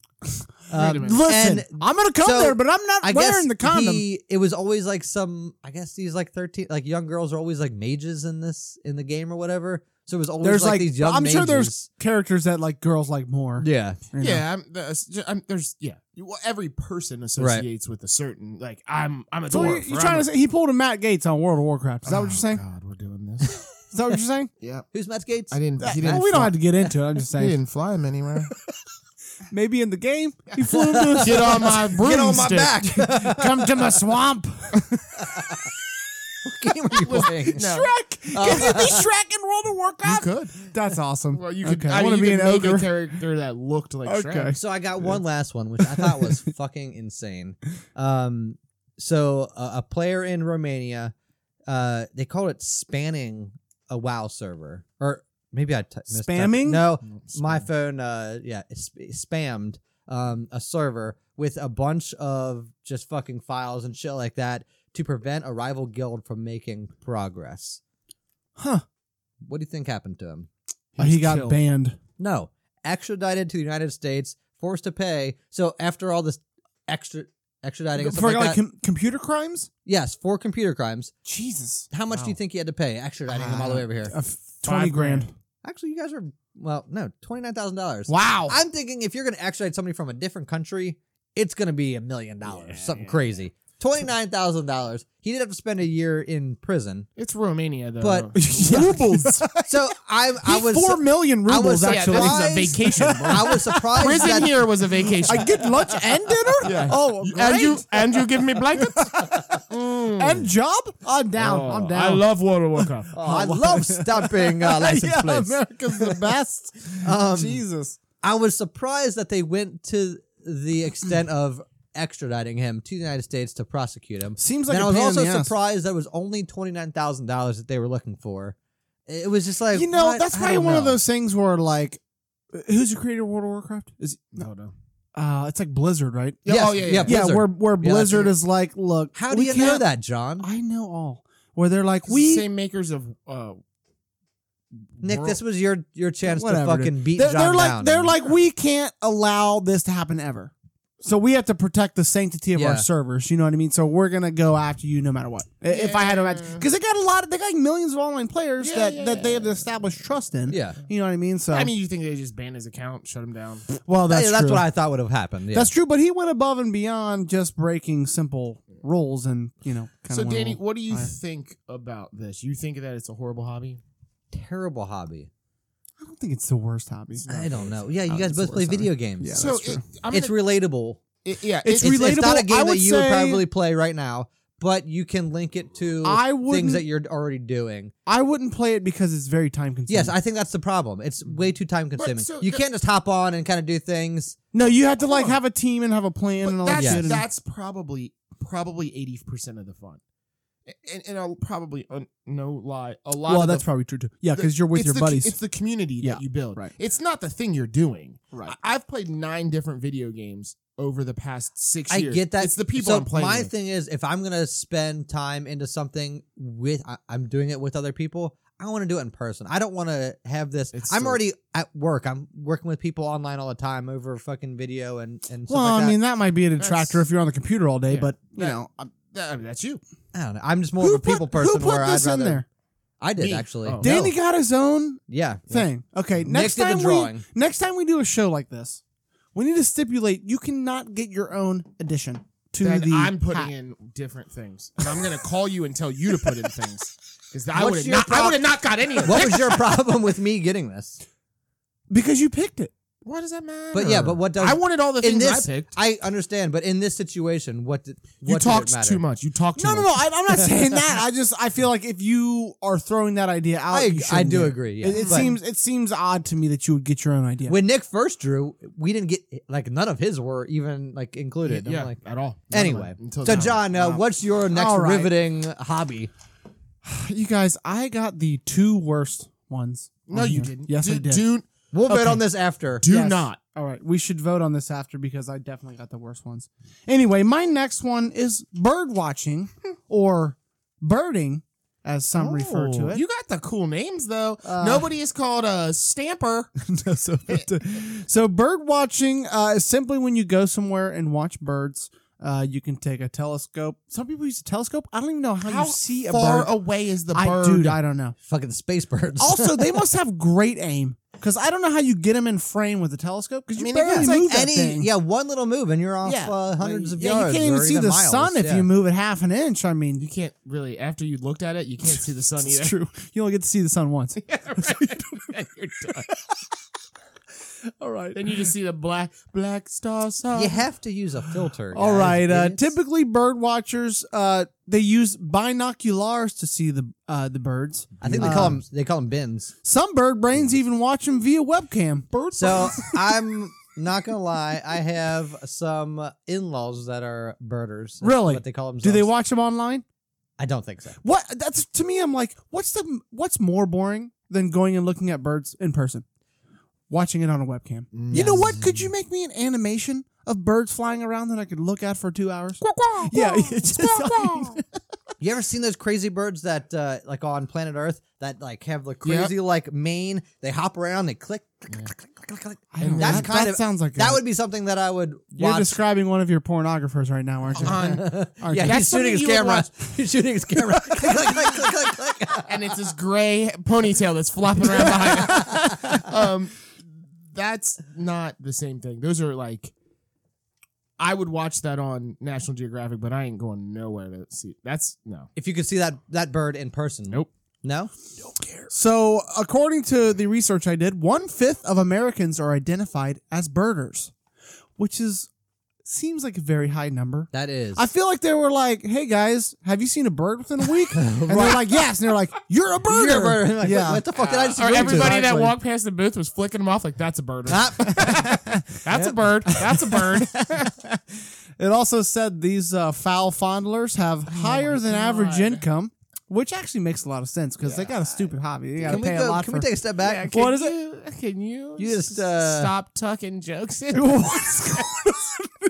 Speaker 3: Um,
Speaker 1: a minute.
Speaker 2: Listen,
Speaker 3: and
Speaker 2: I'm gonna come
Speaker 3: so,
Speaker 2: there, but I'm not
Speaker 3: I
Speaker 2: wearing
Speaker 3: guess
Speaker 2: the condom.
Speaker 3: He, it was always like some. I guess these like thirteen, like young girls are always like mages in this in the game or whatever. So it was always
Speaker 2: there's
Speaker 3: like,
Speaker 2: like,
Speaker 3: these young.
Speaker 2: I'm sure
Speaker 3: mages.
Speaker 2: there's characters that like girls like more.
Speaker 3: yeah.
Speaker 2: you know?
Speaker 1: Yeah, I'm, that's ju- I'm, there's yeah. You- well, every person associates with a certain like I'm I'm a
Speaker 2: So you're,
Speaker 1: dwarf.
Speaker 2: you're
Speaker 1: or
Speaker 2: trying
Speaker 1: I'm
Speaker 2: to
Speaker 1: a-
Speaker 2: say he pulled a Matt Gates on World of Warcraft? Is that what
Speaker 1: Oh,
Speaker 2: you're saying?
Speaker 1: God, we're doing this.
Speaker 2: Is that what you're saying?
Speaker 1: yeah,
Speaker 3: Who's Matt Gates?
Speaker 1: I didn't. He didn't.
Speaker 2: Well, we don't
Speaker 1: fly-
Speaker 2: have to get into it. I'm just
Speaker 1: He
Speaker 2: saying.
Speaker 1: didn't fly him anywhere.
Speaker 2: Maybe in the game he flew him to
Speaker 1: Get on my
Speaker 2: Get on my
Speaker 1: broomstick.
Speaker 2: back. Come to my swamp.
Speaker 3: What game are you playing?
Speaker 1: No.
Speaker 2: Shrek.
Speaker 3: Uh,
Speaker 2: Can you be Shrek in World of
Speaker 1: you
Speaker 2: Warcraft?
Speaker 1: could.
Speaker 2: That's awesome.
Speaker 1: Well, you could.
Speaker 2: Okay,
Speaker 1: I,
Speaker 2: I, want to
Speaker 1: mean,
Speaker 2: be
Speaker 1: you
Speaker 2: an
Speaker 1: could make
Speaker 2: ogre.
Speaker 1: a character that looked like
Speaker 2: Okay.
Speaker 1: Shrek.
Speaker 3: So I got one last one, which I thought was fucking insane. Um, so a, a player in Romania, uh, they called it spanning a WoW server, or maybe I t- mistyped it.
Speaker 2: Spamming?
Speaker 3: No, my phone, uh, yeah, it sp- spammed um a server with a bunch of just fucking files and shit like that to prevent a rival guild from making progress.
Speaker 2: Huh.
Speaker 3: What do you think happened to him?
Speaker 2: Oh, he got
Speaker 1: killed.
Speaker 2: banned.
Speaker 3: No, extradited to the United States, forced to pay. So after all this extra extraditing, and stuff
Speaker 2: For
Speaker 3: like
Speaker 2: like,
Speaker 3: that-
Speaker 2: com- computer crimes?
Speaker 3: yes, for computer crimes.
Speaker 2: Jesus.
Speaker 3: How much do
Speaker 1: Wow.
Speaker 3: you think he had to pay extraditing him all the way over here?
Speaker 2: Uh, f- 20
Speaker 1: Five grand.
Speaker 2: grand.
Speaker 3: Actually, you guys are well, no, twenty nine thousand dollars.
Speaker 2: Wow.
Speaker 3: I'm thinking if you're going to extradite somebody from a different country, it's going to be a million dollars, something crazy. Twenty nine thousand dollars. He did have to spend a year in prison.
Speaker 1: It's Romania though.
Speaker 3: But-
Speaker 2: rubles.
Speaker 3: So I, I
Speaker 2: He-
Speaker 3: was,
Speaker 2: 4 million
Speaker 3: I
Speaker 2: rubles,
Speaker 3: was
Speaker 1: yeah,
Speaker 2: actually.
Speaker 1: this is a
Speaker 3: surprised-
Speaker 1: vacation. bro.
Speaker 3: I was surprised. that,
Speaker 1: Prison here was a vacation.
Speaker 2: I get lunch and dinner?
Speaker 1: Yeah.
Speaker 2: Oh,
Speaker 1: You-
Speaker 2: great.
Speaker 1: and you and you give me blankets. Mm.
Speaker 2: And job? I'm down.
Speaker 1: Oh,
Speaker 2: I'm
Speaker 1: I
Speaker 2: down.
Speaker 1: love World of Warcraft.
Speaker 3: Oh, I love stopping uh, license
Speaker 2: yeah,
Speaker 3: plates.
Speaker 2: America's the best.
Speaker 3: Um,
Speaker 2: Jesus.
Speaker 3: I was surprised that they went to the extent of extraditing him to the United States to prosecute him.
Speaker 2: Seems
Speaker 3: And
Speaker 2: like
Speaker 3: I
Speaker 2: a
Speaker 3: was
Speaker 2: pain in
Speaker 3: also
Speaker 2: the ass.
Speaker 3: surprised that it was only twenty nine thousand dollars that they were looking for. It was just like
Speaker 2: you know,
Speaker 3: what?
Speaker 2: that's
Speaker 3: I
Speaker 2: probably
Speaker 3: don't
Speaker 2: one of
Speaker 3: know.
Speaker 2: those things where like, uh, who's the creator of World of Warcraft? Is
Speaker 1: No, no.
Speaker 2: uh, it's like Blizzard, right?
Speaker 1: Yeah,
Speaker 3: Yes,
Speaker 1: oh, yeah, yeah.
Speaker 2: Yeah,
Speaker 3: Blizzard.
Speaker 2: where where
Speaker 3: that's
Speaker 2: Blizzard
Speaker 3: it.
Speaker 2: is like, look,
Speaker 3: how do
Speaker 2: we
Speaker 3: you know
Speaker 2: can't- Oh,
Speaker 3: that, John?
Speaker 2: I know all. Where they're like,
Speaker 1: we
Speaker 2: we
Speaker 1: same makers of uh,
Speaker 3: Nick,
Speaker 1: World-
Speaker 3: this was your your chance
Speaker 2: Whatever,
Speaker 3: to fucking beat
Speaker 2: they're,
Speaker 3: John
Speaker 2: they're like
Speaker 3: down.
Speaker 2: they're like we can't allow this to happen ever. So we have to protect the sanctity of our
Speaker 3: Yeah.
Speaker 2: servers. You know what I mean? So we're gonna go after you no matter what. I- If I had to,
Speaker 1: Yeah.
Speaker 2: because they got a lot of they got millions of online players
Speaker 1: Yeah,
Speaker 2: that
Speaker 1: yeah,
Speaker 2: that they
Speaker 1: yeah.
Speaker 2: have established trust in.
Speaker 3: yeah,
Speaker 2: You know what I mean? So
Speaker 1: I mean, you think they just banned his account, shut him down?
Speaker 2: well, Oh, that's
Speaker 3: that's, that's
Speaker 2: true.
Speaker 3: what I thought would have happened. Yeah.
Speaker 2: That's true, but he went above and beyond just breaking simple rules and you know. Kind
Speaker 1: so,
Speaker 2: of
Speaker 1: Danny, what do you
Speaker 2: I-
Speaker 1: think about this? You think that it's a horrible hobby?
Speaker 3: terrible hobby.
Speaker 2: I don't think it's the worst hobby.
Speaker 3: I don't know. Yeah, you
Speaker 2: Oh,
Speaker 3: guys
Speaker 2: that's the
Speaker 3: both play
Speaker 2: worst hobby.
Speaker 3: video games.
Speaker 2: Yeah,
Speaker 1: so
Speaker 2: that's
Speaker 1: it,
Speaker 2: true.
Speaker 1: I'm
Speaker 3: it's
Speaker 1: gonna,
Speaker 3: relatable.
Speaker 1: it- yeah,
Speaker 2: it's
Speaker 1: it-
Speaker 2: re-
Speaker 3: It's, it's not a
Speaker 2: Relatable,
Speaker 3: game
Speaker 2: I
Speaker 3: that
Speaker 2: would
Speaker 3: you would
Speaker 2: say-
Speaker 3: probably play right now, but you can link it to
Speaker 2: I wouldn't-
Speaker 3: things that you're already doing.
Speaker 2: I wouldn't play it because it's very time consuming.
Speaker 3: Yes, I think that's the problem. It's way too time consuming.
Speaker 1: so
Speaker 3: you
Speaker 1: the-
Speaker 3: can't just hop on and kind of do things.
Speaker 2: no, you have to like
Speaker 1: Hold on.
Speaker 2: have a team and have a plan and
Speaker 1: but
Speaker 2: all
Speaker 1: that's
Speaker 2: that shit. and-
Speaker 1: that's probably probably eighty percent of the fun, and and I'll probably uh, no lie, a lot.
Speaker 2: well,
Speaker 1: of
Speaker 2: that's
Speaker 1: the,
Speaker 2: probably true too. Yeah,
Speaker 1: the-
Speaker 2: because you're with
Speaker 1: it's
Speaker 2: your
Speaker 1: the,
Speaker 2: buddies.
Speaker 1: It's the community
Speaker 2: Yeah,
Speaker 1: that you build.
Speaker 2: right.
Speaker 1: It's not the thing you're doing.
Speaker 2: right.
Speaker 1: I- I've played nine different video games over the past six
Speaker 3: I
Speaker 1: years.
Speaker 3: get that.
Speaker 1: It's the people
Speaker 3: So
Speaker 1: I'm playing
Speaker 3: My
Speaker 1: with.
Speaker 3: thing is, if I'm gonna spend time into something with, I, I'm doing it with other people. I want to do it in person. I don't want to have this.
Speaker 1: It's
Speaker 3: I'm
Speaker 1: so-
Speaker 3: already at work. I'm working with people online all the time over fucking video and and stuff
Speaker 2: well,
Speaker 3: like
Speaker 2: I
Speaker 3: that.
Speaker 2: mean that might be a detractor
Speaker 1: That's-
Speaker 2: if you're on the computer all day,
Speaker 1: Yeah.
Speaker 2: but you
Speaker 1: That-
Speaker 2: know, I'm,
Speaker 1: That- I mean, that's you.
Speaker 3: I don't know. I'm just more
Speaker 2: who
Speaker 3: of a people
Speaker 2: put,
Speaker 3: person.
Speaker 2: Who put
Speaker 3: where
Speaker 2: this
Speaker 3: I'd
Speaker 2: in
Speaker 3: rather-
Speaker 2: there?
Speaker 3: I did
Speaker 1: Me.
Speaker 3: actually.
Speaker 1: Oh.
Speaker 2: Danny
Speaker 3: No.
Speaker 2: got his own
Speaker 3: yeah.
Speaker 2: thing. Okay,
Speaker 3: Nick
Speaker 2: next
Speaker 3: did the
Speaker 2: time we
Speaker 3: drawing.
Speaker 2: next time we do a show like this, we need to stipulate you cannot get your own addition to
Speaker 1: Then
Speaker 2: the.
Speaker 1: I'm putting
Speaker 2: hat.
Speaker 1: in different things, and I'm gonna call you and tell you to put in things because I
Speaker 3: What's
Speaker 1: would have
Speaker 3: your
Speaker 1: not. I
Speaker 3: prob-
Speaker 1: would have not got any of
Speaker 3: What
Speaker 1: it.
Speaker 3: was your problem with me getting this?
Speaker 2: because you picked it.
Speaker 1: Why does that matter?
Speaker 3: But yeah, but what does
Speaker 1: I wanted all the things
Speaker 3: in this?
Speaker 1: I
Speaker 3: I,
Speaker 1: picked.
Speaker 3: understand, but in this situation, what did what
Speaker 1: You
Speaker 3: did it
Speaker 1: talked
Speaker 3: matter?
Speaker 1: too much. You talked too
Speaker 2: No,
Speaker 1: much.
Speaker 2: no, no. I, I'm not saying that. I just I feel like if you are throwing that idea out,
Speaker 3: I,
Speaker 2: you
Speaker 3: I
Speaker 2: shouldn't
Speaker 3: do
Speaker 2: it.
Speaker 3: agree. Yeah.
Speaker 2: It, it
Speaker 3: But
Speaker 2: seems it seems odd to me that you would get your own idea.
Speaker 3: when Nick first drew, we didn't get like none of his were even like included. I'm
Speaker 1: Yeah,
Speaker 3: like-
Speaker 1: at all. None of
Speaker 3: anyway,
Speaker 1: it, until
Speaker 3: so
Speaker 1: now.
Speaker 3: John, uh,
Speaker 2: Wow.
Speaker 3: what's your next
Speaker 2: All right.
Speaker 3: riveting hobby?
Speaker 2: you guys, I got the two worst ones.
Speaker 1: no,
Speaker 2: on
Speaker 1: you
Speaker 2: here.
Speaker 1: didn't.
Speaker 2: Yes,
Speaker 1: do,
Speaker 2: I did.
Speaker 1: Do,
Speaker 3: We'll bet
Speaker 2: Okay.
Speaker 3: on this after.
Speaker 1: do
Speaker 2: Yes.
Speaker 1: not.
Speaker 2: All right, we should vote on this after because I definitely got the worst ones. Anyway, my next one is bird watching or birding, as some refer to
Speaker 1: Oh,
Speaker 2: it.
Speaker 1: You got the cool names though.
Speaker 2: Uh,
Speaker 1: Nobody is called a stamper.
Speaker 2: No, so, but, uh, so bird watching uh, is simply when you go somewhere and watch birds. Uh, you can take a telescope. Some people use a telescope. I don't even know how,
Speaker 1: How
Speaker 2: you see a
Speaker 1: far
Speaker 2: bird.
Speaker 1: away is the bird?
Speaker 2: I, dude, I don't know.
Speaker 3: Fucking space birds.
Speaker 2: Also, they must have great aim because I don't know how you get them in frame with a telescope because
Speaker 1: I
Speaker 2: you
Speaker 1: mean, if
Speaker 2: barely
Speaker 1: it's
Speaker 2: move
Speaker 1: like
Speaker 2: that
Speaker 3: any,
Speaker 2: thing.
Speaker 3: yeah, one little move and you're off
Speaker 2: Yeah.
Speaker 3: uh, hundreds of
Speaker 2: yeah,
Speaker 3: yards.
Speaker 2: you can't even
Speaker 3: or
Speaker 2: see the
Speaker 3: miles.
Speaker 2: sun if
Speaker 3: Yeah.
Speaker 2: you move it half an inch. I mean,
Speaker 1: You can't really. After you looked at it, you can't see the sun
Speaker 2: it's
Speaker 1: either.
Speaker 2: true. You only get to see the sun once.
Speaker 1: Yeah, right. And you're done.
Speaker 2: All right.
Speaker 1: Then you just see the black black star sun.
Speaker 3: You have to use a filter.
Speaker 2: All
Speaker 3: guys,
Speaker 2: right. Uh,
Speaker 3: idiots.
Speaker 2: typically, bird watchers uh, they use binoculars to see the uh, the birds.
Speaker 3: I think they call
Speaker 2: Um,
Speaker 3: them they call them bins.
Speaker 2: Some bird brains even watch them via webcam. Bird
Speaker 3: So I'm not gonna lie, I have some in-laws that are birders. That's
Speaker 2: Really?
Speaker 3: What they call them?
Speaker 2: do they watch them online?
Speaker 3: I don't think so.
Speaker 2: What? That's to me. I'm like, what's the what's more boring than going and looking at birds in person, watching it on a webcam? You know what? Could you make me an animation of birds flying around that I could look at for two hours? Yeah, it's just like-
Speaker 3: You ever seen those crazy birds that uh, like on planet Earth that like have the crazy like mane? They hop around, they click, click, click, click, click, click, click.
Speaker 2: I don't know.
Speaker 3: That's
Speaker 2: that,
Speaker 3: kind
Speaker 2: that
Speaker 3: of-
Speaker 2: sounds like
Speaker 3: That
Speaker 2: a-
Speaker 3: would be something that I would
Speaker 2: You're
Speaker 3: watch.
Speaker 2: describing one of your pornographers right now, aren't you?
Speaker 1: on,
Speaker 2: Aren't
Speaker 3: yeah,
Speaker 1: That's
Speaker 2: you?
Speaker 3: he's shooting
Speaker 1: something
Speaker 3: his
Speaker 1: you would
Speaker 3: camera.
Speaker 1: watch.
Speaker 3: He's shooting his camera. click, click, click, click, click, click.
Speaker 1: and it's this gray ponytail that's flopping around behind. it. um, that's not the same thing. Those are like, I would watch that on National Geographic, but I ain't going nowhere to see. That's no.
Speaker 3: If you could see that that bird in person,
Speaker 1: Nope.
Speaker 3: no.
Speaker 2: So, according to the research I did, one fifth of Americans are identified as birders, which is seems like a very high number.
Speaker 3: That is.
Speaker 2: I feel like they were like, "Hey guys, have you seen a bird within a week?" And they're like, "Yes," and they're like, "You're a birder."
Speaker 3: You're a bird. Like,
Speaker 2: yeah.
Speaker 3: What, what the fuck did I just
Speaker 1: Or
Speaker 3: agree
Speaker 1: everybody
Speaker 3: to?
Speaker 1: that
Speaker 2: Exactly.
Speaker 1: walked past the booth was flicking them off like that's a bird.
Speaker 3: Ah.
Speaker 1: That's a bird. That's a bird.
Speaker 2: It also said these uh, fowl fondlers have higher than average
Speaker 1: God.
Speaker 2: income, which actually makes a lot of sense because they got a stupid hobby. They got to
Speaker 3: can we
Speaker 2: pay a
Speaker 3: go?
Speaker 2: lot
Speaker 3: Can
Speaker 2: for.
Speaker 3: we take a step back?
Speaker 2: What is
Speaker 1: it? Can you,
Speaker 3: You just,
Speaker 1: s-
Speaker 3: uh,
Speaker 1: stop tucking jokes in?
Speaker 2: What's going on?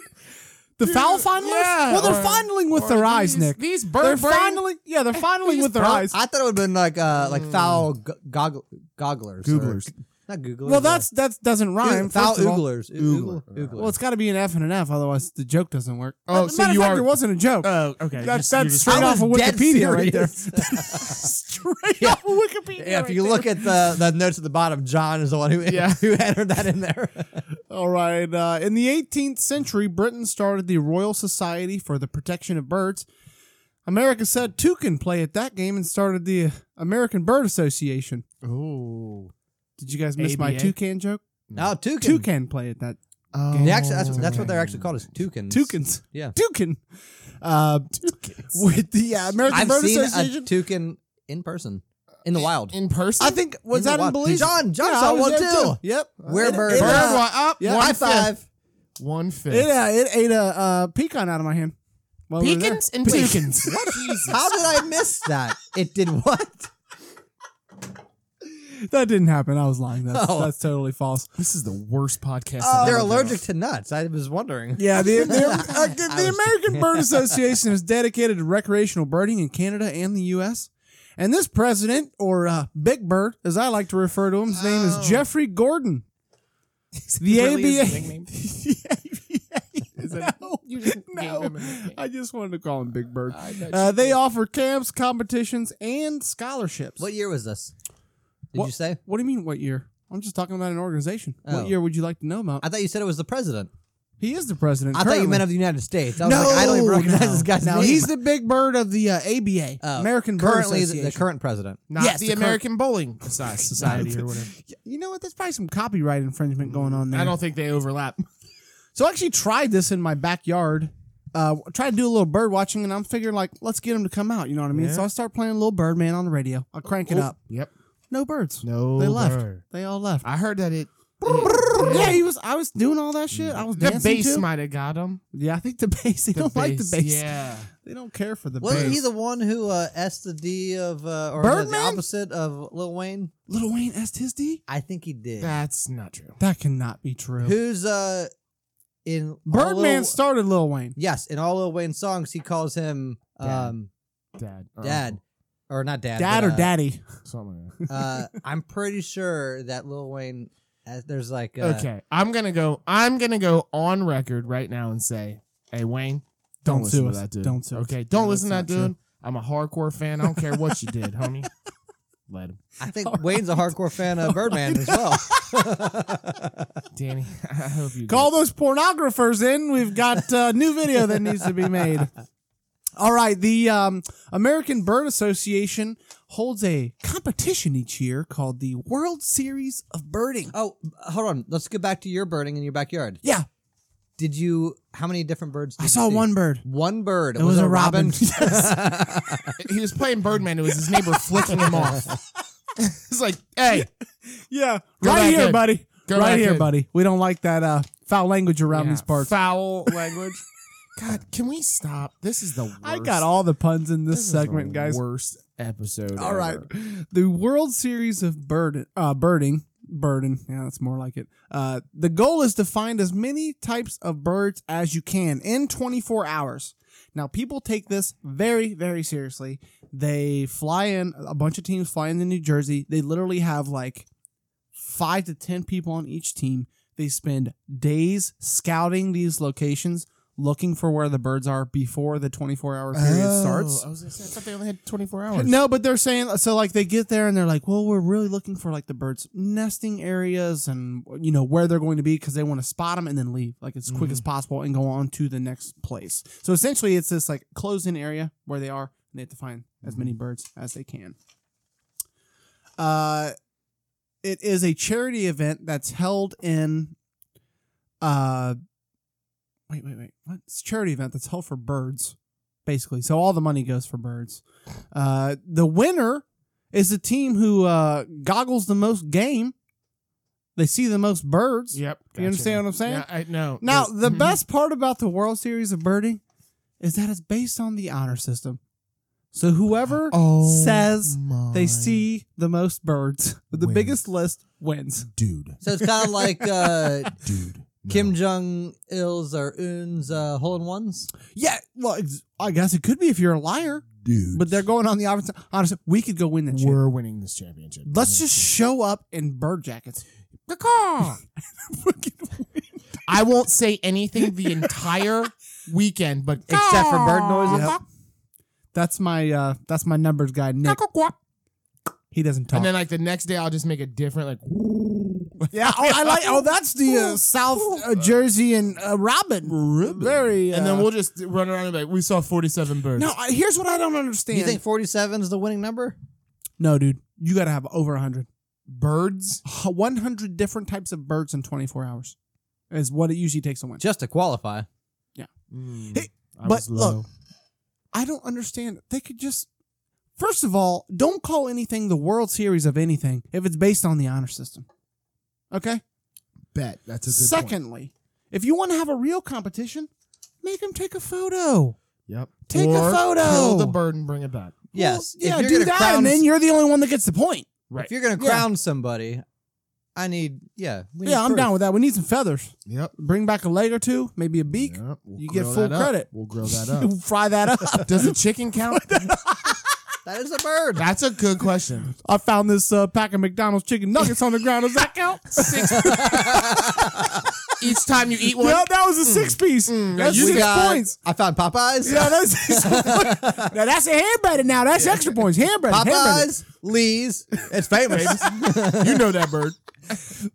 Speaker 2: The fowl fondlers?
Speaker 1: Yeah,
Speaker 2: well, they're
Speaker 1: or-
Speaker 2: fondling with
Speaker 1: or
Speaker 2: their eyes,
Speaker 1: these-
Speaker 2: Nick.
Speaker 1: These
Speaker 2: they're
Speaker 1: bird brain-
Speaker 2: fondling. Yeah, they're fondling
Speaker 1: These
Speaker 2: with their
Speaker 1: bird-
Speaker 2: eyes.
Speaker 3: I thought it would have been like uh, like foul g- goggle, gogglers, or-
Speaker 2: Hmm. Googlers.
Speaker 3: not googlers.
Speaker 2: Well, that's that doesn't
Speaker 3: uh,
Speaker 2: rhyme.
Speaker 3: foul
Speaker 2: first of all.
Speaker 3: ooglers. Oogle- Oogler.
Speaker 2: Well, it's got to be an F and an F, otherwise the joke doesn't work.
Speaker 1: Oh,
Speaker 2: As a
Speaker 1: so
Speaker 2: matter of
Speaker 1: you
Speaker 2: fact,
Speaker 1: are-
Speaker 2: it wasn't a joke.
Speaker 1: Oh, okay.
Speaker 2: that's
Speaker 1: You're
Speaker 2: that's straight
Speaker 3: I
Speaker 2: off of
Speaker 3: was dead
Speaker 2: Wikipedia right there.
Speaker 3: serious.
Speaker 2: straight
Speaker 3: Yeah.
Speaker 2: off of
Speaker 1: Oh,
Speaker 2: Wikipedia.
Speaker 3: yeah, if
Speaker 2: right
Speaker 3: you
Speaker 2: there.
Speaker 3: look at the, the notes at the bottom, John is the one who
Speaker 1: Yeah.
Speaker 3: who entered that in there.
Speaker 2: All right. Uh, in the 18th century, Britain started the Royal Society for the Protection of Birds. America said two can play at that game and started the American Bird Association.
Speaker 1: Ooh.
Speaker 2: Did you guys miss my
Speaker 1: ABA?
Speaker 2: toucan joke?
Speaker 3: Now toucan. Oh.
Speaker 2: Toucan play at that.
Speaker 3: They actually, that's that's what they're actually
Speaker 2: Oh.
Speaker 3: called is toucans.
Speaker 2: Toucans.
Speaker 3: Yeah.
Speaker 2: Toucan. Uh, with the uh, American
Speaker 3: I've
Speaker 2: Bird
Speaker 3: seen a
Speaker 2: Association.
Speaker 3: toucan in person in the wild.
Speaker 1: in person.
Speaker 2: I think, was
Speaker 3: in the
Speaker 2: that in
Speaker 3: wild.
Speaker 2: Belize?
Speaker 3: John- John
Speaker 2: yeah,
Speaker 3: saw
Speaker 2: I was
Speaker 3: one
Speaker 2: there
Speaker 3: too.
Speaker 2: Yep.
Speaker 3: We're
Speaker 2: It- it,
Speaker 3: bird
Speaker 2: uh,
Speaker 1: Bird
Speaker 3: watch-
Speaker 1: one up.
Speaker 2: yeah,
Speaker 1: one
Speaker 3: High
Speaker 1: fifth.
Speaker 3: five.
Speaker 1: One fifth.
Speaker 2: It, uh, it ate a uh, pecan out of my hand. while we were there.
Speaker 1: Pecans and toucans. Jesus.
Speaker 3: How did I miss that? It did what?
Speaker 2: That didn't happen. I was lying. That's,
Speaker 3: Oh.
Speaker 2: that's totally false.
Speaker 1: This is the worst podcast.
Speaker 2: Oh,
Speaker 1: I've
Speaker 3: They're
Speaker 1: ever been
Speaker 3: Oh, allergic to nuts. I was wondering.
Speaker 2: Yeah, the, the, uh, the-
Speaker 3: I
Speaker 2: the
Speaker 3: was-
Speaker 2: American Bird Association is dedicated to recreational birding in Canada and the U.S. And this president, or uh, Big Bird, as I like to refer to him, his name is Jeffrey Gordon.
Speaker 1: on.
Speaker 2: The
Speaker 1: Oh. Really is
Speaker 2: ABA.
Speaker 1: his nickname? Is that-
Speaker 2: no,
Speaker 1: you just gave
Speaker 2: no. Uh,
Speaker 1: him a nickname.
Speaker 2: I just wanted to call him Big Bird.
Speaker 1: I bet
Speaker 2: Uh,
Speaker 1: you
Speaker 2: they
Speaker 1: did.
Speaker 2: offer camps, competitions, and scholarships.
Speaker 3: What year was this? Did
Speaker 2: What-
Speaker 3: you say?
Speaker 2: What do you mean, what year? I'm just talking about an organization.
Speaker 3: Oh.
Speaker 2: What year would you like to know about?
Speaker 3: I thought you said it was the president.
Speaker 2: he is the president.
Speaker 3: I thought you
Speaker 2: currently.
Speaker 3: meant of the United States. I was like, I don't even recognize this guy's
Speaker 2: no,
Speaker 3: name.
Speaker 2: he's the big bird of the uh, ABA,
Speaker 3: Oh,
Speaker 2: American Bird
Speaker 3: currently the, the
Speaker 2: Association.
Speaker 3: current president.
Speaker 1: Not
Speaker 2: Yes,
Speaker 1: the,
Speaker 2: the current-
Speaker 1: American Bowling Soci- Society or whatever.
Speaker 2: you know what? There's probably some copyright infringement going
Speaker 3: Mm,
Speaker 2: on there.
Speaker 1: I don't think they overlap.
Speaker 2: So I actually tried this in my backyard. Uh, tried to do a little bird watching, and I'm figuring like, let's get him to come out. You know what I mean?
Speaker 1: Yeah.
Speaker 2: So I start playing Little Birdman on the radio. I crank it up.
Speaker 1: Oh, Yep.
Speaker 2: No birds.
Speaker 1: No.
Speaker 2: they left.
Speaker 1: bird.
Speaker 2: They all left.
Speaker 1: I heard that it.
Speaker 2: yeah, he was. I was doing all that shit. I was
Speaker 1: The
Speaker 2: dancing
Speaker 1: bass
Speaker 2: too.
Speaker 1: might have got him.
Speaker 2: yeah, I think the bass. They don't like the bass.
Speaker 1: Yeah.
Speaker 2: They don't care for the
Speaker 3: Wasn't
Speaker 2: bass.
Speaker 3: he the one who uh, S the D of uh, or
Speaker 2: Birdman?
Speaker 3: the opposite of Lil Wayne?
Speaker 2: Little Wayne asked his D.
Speaker 3: I think he did.
Speaker 1: That's not true.
Speaker 2: That cannot be true.
Speaker 3: Who's uh in all
Speaker 2: Birdman
Speaker 3: Lil-
Speaker 2: started Lil Wayne.
Speaker 3: Yes, in all Lil Wayne songs, he calls him
Speaker 1: Dad.
Speaker 3: um,
Speaker 1: Dad. or
Speaker 3: Dad.
Speaker 1: uncle.
Speaker 3: or not dad.
Speaker 2: Dad
Speaker 3: but,
Speaker 2: or
Speaker 3: uh,
Speaker 2: daddy?
Speaker 1: Something like
Speaker 3: uh, I'm pretty sure that Lil Wayne, uh, there's like, uh,
Speaker 1: that. Okay, I'm gonna go. I'm gonna go on record right now and say, "Hey Wayne, don't,
Speaker 2: Don't
Speaker 1: listen
Speaker 2: sue
Speaker 1: to
Speaker 2: us.
Speaker 1: that dude.
Speaker 2: Don't sue us.
Speaker 1: Okay,
Speaker 2: Yeah,
Speaker 1: don't
Speaker 2: that's
Speaker 1: listen to that
Speaker 2: not true.
Speaker 1: dude. I'm a hardcore fan. I don't care what you did, homie. Let him,
Speaker 3: I think Wayne's a hardcore fan of Birdman as well.
Speaker 1: Danny. I hope you
Speaker 2: Call those pornographers in. We've got a new video that needs to be made. All right. The um, American Bird Association holds a competition each year called the World Series of Birding.
Speaker 3: oh, hold on. Let's get back to your birding in your backyard.
Speaker 2: Yeah.
Speaker 3: Did you? How many different birds? Did
Speaker 2: I
Speaker 3: you
Speaker 2: saw
Speaker 3: see?
Speaker 2: one bird.
Speaker 3: One bird.
Speaker 2: It was a robin.
Speaker 1: did. He was playing Birdman. It was his neighbor flicking him off. It's like, hey,
Speaker 2: Yeah.
Speaker 1: Go
Speaker 2: right
Speaker 1: back
Speaker 2: here,
Speaker 1: in.
Speaker 2: buddy.
Speaker 1: Go
Speaker 2: right
Speaker 1: back
Speaker 2: here,
Speaker 1: in.
Speaker 2: buddy. We don't like that uh, foul language around
Speaker 1: Yeah,
Speaker 2: these parts.
Speaker 1: foul language. God, can we stop? This is the worst.
Speaker 2: I got all the puns in this,
Speaker 1: This is the
Speaker 2: segment, guys.
Speaker 1: Worst episode.
Speaker 2: All right.
Speaker 1: ever.
Speaker 2: The World Series of Bird, uh, Birding. Birding. Yeah, that's more like it. Uh, the goal is to find as many types of birds as you can in 24 hours. Now, people take this very, very seriously. They fly in, a bunch of teams fly into New Jersey. They literally have like five to 10 people on each team. They spend days scouting these locations, looking for where the birds are before the 24 hour period starts.
Speaker 1: Oh, I was gonna say, I thought they only had 24 hours.
Speaker 2: No, but they're saying so like they get there and they're like, "Well, we're really looking for like the birds' nesting areas and you know where they're going to be because they want to spot them and then leave like as quick as possible and go on to the next place." So essentially, it's this like closed-in area where they are and they have to find as many birds as they can. Uh it is a charity event that's held in uh wait, wait, wait. What? It's a charity event that's held for birds, basically. So all the money goes for birds. Uh, the winner is the team who uh, goggles the most game. They see the most birds.
Speaker 1: Yep.
Speaker 2: You understand what I'm saying?
Speaker 1: Yeah, I, no.
Speaker 2: Now,
Speaker 1: There's-
Speaker 2: the
Speaker 1: Mhm.
Speaker 2: best part about the World Series of Birding is that it's based on the honor system. So whoever
Speaker 1: Oh
Speaker 2: says
Speaker 1: my
Speaker 2: they see the most birds, with the
Speaker 1: Wins.
Speaker 2: biggest list wins.
Speaker 1: dude,
Speaker 3: So it's kind of like uh,
Speaker 1: dude, no.
Speaker 3: Kim Jong Il's or Un's uh, hole in ones.
Speaker 2: Yeah, well, ex- I guess it could be if you're a liar,
Speaker 1: dude.
Speaker 2: but they're going on the honor. Honestly, we could go win that shit.
Speaker 1: we're winning this championship.
Speaker 2: Let's just show up in bird jackets.
Speaker 1: Caw-caw. I won't say anything the entire weekend, but
Speaker 3: Except for bird noises?
Speaker 1: Caw-caw,
Speaker 2: That's my uh that's my numbers guy, Nick.
Speaker 1: caw-caw.
Speaker 2: He doesn't talk.
Speaker 1: And then like the next day, I'll just make a different like.
Speaker 2: yeah, oh, I like. Oh, that's the uh, South uh, Jersey and uh, Robin. Very. Uh,
Speaker 1: And then we'll just run around and be like, we saw 47 birds.
Speaker 2: No, I, here's what I don't
Speaker 3: Do
Speaker 2: understand.
Speaker 3: you think 47 is the winning number?
Speaker 2: No, dude, you got to have over 100.
Speaker 1: birds?
Speaker 2: 100 different types of birds in 24 hours is what it usually takes to win.
Speaker 3: Just to qualify.
Speaker 1: Mm.
Speaker 2: Hey, but look, I don't understand. They could just First of all, don't call anything the World Series of anything if it's based on the honor system. Okay?
Speaker 1: bet that's
Speaker 2: Secondly, if you want to have a real competition, make them take a photo.
Speaker 1: Yep.
Speaker 2: Take a photo.
Speaker 1: Kill the bird and bring it back.
Speaker 3: Yes.
Speaker 2: Well,
Speaker 3: If
Speaker 2: yeah,
Speaker 3: you're
Speaker 2: do
Speaker 3: gonna
Speaker 2: that,
Speaker 3: crown
Speaker 2: and then you're the only one that gets the point.
Speaker 1: Right.
Speaker 3: If you're gonna
Speaker 2: Yeah.
Speaker 3: crown somebody, I need yeah. we
Speaker 2: yeah,
Speaker 3: need
Speaker 2: I'm
Speaker 3: proof.
Speaker 2: down with that. We need some feathers.
Speaker 1: Yep.
Speaker 2: Bring back a leg or two, maybe a beak.
Speaker 1: yep. We'll
Speaker 2: You get
Speaker 1: grow
Speaker 2: full
Speaker 1: that up.
Speaker 2: credit.
Speaker 1: We'll grow that up.
Speaker 2: Fry that up.
Speaker 1: Does the chicken count?
Speaker 3: That is a bird.
Speaker 1: That's a good question.
Speaker 2: I found this uh, pack of McDonald's chicken nuggets on the ground. Does that count?
Speaker 1: Six. Each time you eat one.
Speaker 2: well, that was a six piece. that's
Speaker 3: We
Speaker 2: six
Speaker 3: Mm. got-
Speaker 2: points.
Speaker 3: I found Popeyes.
Speaker 2: Yeah, that's six points. Now that's a handbreaded. Now that's extra points. Handbreaded. handbreaded.
Speaker 3: Popeyes, Lee's. It's famous.
Speaker 1: You know that bird.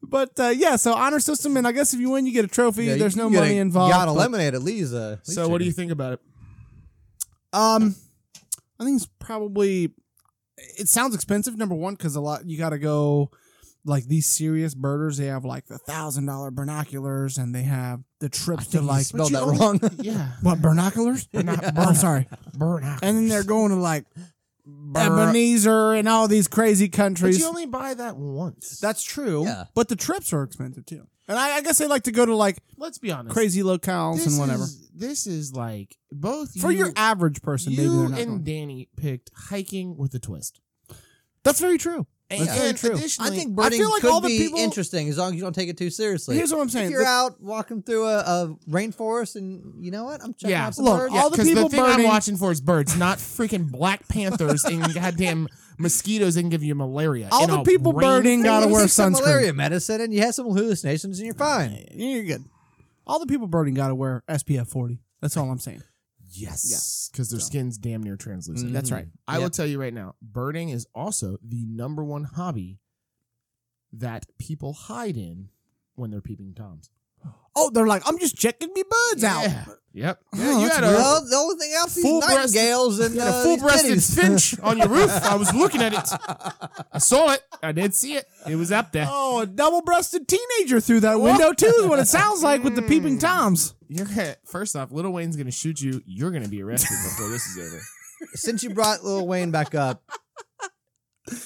Speaker 2: But uh, yeah, so honor system, and I guess if you win, you get a trophy.
Speaker 3: Yeah,
Speaker 2: There's
Speaker 3: you
Speaker 2: no
Speaker 3: get a-
Speaker 2: money involved.
Speaker 3: You got a
Speaker 2: but-
Speaker 3: lemonade at Lee's. Uh, Lee's
Speaker 1: So, what do you
Speaker 3: chicken.
Speaker 1: think about it?
Speaker 2: Um, I think it's probably. It sounds expensive. Number one, because a lot you got to go, like these serious birders. They have like the thousand dollar binoculars, and they have the trips to
Speaker 3: you
Speaker 2: like
Speaker 3: spelled
Speaker 2: But
Speaker 3: that
Speaker 2: you only-
Speaker 3: wrong.
Speaker 1: Yeah.
Speaker 2: What binoculars?
Speaker 1: Binoc-
Speaker 2: Oh, I'm sorry.
Speaker 1: Bird.
Speaker 2: And then they're going to like
Speaker 1: But
Speaker 2: Ebenezer and all these crazy countries.
Speaker 1: you only buy that once.
Speaker 2: That's true.
Speaker 3: Yeah.
Speaker 2: But the trips are expensive too. And I, I guess they like to go to like
Speaker 1: Let's be honest.
Speaker 2: crazy locales
Speaker 1: This
Speaker 2: and whatever.
Speaker 1: Is, this is like both
Speaker 2: For
Speaker 1: you,
Speaker 2: your average person, maybe
Speaker 1: you
Speaker 2: they're
Speaker 1: and
Speaker 2: not. going.
Speaker 1: Danny picked hiking with a twist.
Speaker 2: That's very true.
Speaker 1: And,
Speaker 2: That's very
Speaker 1: and
Speaker 2: true.
Speaker 1: additionally,
Speaker 3: I think birding
Speaker 2: feel like
Speaker 3: could
Speaker 2: all the
Speaker 3: be
Speaker 2: people-
Speaker 3: interesting as long as you don't take it too seriously.
Speaker 2: Here's what I'm
Speaker 3: if
Speaker 2: saying.
Speaker 3: you're out walking through a, a rainforest and you know what? I'm checking
Speaker 1: Yeah.
Speaker 3: out some
Speaker 2: Look,
Speaker 3: birds.
Speaker 2: all the
Speaker 1: 'cause
Speaker 2: people
Speaker 1: thing
Speaker 2: birding-
Speaker 1: I'm watching for is birds, not freaking black panthers and goddamn mosquitoes that can give you malaria.
Speaker 2: All
Speaker 1: in
Speaker 2: the
Speaker 1: a
Speaker 2: people
Speaker 1: rain-
Speaker 2: birding got- gotta
Speaker 3: You
Speaker 2: wear
Speaker 3: take some
Speaker 2: sunscreen.
Speaker 3: malaria medicine and you have some hallucinations and you're fine.
Speaker 2: You're good. All the people birding got to wear SPF 40. That's all I'm saying.
Speaker 1: Yes, because their skin's damn near translucent.
Speaker 3: Mhm. That's right.
Speaker 1: I will
Speaker 3: Yep.
Speaker 1: tell you right now, birding is also the number one hobby that people hide in when they're peeping toms.
Speaker 2: Oh, they're like, I'm just checking me buds
Speaker 1: Yeah.
Speaker 2: out.
Speaker 1: Yep.
Speaker 2: Oh,
Speaker 1: Yeah, you
Speaker 2: that's
Speaker 1: had a,
Speaker 3: Well, the only thing else these
Speaker 1: Full-breasted-
Speaker 3: nightingales and
Speaker 1: you had
Speaker 3: uh,
Speaker 1: a full-breasted
Speaker 3: these
Speaker 1: finch on your roof. I was looking at it.
Speaker 3: titties.
Speaker 1: I saw it. I did see it. It was up there.
Speaker 2: Oh, a double-breasted teenager through that window too is what it sounds like with the peeping toms.
Speaker 1: You're gonna, first off, Little Wayne's gonna shoot you. You're gonna be arrested before this is over.
Speaker 3: Since you brought Lil Wayne back up,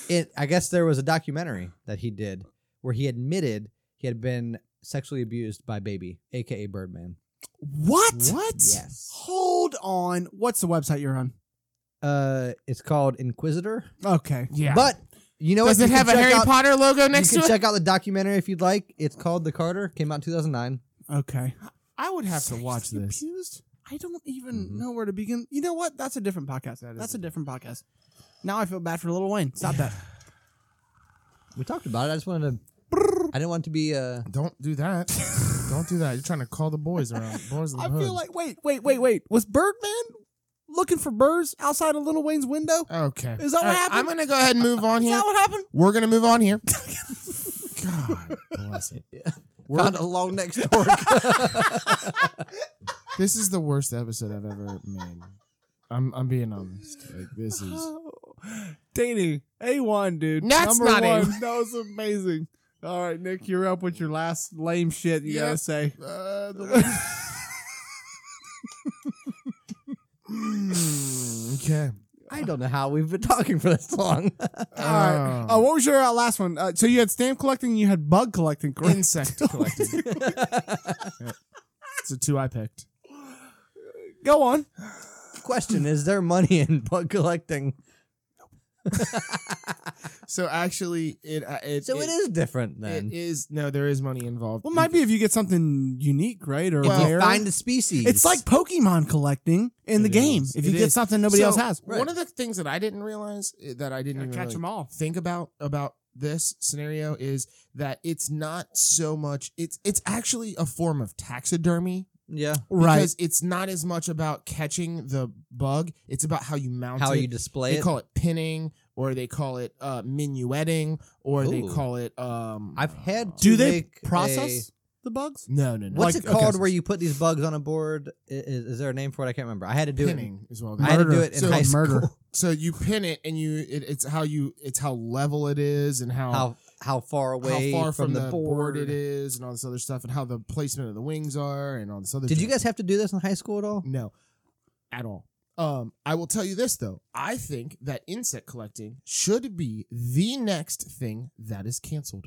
Speaker 3: it I guess there was a documentary that he did where he admitted he had been sexually abused by Baby, aka Birdman.
Speaker 2: What?
Speaker 1: What?
Speaker 3: Yes.
Speaker 2: Hold on. What's the website you're on?
Speaker 3: Uh, it's called Inquisitor.
Speaker 2: Okay.
Speaker 1: Yeah.
Speaker 3: But you know
Speaker 1: does
Speaker 3: what?
Speaker 1: it
Speaker 3: You
Speaker 1: have a
Speaker 3: can check
Speaker 1: Harry
Speaker 3: out-
Speaker 1: Potter logo next
Speaker 3: you
Speaker 1: to
Speaker 3: can
Speaker 1: it?
Speaker 3: check out the documentary if you'd like. It's called The Carter. Came out in 2009.
Speaker 2: Okay.
Speaker 1: I would have to watch
Speaker 2: Sexually
Speaker 1: this.
Speaker 2: abused? I don't even
Speaker 3: Mhm.
Speaker 2: know where to begin. You know what? That's a different podcast.
Speaker 1: That is
Speaker 2: Mm-hmm. That's
Speaker 1: a
Speaker 2: a different podcast. Now I feel bad for Little Wayne. Stop that.
Speaker 3: We talked about it. I just wanted to. I didn't want to be. Uh,
Speaker 1: Don't do that. Don't do that. You're trying to call the boys around. Boys in the
Speaker 2: I
Speaker 1: hood.
Speaker 2: feel like wait, wait, wait, wait. Was Birdman looking for birds outside of Little Wayne's window?
Speaker 1: Okay.
Speaker 2: Is that what
Speaker 1: All right,
Speaker 2: happened?
Speaker 1: I'm gonna go ahead and move on
Speaker 2: Is
Speaker 1: here.
Speaker 2: that what happened?
Speaker 1: We're gonna move on here. God bless it. We're-
Speaker 3: found a long next door.
Speaker 1: this is the worst episode I've ever made. I'm I'm being honest. Like this is
Speaker 2: Dating A1, dude.
Speaker 1: That's
Speaker 2: Number
Speaker 1: not
Speaker 2: one. That was amazing. All right, Nick, you're up with your last lame shit you
Speaker 1: Yeah.
Speaker 2: gotta say.
Speaker 1: uh, the- Mm, okay.
Speaker 3: I don't know how we've been talking for this long.
Speaker 2: All right. Uh,
Speaker 1: Oh.
Speaker 2: what was your uh, last one? Uh, so you had stamp collecting, you had bug collecting, correct?
Speaker 1: Insect collecting. It's the two I picked.
Speaker 2: Go on.
Speaker 3: Question: Is there money in bug collecting?
Speaker 1: So actually, it uh, it
Speaker 3: So it is different then.
Speaker 1: It is no, there is money involved.
Speaker 2: Well, might be if you get something unique, right? Or
Speaker 3: if you
Speaker 2: rare.
Speaker 3: find a species,
Speaker 2: it's like Pokemon collecting in the
Speaker 1: It
Speaker 2: game.
Speaker 1: is.
Speaker 2: If
Speaker 1: It
Speaker 2: you get
Speaker 1: is.
Speaker 2: something nobody
Speaker 1: So,
Speaker 2: else has,
Speaker 1: One of the things that I didn't realize uh, that I didn't even really
Speaker 2: all.
Speaker 1: think about about this scenario is that it's not so much it's it's actually a form of taxidermy
Speaker 3: yeah,
Speaker 2: Right.
Speaker 1: because it's not as much about catching the bug it's about how you mount
Speaker 3: how
Speaker 1: it
Speaker 3: you display
Speaker 1: they
Speaker 3: it.
Speaker 1: call it pinning or they call it uh minuetting or they
Speaker 3: Ooh.
Speaker 1: call it um
Speaker 3: I've had
Speaker 2: Do
Speaker 3: to
Speaker 2: they
Speaker 3: make
Speaker 2: process the bugs?
Speaker 1: a- no no no
Speaker 3: What's
Speaker 1: Like,
Speaker 3: it
Speaker 1: okay,
Speaker 3: called
Speaker 1: so
Speaker 3: where you put these bugs on a board? I- i- Is, there a name for it? I can't remember. I had to do it.
Speaker 1: pinning is what
Speaker 3: I had to do
Speaker 2: Murder.
Speaker 3: it in
Speaker 1: So
Speaker 3: high
Speaker 2: it's
Speaker 3: school.
Speaker 2: murder.
Speaker 1: so you pin it and you it, it's how you it's how level it is and
Speaker 3: How how far away
Speaker 1: how far
Speaker 3: from, the, board,
Speaker 1: it is and all this other stuff and how the placement of the wings are and all this other
Speaker 3: Did you
Speaker 1: jazz.
Speaker 3: guys have to do this in high school at all?
Speaker 1: no at all um i will tell you this though i think that insect collecting should be the next thing that is canceled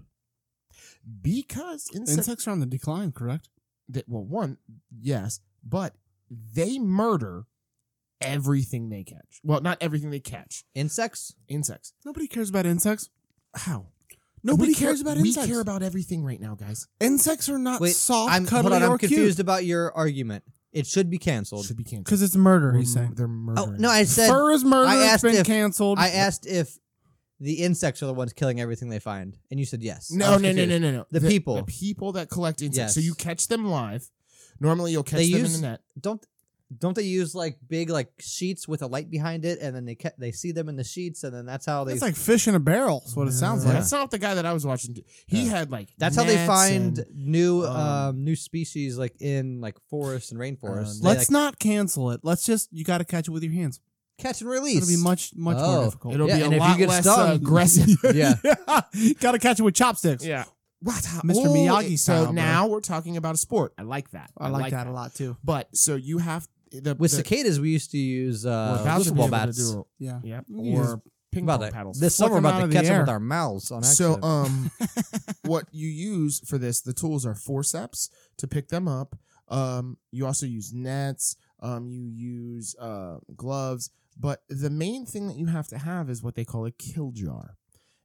Speaker 1: because insect,
Speaker 2: Insects are on the decline, correct?
Speaker 1: that well one yes but they murder everything they catch well not everything they catch
Speaker 3: Insects?
Speaker 1: insects
Speaker 2: Nobody cares about insects.
Speaker 1: how
Speaker 2: Nobody
Speaker 1: We care-
Speaker 2: cares about
Speaker 1: we
Speaker 2: insects.
Speaker 1: care about everything right now guys
Speaker 2: insects are not
Speaker 3: Wait,
Speaker 2: Uh, soft,
Speaker 3: I'm hold
Speaker 2: cuddly,
Speaker 3: on. I'm
Speaker 2: or
Speaker 3: confused about your argument. It should be canceled.
Speaker 1: should be canceled
Speaker 2: Because it's murder,
Speaker 1: We're
Speaker 2: he's
Speaker 1: mur-
Speaker 2: saying.
Speaker 1: they're
Speaker 3: Oh
Speaker 1: murdering
Speaker 3: no, I said
Speaker 2: Fur is murder.
Speaker 3: I
Speaker 2: It's
Speaker 3: asked
Speaker 2: been
Speaker 3: if-
Speaker 2: canceled.
Speaker 3: I asked if the insects are the ones killing everything they find, and you said yes. I
Speaker 1: No,
Speaker 3: was
Speaker 1: no, no,
Speaker 3: confused.
Speaker 1: no, no, no.
Speaker 3: The people.
Speaker 1: The people that collect insects.
Speaker 3: Yes.
Speaker 1: So you catch them live. Normally you'll catch
Speaker 3: They
Speaker 1: them in
Speaker 3: use-
Speaker 1: the net.
Speaker 3: Don't don't they use like big like sheets with a light behind it, and then they ca- they see them in the sheets, and then that's how they
Speaker 2: It's like fish in a barrel, is what it sounds
Speaker 1: Yeah.
Speaker 2: like.
Speaker 1: That's not the guy that I was watching. do- He
Speaker 3: Yeah.
Speaker 1: had like
Speaker 3: that's how they
Speaker 1: gnats
Speaker 3: find
Speaker 1: and-
Speaker 3: new
Speaker 1: um,
Speaker 3: um, new species like in like forests and rainforests.
Speaker 1: Um,
Speaker 3: They,
Speaker 2: Let's
Speaker 3: like,
Speaker 2: not cancel it. Let's just, you got to catch it with your hands.
Speaker 3: catch and release.
Speaker 2: It'll be much, much more
Speaker 3: Oh.
Speaker 2: difficult.
Speaker 1: it'll
Speaker 3: Yeah,
Speaker 1: be
Speaker 3: and
Speaker 1: a
Speaker 3: if you
Speaker 1: lot
Speaker 3: get
Speaker 1: less
Speaker 3: stung-
Speaker 1: uh, aggressive.
Speaker 3: Yeah.
Speaker 2: got to catch it with chopsticks.
Speaker 1: yeah. What? How-
Speaker 2: Mr. Miyagi
Speaker 1: it-
Speaker 2: style,
Speaker 1: So
Speaker 2: bro.
Speaker 1: now we're talking about a sport. I like that.
Speaker 2: I like that a lot too.
Speaker 1: But so you have the
Speaker 3: with
Speaker 1: the,
Speaker 3: cicadas. We used to use
Speaker 1: we're
Speaker 3: uh,
Speaker 1: about to be
Speaker 3: football
Speaker 1: able to
Speaker 3: bats.
Speaker 1: do
Speaker 2: Yeah.
Speaker 1: it. Yep.
Speaker 2: You just-
Speaker 1: Or ping
Speaker 3: About
Speaker 1: pong
Speaker 3: it.
Speaker 1: paddles.
Speaker 3: This
Speaker 2: Flick
Speaker 3: summer, we're
Speaker 2: 'em
Speaker 3: about
Speaker 2: out
Speaker 3: to
Speaker 2: of the
Speaker 3: catch them
Speaker 2: air.
Speaker 3: with our mouths on
Speaker 1: So
Speaker 3: accident.
Speaker 1: um what you use for this, the tools are forceps to pick them up. Um you also use nets, um you use uh gloves, but the main thing that you have to have is what they call a kill jar.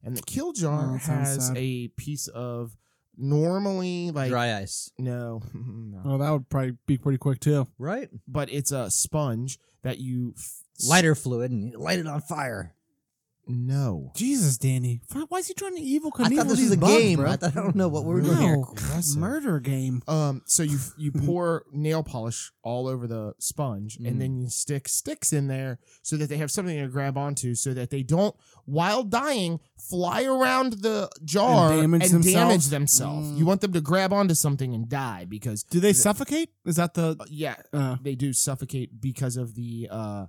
Speaker 1: And the kill jar
Speaker 2: Oh, that sounds
Speaker 1: has
Speaker 2: sad.
Speaker 1: a piece of normally like
Speaker 3: Dry ice,
Speaker 1: no, no,
Speaker 2: Oh, that would probably be pretty quick too.
Speaker 3: right?
Speaker 1: but it's a sponge that you f-
Speaker 3: Lighter fluid and you light it on fire.
Speaker 1: No,
Speaker 2: Jesus, Danny, Why- why is he trying to evil?
Speaker 3: I thought
Speaker 2: Knievel
Speaker 3: this was
Speaker 2: these
Speaker 3: a
Speaker 2: bugs,
Speaker 3: game.
Speaker 2: bro?
Speaker 3: I, thought, I don't know what we were doing
Speaker 2: No.
Speaker 3: here.
Speaker 1: aggressive.
Speaker 2: Murder game.
Speaker 1: Um, so you you pour nail polish all over the sponge,
Speaker 3: Mm.
Speaker 1: and then you stick sticks in there so that they have something to grab onto, so that they don't, while dying, fly around the jar and
Speaker 2: damage
Speaker 1: damage
Speaker 2: themselves?
Speaker 1: themselves.
Speaker 2: Mm.
Speaker 1: You want them to grab onto something and die because,
Speaker 2: Do they suffocate? Is that the?
Speaker 1: uh, yeah,
Speaker 2: Uh,
Speaker 1: they do suffocate because of the uh,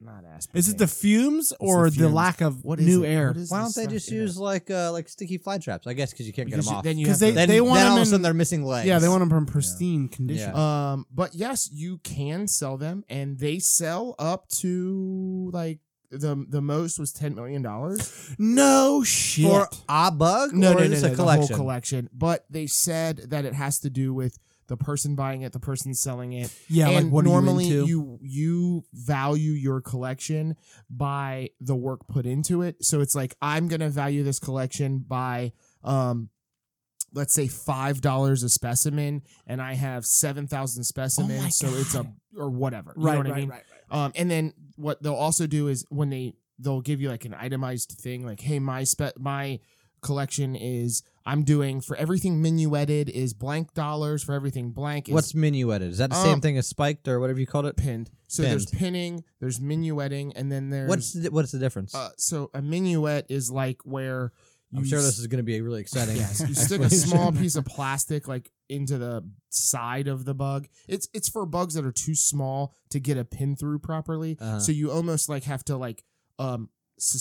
Speaker 1: not aspartame.
Speaker 2: is it the fumes or the,
Speaker 1: the fumes.
Speaker 2: lack of
Speaker 1: What is
Speaker 2: new
Speaker 1: it?
Speaker 2: air?
Speaker 1: What is
Speaker 3: Why
Speaker 1: the
Speaker 3: don't they
Speaker 1: stuff
Speaker 3: just
Speaker 1: in it?
Speaker 3: use like uh, like sticky fly traps? I guess because you can't get
Speaker 1: Because
Speaker 3: them
Speaker 1: you-
Speaker 3: off.
Speaker 1: Then you
Speaker 2: 'Cause
Speaker 1: have
Speaker 2: they-
Speaker 1: to-
Speaker 3: then,
Speaker 2: they want
Speaker 3: then
Speaker 2: them
Speaker 3: all of a
Speaker 2: in-
Speaker 3: sudden they're missing legs.
Speaker 2: yeah, they want them from pristine condition.
Speaker 3: Yeah.
Speaker 1: Um, but yes, you can sell them, and they sell up to like the the most was ten million dollars.
Speaker 2: No shit.
Speaker 3: for a bug.
Speaker 1: No,
Speaker 3: or
Speaker 1: no, no,
Speaker 3: is
Speaker 1: no,
Speaker 3: this a
Speaker 1: the whole
Speaker 3: collection.
Speaker 1: collection. But they said that it has to do with the person buying it, the person selling it.
Speaker 2: yeah,
Speaker 1: and
Speaker 2: like what
Speaker 1: normally
Speaker 2: are you into?
Speaker 1: you you value your collection by the work put into it. So it's like I'm gonna value this collection by um let's say five dollars a specimen and I have seven thousand specimens, so it's a
Speaker 2: Oh God.
Speaker 1: or whatever. You
Speaker 2: right,
Speaker 1: know what
Speaker 2: right,
Speaker 1: I mean?
Speaker 2: right, right.
Speaker 1: Um, and then what they'll also do is when they they'll give you like an itemized thing, like, hey, my spe- my collection is I'm doing for everything minuetted is blank dollars for everything blank. Is
Speaker 3: What's minuetted? Is that the
Speaker 1: Um,
Speaker 3: same thing as spiked or whatever you called it?
Speaker 1: pinned? So there's pinning, there's minuetting, and then there's
Speaker 3: What's the, what's the difference?
Speaker 1: uh, so a minuet is like where you
Speaker 3: I'm sure
Speaker 1: s-
Speaker 3: this is going to be really exciting.
Speaker 1: Yes, you stick a small piece of plastic like into the side of the bug. It's it's for bugs that are too small to get a pin through properly.
Speaker 3: Uh-huh.
Speaker 1: So you almost like have to like um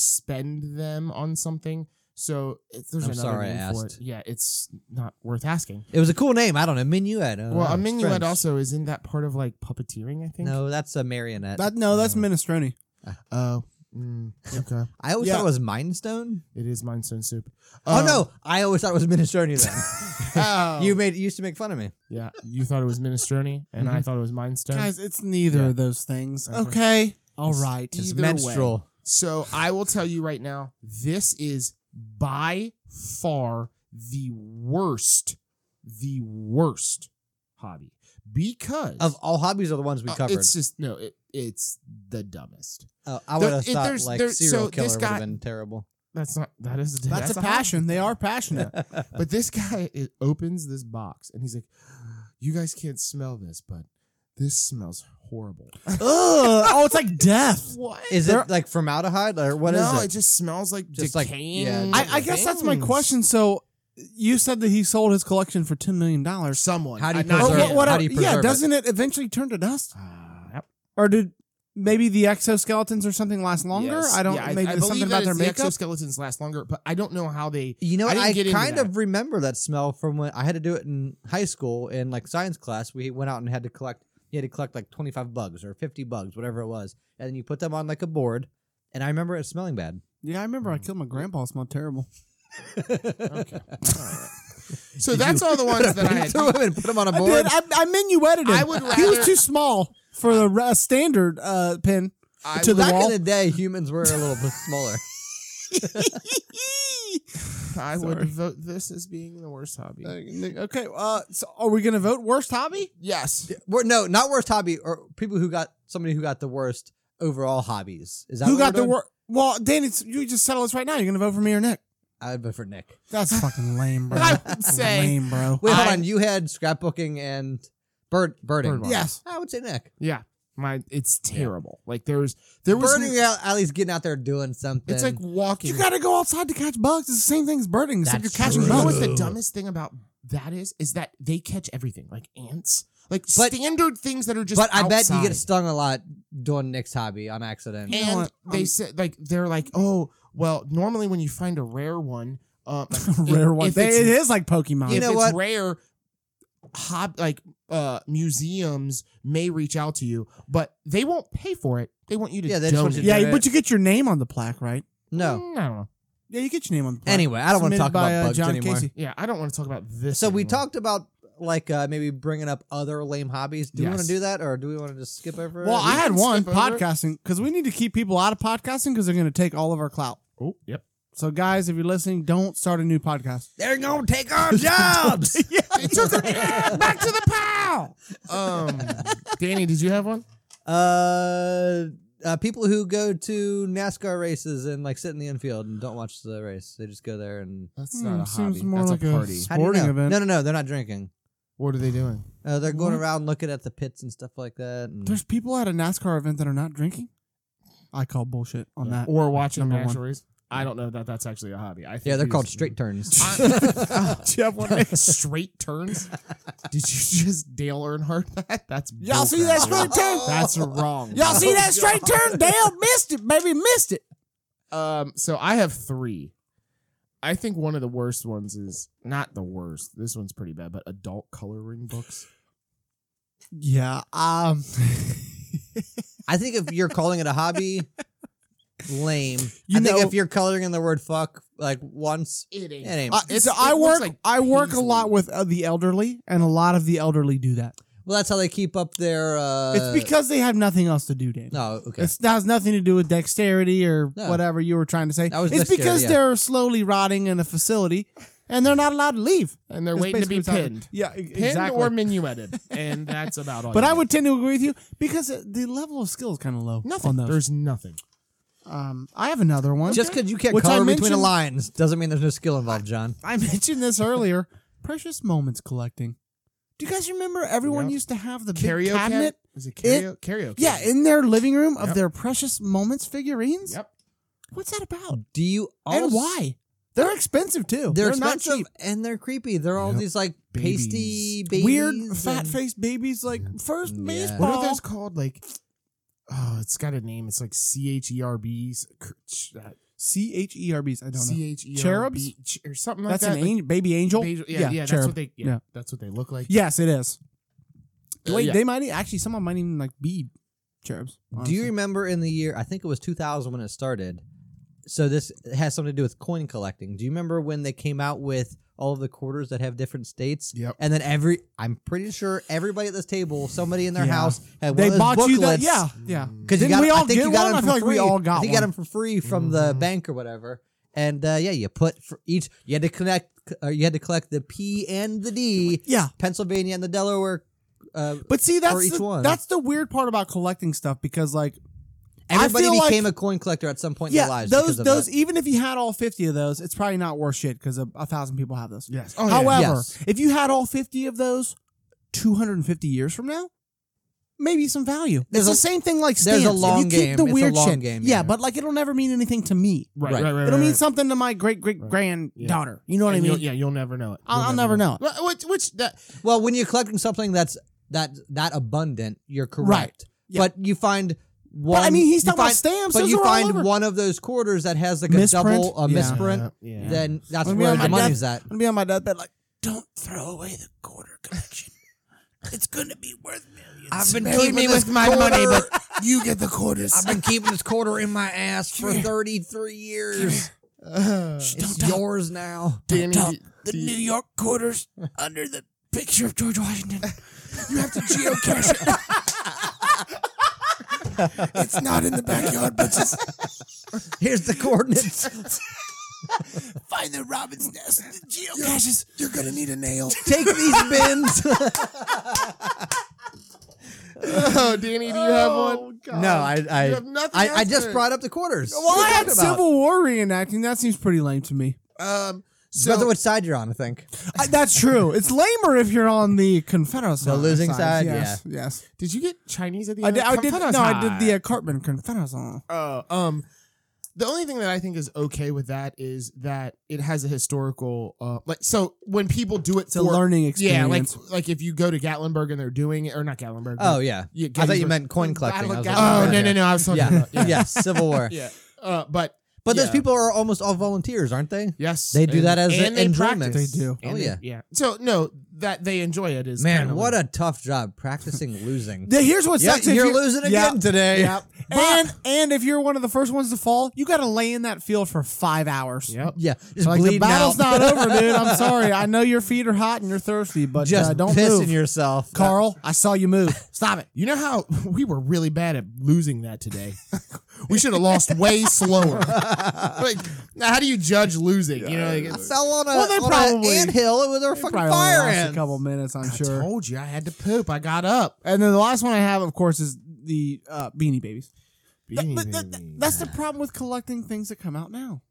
Speaker 1: suspend them on something. So it, there's
Speaker 3: I'm
Speaker 1: another
Speaker 3: sorry I
Speaker 1: name for
Speaker 3: asked.
Speaker 1: it. Yeah, it's not worth asking.
Speaker 3: It was a cool name. I don't know. Minuet. Uh,
Speaker 1: well, a
Speaker 3: it's
Speaker 1: minuet
Speaker 3: French.
Speaker 1: also is in that part of like puppeteering. I think.
Speaker 3: No, that's a marionette.
Speaker 2: That no, that's minestrone.
Speaker 1: Oh. mm, okay.
Speaker 3: I always
Speaker 2: Yeah.
Speaker 3: thought it was Mindstone.
Speaker 1: it is Mindstone Soup.
Speaker 3: Oh
Speaker 1: Um,
Speaker 3: no, I always thought it was minestrone. Then
Speaker 1: oh.
Speaker 3: you made you used to make fun of me.
Speaker 1: Yeah, you thought it was minestrone, and
Speaker 3: Mm-hmm.
Speaker 1: I thought it was Mindstone.
Speaker 2: Guys, it's neither of those things.
Speaker 1: Okay.
Speaker 2: Okay. All right.
Speaker 3: It's
Speaker 1: Either
Speaker 3: menstrual.
Speaker 1: So I will tell you right now, this is by far the worst, the worst hobby because
Speaker 3: Of all hobbies, are the ones we
Speaker 1: uh,
Speaker 3: covered.
Speaker 1: it's just no, it, it's the dumbest.
Speaker 3: Oh, I would have
Speaker 1: there-
Speaker 3: thought
Speaker 1: there's-
Speaker 3: like
Speaker 1: there's-
Speaker 3: serial
Speaker 1: so
Speaker 3: killer
Speaker 1: this
Speaker 3: would have
Speaker 1: guy-
Speaker 3: been terrible.
Speaker 1: That's not that is
Speaker 2: That's, a
Speaker 1: hobby.
Speaker 2: passion. They are passionate.
Speaker 1: But this guy i- opens this box and he's like, "You guys can't smell this, but this smells horrible."
Speaker 2: Ugh. Oh, it's like death.
Speaker 1: What
Speaker 3: Is it like formaldehyde or what is
Speaker 1: no,
Speaker 3: it?
Speaker 1: it just smells like
Speaker 3: Just like-
Speaker 1: decaying.
Speaker 3: yeah,
Speaker 2: I, I guess that's my
Speaker 1: things.
Speaker 2: question. So you said that he sold his collection for ten million dollars. Oh,
Speaker 1: Someone,
Speaker 3: How do you
Speaker 1: I'm not
Speaker 3: preserve
Speaker 1: sure.
Speaker 3: it? How do you
Speaker 2: yeah,
Speaker 3: preserve it?
Speaker 2: doesn't it? eventually turn to dust?
Speaker 1: Uh,
Speaker 2: Or did maybe the exoskeletons or something last longer?
Speaker 1: Yes.
Speaker 2: I don't.
Speaker 1: Yeah,
Speaker 2: maybe
Speaker 1: I,
Speaker 2: there's
Speaker 1: believe
Speaker 2: something
Speaker 1: that
Speaker 2: about their
Speaker 1: it's
Speaker 2: makeup.
Speaker 1: The exoskeletons last longer, but I don't know how they.
Speaker 3: You know,
Speaker 1: I
Speaker 3: what?
Speaker 1: didn't
Speaker 3: I,
Speaker 1: get into
Speaker 3: kind
Speaker 1: that.
Speaker 3: of remember that smell from when I had to do it in high school in like science class. We went out and had to collect. You had to collect like twenty five bugs or fifty bugs, whatever it was, and you put them on like a board. And I remember it smelling bad.
Speaker 2: yeah, I remember I killed my grandpa. It smelled terrible.
Speaker 3: okay.
Speaker 1: So that's all the ones that I had.
Speaker 3: Two women put them on a
Speaker 2: I
Speaker 3: board.
Speaker 2: did. I, I minuetted him.
Speaker 1: I would
Speaker 2: he
Speaker 1: rather-
Speaker 2: was too small for the re- standard uh, pin.
Speaker 1: I
Speaker 2: to the
Speaker 3: Back
Speaker 2: wall.
Speaker 3: in the day, humans were a little bit smaller.
Speaker 1: I
Speaker 2: Sorry.
Speaker 1: would vote this as being the worst hobby.
Speaker 2: okay. Uh, so are we gonna vote worst hobby?
Speaker 1: yes.
Speaker 3: We're, no, not worst hobby or people who got somebody who got the worst overall hobbies. Is that
Speaker 2: Who
Speaker 3: what we're
Speaker 2: got the
Speaker 3: doing?
Speaker 2: worst? Well, Danny, it's- you just settle this right now. You're gonna vote for me or Nick?
Speaker 3: I would vote for Nick.
Speaker 2: That's fucking lame, bro.
Speaker 1: I would say-
Speaker 2: lame, bro.
Speaker 3: Wait, hold
Speaker 1: I-
Speaker 3: on. You had scrapbooking and bird birding.
Speaker 1: Bird watch.
Speaker 2: Yes.
Speaker 3: I would say Nick.
Speaker 1: Yeah. My it's terrible. Like there's there was
Speaker 3: Birding out, at least getting out there doing something.
Speaker 1: it's like walking.
Speaker 2: You gotta go outside to catch bugs. It's the same thing as birding, except
Speaker 3: That's
Speaker 2: you're catching
Speaker 1: you know
Speaker 2: bugs.
Speaker 1: what the dumbest thing about that is? Is that they catch everything, like ants, like
Speaker 3: But-
Speaker 1: standard things that are just.
Speaker 3: but I bet you
Speaker 1: outside.
Speaker 3: get stung a lot doing Nick's hobby on accident.
Speaker 2: You know
Speaker 1: and
Speaker 2: what?
Speaker 1: they
Speaker 2: I'm-
Speaker 1: said like they're like oh well normally when you find a rare one um like,
Speaker 2: Rare
Speaker 1: if-
Speaker 2: one.
Speaker 1: if
Speaker 2: They-
Speaker 1: it's-
Speaker 2: it is like Pokemon.
Speaker 1: if
Speaker 3: You know
Speaker 1: it's
Speaker 3: what?
Speaker 1: rare hob like uh museums may reach out to you but they won't pay for it they want you to
Speaker 3: Yeah, they just want
Speaker 1: donate
Speaker 3: you to
Speaker 2: yeah,
Speaker 3: Yeah,
Speaker 2: but you get your name on the plaque, right?
Speaker 3: No.
Speaker 1: Mm, I don't know.
Speaker 2: Yeah, you get your name on the plaque.
Speaker 3: Anyway, I don't want to
Speaker 2: Submitted
Speaker 3: talk
Speaker 2: by,
Speaker 3: about
Speaker 2: uh,
Speaker 3: bugs
Speaker 2: John
Speaker 3: anymore.
Speaker 2: Casey.
Speaker 1: yeah I don't want to talk about this
Speaker 3: So we
Speaker 1: anymore.
Speaker 3: talked about like uh, maybe bringing up other lame hobbies. Do we want
Speaker 1: Yes.
Speaker 3: to do that, or do we want to just skip over?
Speaker 2: Well,
Speaker 3: it?
Speaker 2: I had
Speaker 1: can
Speaker 2: one
Speaker 1: skip over it.
Speaker 2: podcasting because we need to keep people out of podcasting because they're going to take all of our clout.
Speaker 1: oh yep
Speaker 2: So, guys, if you're listening, don't start a new podcast.
Speaker 3: They're gonna take our jobs.
Speaker 2: Back to the pal.
Speaker 1: Um, Danny, did you have one?
Speaker 3: uh, uh, people who go to NASCAR races and like sit in the infield and don't watch the race, they just go there and.
Speaker 1: That's
Speaker 2: Hmm,
Speaker 1: not a hobby.
Speaker 2: seems more
Speaker 1: That's
Speaker 2: like
Speaker 1: a
Speaker 2: a
Speaker 1: party.
Speaker 2: s-
Speaker 3: How do you
Speaker 2: Sporting
Speaker 3: know?
Speaker 2: event.
Speaker 3: No, no, no. They're not drinking.
Speaker 1: What are they doing?
Speaker 3: Uh, they're going
Speaker 2: What?
Speaker 3: around looking at the pits and stuff like that. and-
Speaker 2: There's people at a NASCAR event that are not drinking. I call bullshit on that.
Speaker 1: Or watching the
Speaker 2: Number
Speaker 1: actual race? I don't know that that's actually a hobby. I think
Speaker 3: yeah, they're
Speaker 1: we
Speaker 3: called
Speaker 1: just-
Speaker 3: straight turns.
Speaker 1: I-
Speaker 2: Do you have one?
Speaker 1: straight turns? Did you just Dale Earnhardt that? That's
Speaker 2: Y'all see that
Speaker 1: bullcrap, dude.
Speaker 2: straight turn?
Speaker 1: That's wrong.
Speaker 2: Y'all see that straight turn? Dale missed it, baby, missed it.
Speaker 1: Um, so I have three. I think one of the worst ones is not the worst. This one's pretty bad, but adult coloring books.
Speaker 2: Yeah. Um.
Speaker 3: I think if you're calling it a hobby, lame.
Speaker 2: You
Speaker 3: I think
Speaker 2: know-
Speaker 3: if you're coloring in the word fuck like once,
Speaker 1: It ain't.
Speaker 3: it ain't.
Speaker 2: Uh,
Speaker 1: It's-
Speaker 2: so
Speaker 1: it
Speaker 2: I
Speaker 1: looks
Speaker 2: work.
Speaker 1: like
Speaker 2: I work a
Speaker 1: paisley.
Speaker 2: lot with uh, the elderly, and a lot of the elderly do that.
Speaker 3: well, that's how they keep up their. Uh,
Speaker 2: it's because they have nothing else to do, Dave.
Speaker 3: No, okay.
Speaker 2: It's, that has nothing to do with dexterity or
Speaker 3: No.
Speaker 2: whatever you were trying to say.
Speaker 3: That was
Speaker 2: it's
Speaker 3: dexterity,
Speaker 2: because
Speaker 3: yeah.
Speaker 2: they're slowly rotting in a facility, and they're not allowed to leave.
Speaker 1: And they're
Speaker 2: That's
Speaker 1: waiting to
Speaker 2: basically
Speaker 1: be
Speaker 2: what's happening.
Speaker 1: pinned.
Speaker 2: Yeah, e-
Speaker 1: Pinned
Speaker 2: exactly.
Speaker 1: or minuetted. And that's about all.
Speaker 2: but
Speaker 1: you
Speaker 2: I
Speaker 1: get.
Speaker 2: would tend to agree with you because uh, the level of skill is kind of low
Speaker 1: nothing.
Speaker 2: on those.
Speaker 1: There's nothing.
Speaker 2: um, I have another one.
Speaker 3: Just because you can't
Speaker 2: Which I
Speaker 3: color between the
Speaker 2: mentioned-
Speaker 3: lines doesn't mean there's no skill involved, John.
Speaker 2: I mentioned this earlier. Precious moments collecting. Do you guys remember everyone
Speaker 1: Yeah.
Speaker 2: used to have the
Speaker 1: Karaoke
Speaker 2: big cabinet?
Speaker 1: Is it karaoke? karaoke.
Speaker 2: Yeah, in their living room of
Speaker 1: Yep.
Speaker 2: their precious moments figurines.
Speaker 1: Yep.
Speaker 2: What's that about?
Speaker 3: Do you? Also,
Speaker 2: and why? They're expensive too.
Speaker 3: They're,
Speaker 2: not
Speaker 3: expensive
Speaker 2: cheap.
Speaker 3: and they're creepy. They're all
Speaker 1: Yep.
Speaker 3: these like
Speaker 1: Babies.
Speaker 3: pasty babies.
Speaker 2: Weird fat
Speaker 3: and-
Speaker 2: faced babies like first
Speaker 3: Yeah.
Speaker 2: baseball.
Speaker 1: What are those called? Like, oh, it's got a name. It's like C H E R B's.
Speaker 2: C H E R B's. I don't know.
Speaker 1: C H E R
Speaker 2: Cherubs?
Speaker 1: B ch- or something like
Speaker 2: That's
Speaker 1: that.
Speaker 2: an
Speaker 1: like,
Speaker 2: angel, baby angel.
Speaker 1: basil- Yeah, yeah, that's
Speaker 2: cherub.
Speaker 1: what they. Yeah,
Speaker 2: Yeah.
Speaker 1: that's what they look like.
Speaker 2: Yes, it is.
Speaker 1: Uh,
Speaker 2: Wait,
Speaker 1: yeah.
Speaker 2: they might e- actually. Someone might even like be cherubs.
Speaker 3: Do you
Speaker 2: honestly.
Speaker 3: remember in the year? I think it was 2000 when it started. So this has something to do with coin collecting. Do you remember when they came out with all of the quarters that have different states?
Speaker 1: Yep.
Speaker 3: And then every, I'm pretty sure everybody at this table, somebody in their
Speaker 2: Yeah.
Speaker 3: house had one of
Speaker 2: They
Speaker 3: those
Speaker 2: bought you that?
Speaker 3: booklets. Mm.
Speaker 2: Yeah, yeah.
Speaker 3: Because you
Speaker 2: Didn't
Speaker 3: got,
Speaker 2: we
Speaker 3: I
Speaker 2: all
Speaker 3: think
Speaker 2: get
Speaker 3: you
Speaker 2: one?
Speaker 3: got them
Speaker 2: I
Speaker 3: for
Speaker 2: feel like we
Speaker 3: free.
Speaker 2: all got
Speaker 3: I think you got
Speaker 2: one. Mm-hmm.
Speaker 3: them for free from the bank or whatever. And uh, yeah, you put for each. You had to connect. Or you had to collect the P and the D.
Speaker 2: Yeah.
Speaker 3: Pennsylvania and the Delaware. Uh,
Speaker 2: But see, that's
Speaker 3: each
Speaker 2: the,
Speaker 3: one.
Speaker 2: that's the weird part about collecting stuff because like
Speaker 3: everybody
Speaker 2: I feel
Speaker 3: became
Speaker 2: like,
Speaker 3: a coin collector at some point in
Speaker 2: yeah.
Speaker 3: their lives.
Speaker 2: those
Speaker 3: because of
Speaker 2: those
Speaker 3: that.
Speaker 2: even if you had all fifty of those, it's probably not worth shit because a, a thousand people have those.
Speaker 1: Yes. Oh, yeah.
Speaker 2: However,
Speaker 3: Yes.
Speaker 2: if you had all fifty of those, two hundred and fifty years from now. Maybe some value. it's
Speaker 3: There's a-
Speaker 2: the same thing like stamps.
Speaker 3: there's a
Speaker 2: If you
Speaker 3: long
Speaker 2: keep
Speaker 3: game,
Speaker 2: The
Speaker 3: it's a
Speaker 2: weird
Speaker 3: long
Speaker 2: shit,
Speaker 3: game,
Speaker 2: Yeah,
Speaker 3: yeah.
Speaker 2: but like it'll never mean anything to me.
Speaker 1: Right. Right.
Speaker 3: Right.
Speaker 1: Right. right
Speaker 2: it'll mean
Speaker 1: right.
Speaker 2: something to my great great
Speaker 1: Right.
Speaker 2: granddaughter. You know what
Speaker 1: And
Speaker 2: I
Speaker 1: you'll-
Speaker 2: mean?
Speaker 1: Yeah, you'll never know it.
Speaker 2: I'll-
Speaker 1: You'll
Speaker 2: I'll never know it.
Speaker 1: Well, Which, which that
Speaker 3: Well, when you're collecting something that's that that abundant, you're correct.
Speaker 2: Right. Yeah.
Speaker 3: But you find one.
Speaker 2: But I mean, he's
Speaker 3: you
Speaker 2: talking about
Speaker 3: find-
Speaker 2: stamps.
Speaker 3: But
Speaker 2: those
Speaker 3: you
Speaker 2: are all
Speaker 3: find
Speaker 2: over.
Speaker 3: one of those quarters that has like a
Speaker 2: Misprint?
Speaker 3: double a
Speaker 2: Yeah.
Speaker 3: misprint.
Speaker 1: Yeah.
Speaker 3: Then that's
Speaker 2: I mean,
Speaker 3: where
Speaker 2: on
Speaker 3: the
Speaker 2: my
Speaker 3: money's at.
Speaker 2: I'm gonna be on my deathbed like, don't throw away the quarter collection. it's gonna be worth millions.
Speaker 3: I've been Marry keeping me this with my money, quarter.
Speaker 1: you get the quarters.
Speaker 3: I've been keeping this quarter in my ass for 33 years.
Speaker 1: Uh,
Speaker 3: It's yours now.
Speaker 1: Danny, do- do you-
Speaker 2: York quarters under the picture of George Washington.
Speaker 1: You have to geocache it. it's not in the backyard, but just
Speaker 3: Here's the coordinates.
Speaker 2: Find the robin's nest. The geocaches.
Speaker 1: you're gonna need a nail.
Speaker 3: Take these bins.
Speaker 1: Oh, Danny, do you have
Speaker 2: Oh,
Speaker 1: one?
Speaker 3: no, I
Speaker 1: You
Speaker 3: I,
Speaker 1: have nothing
Speaker 3: I, I
Speaker 1: else
Speaker 3: just
Speaker 1: to-
Speaker 3: brought up the quarters.
Speaker 2: Well, I
Speaker 3: What are you
Speaker 2: had
Speaker 3: talking about?
Speaker 2: Civil War reenacting. That seems pretty lame to me.
Speaker 1: Um, so
Speaker 3: Depends on which side you're on, I think.
Speaker 2: I, that's true. It's lamer if you're on the Confederate side.
Speaker 3: losing side,
Speaker 2: Yes. Yes.
Speaker 1: did you get Chinese at the
Speaker 2: I
Speaker 1: end?
Speaker 2: did, I did
Speaker 1: Confederate
Speaker 2: no, I did
Speaker 1: side.
Speaker 2: the uh, Cartman Confederate song.
Speaker 1: Oh, um, the only thing that I think is okay with that is that it has a historical, uh, like so when people do it
Speaker 2: It's
Speaker 1: for
Speaker 2: a learning
Speaker 1: yeah,
Speaker 2: experience.
Speaker 1: like like if you go to Gatlinburg and they're doing it or not Gatlinburg.
Speaker 3: Oh
Speaker 1: but-
Speaker 3: yeah.
Speaker 1: yeah,
Speaker 3: I thought you
Speaker 1: Gettysburg.
Speaker 3: meant coin collecting.
Speaker 1: Battle
Speaker 3: I
Speaker 1: of
Speaker 3: was
Speaker 1: Gat-
Speaker 3: like,
Speaker 1: oh no no no, I was talking
Speaker 3: Yeah.
Speaker 1: about yeah,
Speaker 3: yeah, Civil War.
Speaker 1: yeah. Uh, but
Speaker 3: But those
Speaker 1: Yeah.
Speaker 3: people are almost all volunteers, aren't they?
Speaker 1: yes,
Speaker 3: They do
Speaker 1: and-
Speaker 3: that as
Speaker 1: and they
Speaker 3: enjoyment.
Speaker 1: practice.
Speaker 2: They do.
Speaker 3: Oh
Speaker 1: And they-
Speaker 3: yeah.
Speaker 1: yeah. So no,
Speaker 3: Man, what a tough job practicing losing.
Speaker 2: The- here's what sucks. if
Speaker 3: you're losing
Speaker 2: Yeah.
Speaker 3: again today.
Speaker 1: Yep.
Speaker 2: And and if you're one of the first ones to fall, you got to lay in that field for five hours.
Speaker 1: Yep.
Speaker 3: Yeah, just
Speaker 2: Like the
Speaker 3: bleeding
Speaker 2: battle's
Speaker 3: out.
Speaker 2: not over, dude. I'm sorry. I know your feet are hot and you're thirsty, but
Speaker 3: just
Speaker 2: uh, don't
Speaker 3: pissing
Speaker 2: move,
Speaker 3: yourself.
Speaker 2: Carl. I saw you move. Stop it.
Speaker 1: You know how we were really bad at losing that today. we should have lost way slower. like, how do you judge losing? You know, like,
Speaker 3: I
Speaker 1: it's-
Speaker 3: fell on a
Speaker 2: Well, they
Speaker 3: on
Speaker 2: probably-
Speaker 3: an anthill. It was a fucking
Speaker 2: Probably
Speaker 3: fire
Speaker 2: only lost a
Speaker 3: ant.
Speaker 2: couple minutes, I'm
Speaker 1: I
Speaker 2: sure.
Speaker 1: told you I had to poop. I got up.
Speaker 2: And then the last one I have, of course, is the uh, Beanie Babies. Th-
Speaker 1: Beanie
Speaker 2: but th- th-
Speaker 1: Baby.
Speaker 2: that's the problem with collecting things that come out now.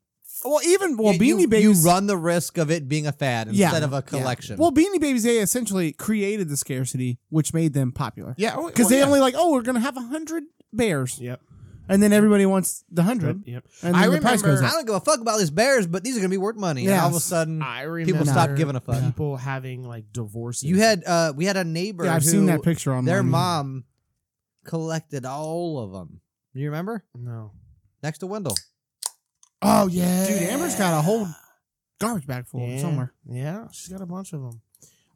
Speaker 2: Well, even well,
Speaker 3: You-
Speaker 2: Beanie
Speaker 3: you,
Speaker 2: Babies.
Speaker 3: You run the risk of it being a fad
Speaker 2: Yeah.
Speaker 3: instead of
Speaker 2: Yeah.
Speaker 3: a collection.
Speaker 2: Well, Beanie Babies, they essentially created the scarcity, which made them popular.
Speaker 1: yeah,
Speaker 2: because they only like, oh, we're gonna have a hundred bears,
Speaker 1: Yep.
Speaker 2: and then everybody wants the hundred,
Speaker 1: Yep.
Speaker 2: and then
Speaker 1: I
Speaker 2: the price
Speaker 1: remember-
Speaker 2: goes
Speaker 3: I
Speaker 2: up.
Speaker 3: don't give a fuck about these bears, but these are gonna be worth money. And
Speaker 2: Yeah.
Speaker 3: all of a sudden,
Speaker 1: I remember
Speaker 3: Mm. people stop giving a fuck.
Speaker 1: People having like divorces.
Speaker 3: You had uh, we had a neighbor.
Speaker 2: Yeah, I've
Speaker 3: who,
Speaker 2: seen that picture on
Speaker 3: Their mom collected all of them. You remember?
Speaker 1: no.
Speaker 3: Next to Wendell.
Speaker 1: Oh yeah,
Speaker 2: Dude, Amber's got a whole garbage bag full
Speaker 1: Yeah.
Speaker 2: somewhere.
Speaker 1: Yeah, she's got a bunch of them.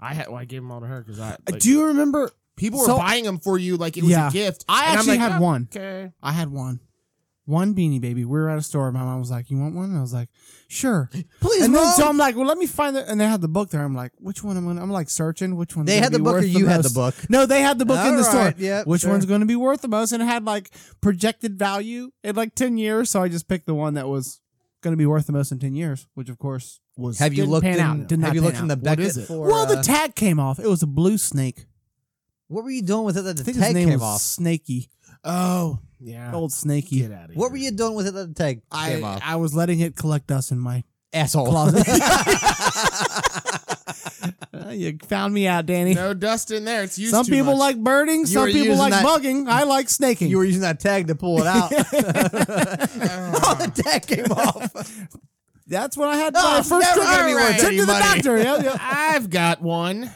Speaker 1: I had. Well, I gave them all to her because I.
Speaker 2: Uh,
Speaker 1: like,
Speaker 2: Do you remember?
Speaker 1: people were
Speaker 2: so-
Speaker 1: buying them for you like it was
Speaker 2: Yeah.
Speaker 1: a gift.
Speaker 2: I
Speaker 1: And I'm
Speaker 2: actually
Speaker 1: like,
Speaker 2: had
Speaker 1: "Oh,
Speaker 2: one.
Speaker 1: Okay.
Speaker 2: I had one. One beanie baby. We were at a store. My mom was like, "You want one?" And I was like, "Sure."
Speaker 3: Please,
Speaker 2: And then
Speaker 3: Mom.
Speaker 2: so I'm like, "Well, let me find it." And they had the book there. I'm like, "Which one am I?" I'm like searching. Which one?
Speaker 3: they had the book, or you had the book.
Speaker 2: No, they had the book in the
Speaker 3: All
Speaker 2: store.
Speaker 3: right, yeah,
Speaker 2: which
Speaker 3: sure.
Speaker 2: one's going to be worth the most? And it had like projected value in like ten years. So I just picked the one that was going to be worth the most in ten years. Which of course was
Speaker 3: Have you
Speaker 2: didn't
Speaker 3: looked
Speaker 2: pan
Speaker 3: in?
Speaker 2: out, did not
Speaker 3: have you
Speaker 2: pan
Speaker 3: looked in
Speaker 2: out.
Speaker 3: the Beckett
Speaker 1: is it?
Speaker 3: for?
Speaker 2: Well, the
Speaker 3: uh,
Speaker 2: tag came off. It was a blue snake.
Speaker 3: what were you doing with it that
Speaker 2: I
Speaker 3: the
Speaker 2: think his
Speaker 3: tag
Speaker 2: name
Speaker 3: came
Speaker 2: was
Speaker 3: off?
Speaker 2: Snaky.
Speaker 1: Oh yeah.
Speaker 2: Old Snaky.
Speaker 1: Get out of here.
Speaker 3: What were you doing with it that the tag
Speaker 2: I
Speaker 3: came off?
Speaker 2: I was letting it collect dust in my
Speaker 3: Asshole.
Speaker 2: closet. Uh, you found me out, Danny.
Speaker 1: No dust in there. It's used.
Speaker 2: some
Speaker 1: too
Speaker 2: people
Speaker 1: much.
Speaker 2: like birding. some
Speaker 3: were
Speaker 2: people
Speaker 3: using
Speaker 2: like
Speaker 3: that-
Speaker 2: bugging. I like snaking.
Speaker 3: you were using that tag to pull it out. oh, the tag came off.
Speaker 2: That's what I had
Speaker 3: No,
Speaker 2: my
Speaker 3: it's
Speaker 2: first
Speaker 3: never
Speaker 2: trip.
Speaker 3: gonna be worth
Speaker 2: Trip
Speaker 3: any
Speaker 2: to the
Speaker 3: money.
Speaker 2: doctor. Yeah, yeah.
Speaker 1: I've got one.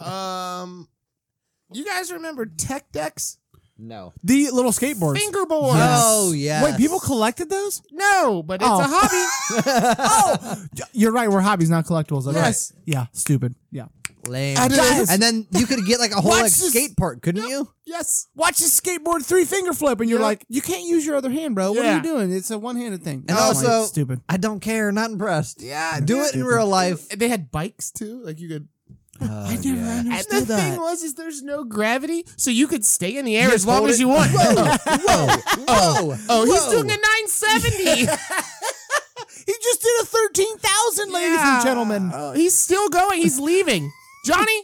Speaker 1: Um, you guys remember Tech Decks?
Speaker 3: No.
Speaker 2: The little skateboards.
Speaker 1: Fingerboards.
Speaker 2: Yes.
Speaker 3: Oh yeah.
Speaker 2: Wait, people collected those?
Speaker 1: No, but it's a
Speaker 2: Oh.
Speaker 1: hobby.
Speaker 2: You're right. We're hobbies, not collectibles. Okay.
Speaker 1: Yes.
Speaker 2: Yeah. Stupid. Yeah.
Speaker 3: Lame.
Speaker 1: And it is-
Speaker 3: And then you could get like a whole
Speaker 2: What's
Speaker 3: like,
Speaker 2: this-
Speaker 3: skate park, couldn't you?
Speaker 1: yes.
Speaker 2: Watch this skateboard three finger flip, and you're
Speaker 1: Yeah.
Speaker 2: like, you can't use your other hand, bro. What are
Speaker 1: Yeah.
Speaker 2: you doing? It's a one handed thing.
Speaker 3: And
Speaker 2: Oh,
Speaker 3: also-
Speaker 2: my- stupid.
Speaker 3: I don't care. Not impressed.
Speaker 1: Yeah.
Speaker 3: Do it in real life. Oh,
Speaker 1: They had bikes too. Like you could.
Speaker 3: I
Speaker 1: And the thing was, is there's no gravity, so you could stay in the air
Speaker 3: You
Speaker 1: as long
Speaker 3: hold
Speaker 1: as
Speaker 3: it-
Speaker 1: you want.
Speaker 3: Whoa! Whoa!
Speaker 1: Oh, he's
Speaker 3: whoa.
Speaker 1: doing a 970.
Speaker 2: He just did a thirteen thousand, ladies
Speaker 1: Yeah.
Speaker 2: and gentlemen,
Speaker 1: Oh, he's still going. He's leaving. Johnny.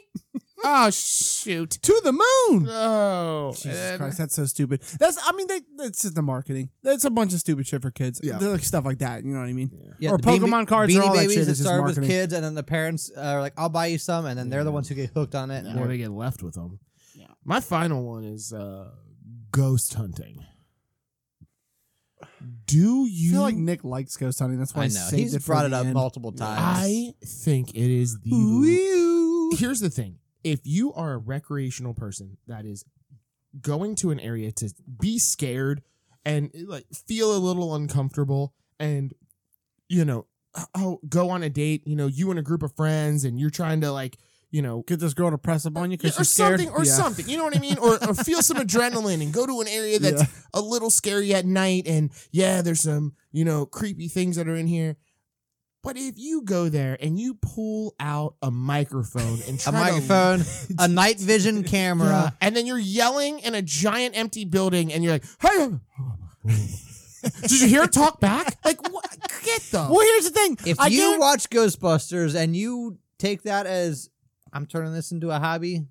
Speaker 1: Oh shoot.
Speaker 2: to the moon.
Speaker 1: Oh.
Speaker 2: Jesus
Speaker 1: and-
Speaker 2: Christ, that's so stupid. That's I mean, they, that's just the marketing. That's a bunch of stupid shit for kids.
Speaker 1: Yeah.
Speaker 2: They're like stuff like that. You know what I mean?
Speaker 3: Yeah,
Speaker 2: or
Speaker 3: the Beanie-
Speaker 2: Pokemon cards
Speaker 3: Beanie
Speaker 2: or all that
Speaker 3: Babies
Speaker 2: shit. It's just
Speaker 3: started with
Speaker 2: marketing.
Speaker 3: kids, and then the parents uh, are like, "I'll buy you some," and then they're the ones who get hooked on it. and
Speaker 1: Or
Speaker 3: they're-
Speaker 1: they get left with them. My final one is uh, ghost hunting. Do
Speaker 2: I
Speaker 1: you
Speaker 2: feel like Nick likes ghost hunting. That's why
Speaker 3: I
Speaker 2: I
Speaker 3: know
Speaker 2: saved
Speaker 3: he's
Speaker 2: it for
Speaker 3: brought it
Speaker 2: the
Speaker 3: up
Speaker 2: end.
Speaker 3: multiple times.
Speaker 1: I think it is the.
Speaker 2: Ooh.
Speaker 1: Here's the thing: if you are a recreational person that is going to an area to be scared and like feel a little uncomfortable, and you know, oh, go on a date. You know, you and a group of friends, and you're trying to like, you know,
Speaker 2: Get this girl to press up on you because
Speaker 1: or
Speaker 2: she's scared.
Speaker 1: something, or
Speaker 2: Yeah.
Speaker 1: something. You know what I mean? Or, or feel some adrenaline and go to an area that's
Speaker 2: Yeah.
Speaker 1: a little scary at night. And yeah, there's some you know creepy things that are in here. But if you go there and you pull out a microphone and
Speaker 3: A
Speaker 1: try
Speaker 3: microphone, a night vision
Speaker 1: to, Yeah.
Speaker 3: camera.
Speaker 1: Uh, and then you're yelling in a giant empty building, and you're like, "Hey, did you hear it talk back? Like, what? get the
Speaker 2: Well, here's the thing.
Speaker 3: If
Speaker 2: I
Speaker 3: you
Speaker 2: guarantee-
Speaker 3: watch Ghostbusters and you take that as I'm turning this into a hobby,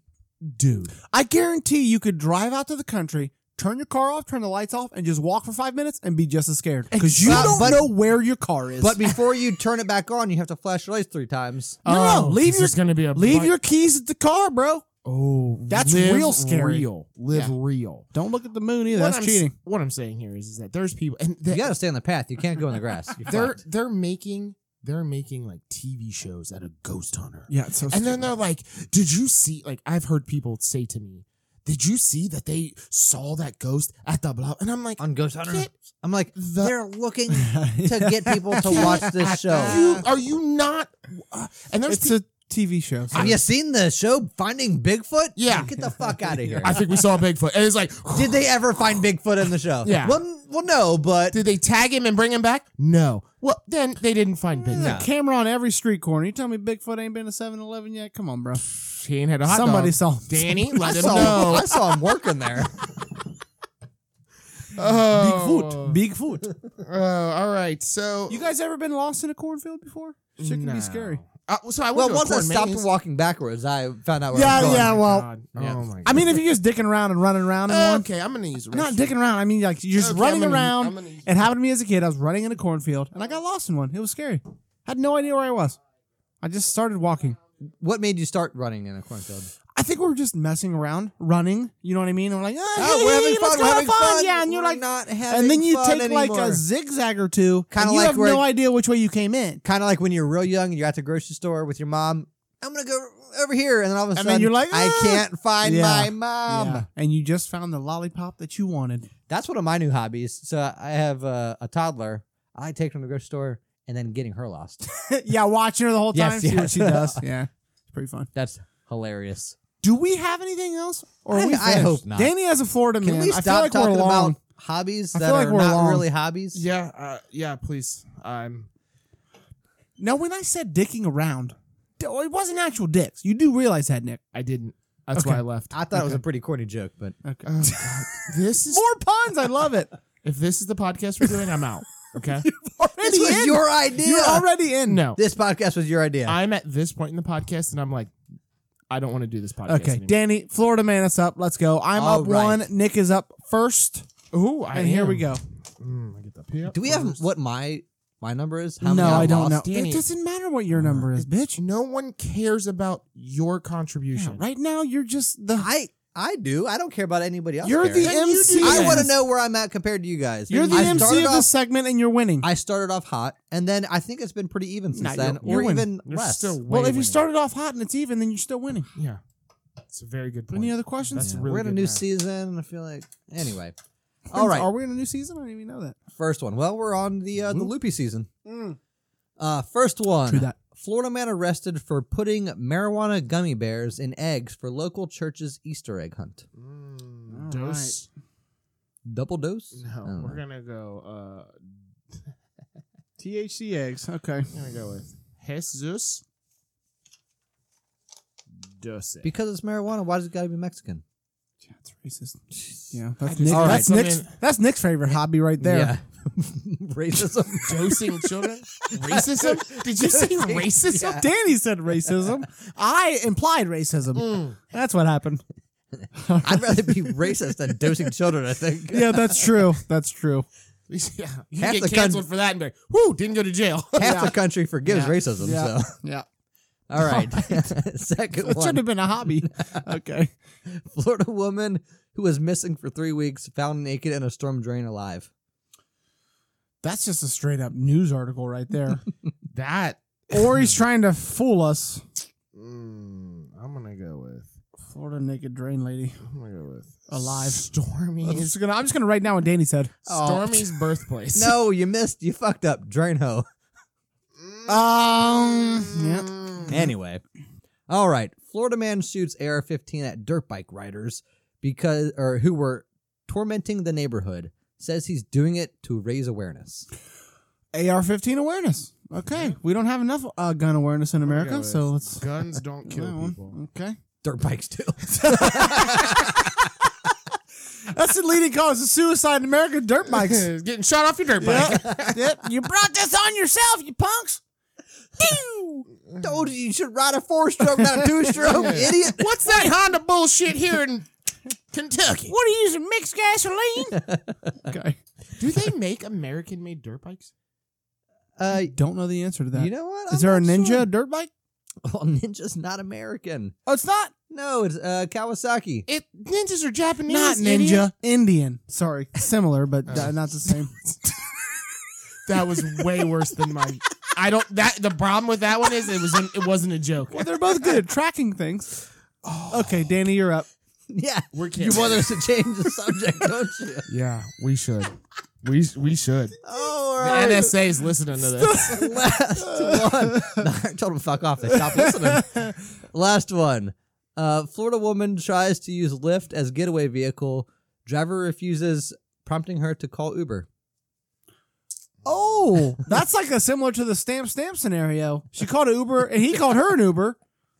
Speaker 1: dude."
Speaker 2: I guarantee you could drive out to the country, turn your car off, turn the lights off, and just walk for five minutes and be just as scared because you
Speaker 3: But-
Speaker 2: don't
Speaker 3: but-
Speaker 2: know where your car is.
Speaker 3: but before you turn it back on, you have to flash your lights three times.
Speaker 2: no, no,
Speaker 1: Oh,
Speaker 2: leave
Speaker 1: this
Speaker 2: your
Speaker 1: is gonna be a
Speaker 2: leave
Speaker 1: bu-
Speaker 2: your keys at the car, bro.
Speaker 1: oh
Speaker 2: That's
Speaker 1: live
Speaker 2: real scary.
Speaker 1: real live
Speaker 2: Yeah.
Speaker 1: real
Speaker 2: Don't look at the moon either.
Speaker 1: What
Speaker 2: That's
Speaker 1: I'm s-
Speaker 2: cheating.
Speaker 1: what I'm saying here is, is that there's people and the,
Speaker 3: You got to stay on the path. You can't go in the grass. You're
Speaker 1: they're
Speaker 3: fucked.
Speaker 1: they're making they're making like TV shows out of ghost hunter.
Speaker 2: Yeah, it's so
Speaker 1: And then
Speaker 2: stupid.
Speaker 1: they're like, "Did you see?" Like I've heard people say to me, "Did you see that they saw that ghost at the blah?" And I'm like,
Speaker 3: on Ghost Hunter.
Speaker 1: Get
Speaker 3: I'm like,
Speaker 1: the-
Speaker 3: they're looking
Speaker 1: uh,
Speaker 3: to get people to watch this show.
Speaker 1: "You are you not?" uh," and there's
Speaker 2: it's
Speaker 1: pe-
Speaker 2: a TV show. so-
Speaker 3: Have you seen the show Finding Bigfoot?
Speaker 1: Yeah.
Speaker 3: Get the fuck out of here.
Speaker 1: I think we saw Bigfoot. And it's like,
Speaker 3: Did they ever find Bigfoot in the show?
Speaker 1: Yeah.
Speaker 3: Well, n- well no, but
Speaker 1: did they tag him and bring him back? No. Well, then they didn't find Bigfoot.
Speaker 3: No.
Speaker 2: camera on every street corner. You tell me Bigfoot ain't been to 7-Eleven yet? Come on, bro.
Speaker 1: He ain't had a hot
Speaker 2: Somebody
Speaker 1: dog.
Speaker 2: saw him.
Speaker 1: Danny,
Speaker 3: I
Speaker 1: let him
Speaker 3: saw, him,
Speaker 1: know.
Speaker 3: I saw him working there.
Speaker 1: Oh.
Speaker 2: Bigfoot.
Speaker 1: Oh, all right. So
Speaker 2: You guys ever been lost in a cornfield before? Shit can
Speaker 1: No.
Speaker 2: be scary.
Speaker 1: Uh, so I went
Speaker 3: Well,
Speaker 1: to a
Speaker 3: once I
Speaker 1: corn
Speaker 3: stopped
Speaker 1: maze.
Speaker 3: walking backwards, I found out where
Speaker 2: Yeah,
Speaker 3: I was going.
Speaker 2: yeah. well,
Speaker 1: God.
Speaker 3: yeah.
Speaker 1: Oh my god.
Speaker 2: I mean, if you're just dicking around and running around in
Speaker 3: uh,
Speaker 2: one,
Speaker 1: okay, I'm gonna use. the
Speaker 2: not
Speaker 1: restroom.
Speaker 2: dicking around. I mean, like you're just
Speaker 1: Okay,
Speaker 2: running
Speaker 1: I'm gonna-
Speaker 2: around.
Speaker 1: I'm gonna use-
Speaker 2: It happened to me as a kid. I was running in a cornfield and I got lost in one. It was scary. Had no idea where I was. I just started walking.
Speaker 3: What made you start running in a cornfield?
Speaker 2: I think we were just messing around, running. You know what I mean? I'm like, ah,
Speaker 3: Oh, we're
Speaker 2: hey,
Speaker 3: having
Speaker 2: let's
Speaker 3: fun.
Speaker 2: go
Speaker 3: We're
Speaker 2: have
Speaker 3: having fun.
Speaker 2: Yeah, and you're
Speaker 3: We're
Speaker 2: like,
Speaker 3: not having
Speaker 2: and then you
Speaker 3: fun
Speaker 2: take like
Speaker 3: anymore.
Speaker 2: a zigzag or two.
Speaker 3: Kinda
Speaker 2: and you
Speaker 3: like
Speaker 2: have
Speaker 3: where-
Speaker 2: no idea which way you came in.
Speaker 3: kind of like when you're real young and you're at the grocery store with your mom. I'm gonna go over here, and then all of a
Speaker 2: then
Speaker 3: sudden
Speaker 2: you're like,
Speaker 3: I
Speaker 2: "Ah."
Speaker 3: can't find
Speaker 2: Yeah.
Speaker 3: my mom.
Speaker 2: Yeah. And you just found the lollipop that you wanted.
Speaker 3: That's one of my new hobbies. So I have uh, a toddler. I like taking her to the grocery store and then getting her lost.
Speaker 2: yeah, watching her the whole
Speaker 3: Yes,
Speaker 2: time, see what
Speaker 3: yes.
Speaker 2: she does. Yeah, it's pretty fun.
Speaker 3: That's hilarious.
Speaker 2: Do we have anything else? Or are
Speaker 3: I-
Speaker 2: we
Speaker 3: I
Speaker 2: finished?
Speaker 3: hope not.
Speaker 2: Danny has a Florida
Speaker 3: Can
Speaker 2: man.
Speaker 3: we
Speaker 2: I feel
Speaker 3: stop
Speaker 2: like
Speaker 3: talking
Speaker 2: we're long.
Speaker 3: about hobbies
Speaker 2: I
Speaker 3: that
Speaker 2: feel like
Speaker 3: are
Speaker 2: we're
Speaker 3: not
Speaker 2: long.
Speaker 3: really hobbies?
Speaker 1: Yeah. Uh, yeah. Please. I'm.
Speaker 2: Now, when I said dicking around, d- oh, it wasn't actual dicks. You do realize that, Nick.
Speaker 1: I didn't. That's
Speaker 2: Okay.
Speaker 1: why I left.
Speaker 3: I thought it was a pretty corny joke, but
Speaker 2: Okay.
Speaker 1: Oh, God. this is.
Speaker 2: More puns. I love it.
Speaker 1: If this is the podcast we're doing, I'm out. Okay.
Speaker 3: this was
Speaker 2: in.
Speaker 3: your idea.
Speaker 2: You're already in.
Speaker 1: No.
Speaker 3: this podcast was your idea.
Speaker 1: I'm at this point in the podcast, and I'm like, I don't want to do this podcast.
Speaker 2: Okay,
Speaker 1: Anymore.
Speaker 2: Danny, Florida man is up. Let's go. I'm
Speaker 3: All
Speaker 2: up
Speaker 3: right.
Speaker 2: one. Nick is up first.
Speaker 1: Ooh, I
Speaker 2: and here
Speaker 1: am.
Speaker 2: we go.
Speaker 1: Mm, I get the pee up
Speaker 3: Do we have
Speaker 1: first.
Speaker 3: what my my number is?
Speaker 2: no,
Speaker 3: many
Speaker 2: I don't
Speaker 3: lost?
Speaker 2: know.
Speaker 1: Danny.
Speaker 2: It doesn't matter what your number is, bitch.
Speaker 1: No one cares about your
Speaker 2: Yeah,
Speaker 1: contribution.
Speaker 2: right now, you're just the.
Speaker 3: I I do. I don't care about anybody else.
Speaker 2: You're the
Speaker 3: cares.
Speaker 1: Then you
Speaker 2: MC.
Speaker 1: do.
Speaker 3: I
Speaker 1: Yes.
Speaker 3: want to know where I'm at compared to you guys.
Speaker 2: You're the
Speaker 3: I
Speaker 2: MC
Speaker 3: started
Speaker 2: of
Speaker 3: off,
Speaker 2: this segment, and you're winning.
Speaker 3: I started off hot, and then I think it's been pretty even since
Speaker 2: Nah,
Speaker 3: then,
Speaker 2: you're- you're
Speaker 3: or
Speaker 2: winning.
Speaker 3: even
Speaker 1: You're
Speaker 3: less.
Speaker 1: still way
Speaker 2: well, if you
Speaker 1: winning.
Speaker 2: started off hot and it's even, then you're still winning.
Speaker 1: yeah, it's a very good point.
Speaker 2: Any other questions?
Speaker 1: That's
Speaker 3: Yeah.
Speaker 1: really
Speaker 3: We're in a
Speaker 1: good
Speaker 3: new
Speaker 1: math.
Speaker 3: season. I feel like anyway. All right,
Speaker 2: Are we in a new season? I didn't even know that.
Speaker 3: first one. Well, we're on the uh, the loopy season.
Speaker 1: Hmm.
Speaker 2: Mm.
Speaker 3: Uh, first one.
Speaker 2: True that.
Speaker 3: Florida man arrested for putting marijuana gummy bears in eggs for local church's Easter egg hunt.
Speaker 1: Mm,
Speaker 2: All
Speaker 1: dose.
Speaker 3: Double dose? I
Speaker 1: No,
Speaker 3: don't
Speaker 1: we're
Speaker 3: know.
Speaker 1: gonna go. Uh,
Speaker 2: THC eggs. Okay.
Speaker 1: I'm gonna go with Jesus Dose.
Speaker 3: because it's marijuana. Why does it got to be Mexican?
Speaker 2: Yeah, that's racist. Yeah, that's,
Speaker 1: just-
Speaker 2: Nick,
Speaker 3: All
Speaker 2: that's
Speaker 1: right.
Speaker 2: Nick's. That's Nick's favorite hobby right there.
Speaker 3: Yeah. Racism.
Speaker 1: Dosing children? racism? Did you say racism?
Speaker 3: Yeah.
Speaker 2: Danny said racism. I implied racism.
Speaker 1: Mm.
Speaker 2: That's what happened.
Speaker 3: I'd rather be racist than dosing children. I think.
Speaker 2: Yeah, that's true. That's true.
Speaker 1: Yeah, you
Speaker 3: Half
Speaker 1: get
Speaker 3: the
Speaker 1: canceled for that and be like, whoo, didn't go to jail.
Speaker 3: Half the country forgives
Speaker 2: Yeah.
Speaker 3: racism.
Speaker 2: Yeah.
Speaker 3: So.
Speaker 2: Yeah.
Speaker 3: All right. Second
Speaker 2: It should
Speaker 3: one.
Speaker 2: have been a hobby. Okay.
Speaker 3: Florida woman who was missing for three weeks found naked in a storm drain alive.
Speaker 2: That's just a straight up news article right there.
Speaker 1: that.
Speaker 2: or he's trying to fool us.
Speaker 1: Mm, I'm gonna go with.
Speaker 2: Florida naked drain lady.
Speaker 1: I'm gonna go with
Speaker 2: Alive. I'm
Speaker 1: Stormy's
Speaker 2: just gonna, I'm just gonna write down what Danny said.
Speaker 3: Oh.
Speaker 1: Stormy's birthplace.
Speaker 3: No, you missed. You fucked up. Drain hoe.
Speaker 1: Mm.
Speaker 2: Um. Yeah.
Speaker 3: Anyway. All right. Florida man shoots AR 15 at dirt bike riders because, or who were tormenting the neighborhood. Says he's doing it to raise awareness.
Speaker 2: AR-15 awareness. Okay, we don't have enough uh, gun awareness in
Speaker 1: Go
Speaker 2: America,
Speaker 1: with
Speaker 2: so let's
Speaker 1: guns don't
Speaker 2: that
Speaker 1: kill
Speaker 2: one.
Speaker 1: people.
Speaker 2: Okay,
Speaker 3: Dirt bikes too.
Speaker 2: that's the leading cause of suicide in America: dirt bikes.
Speaker 1: Getting shot off your dirt bike.
Speaker 2: yep. yep, you brought this on yourself, you punks. Pew!
Speaker 3: Told you you should ride a four stroke, not a two stroke, idiot.
Speaker 1: What's that Honda bullshit here in Kentucky?
Speaker 2: what are you using mixed gasoline? okay,
Speaker 1: Do they make American made dirt bikes?
Speaker 3: Uh,
Speaker 2: don't know the answer to that.
Speaker 3: you know what?
Speaker 2: Is there a
Speaker 3: not
Speaker 2: ninja
Speaker 3: sure.
Speaker 2: dirt bike?
Speaker 3: Well, Ninja's not American.
Speaker 2: Oh, it's not.
Speaker 3: No, it's uh, Kawasaki.
Speaker 1: It ninjas are Japanese.
Speaker 2: Not ninja,
Speaker 1: idiot.
Speaker 2: Indian. Sorry, similar but uh,
Speaker 1: Oh.
Speaker 2: not the same.
Speaker 1: That was way worse than my. I don't. That the problem with that one is it was it wasn't a joke.
Speaker 2: well, they're both good at tracking things. Okay, Danny, you're up.
Speaker 3: Yeah.
Speaker 1: We're
Speaker 3: You want us to change the subject, don't you?
Speaker 1: Yeah, we should. We we should.
Speaker 3: Oh,
Speaker 1: The NSA is listening to this.
Speaker 3: Last one. No, I told them fuck off. They stopped listening. Last one. Uh, Florida woman tries to use Lyft as getaway vehicle. Driver refuses, prompting her to call Uber.
Speaker 2: Oh, that's like a similar to the stamp stamp scenario. She called an Uber and he called her an Uber.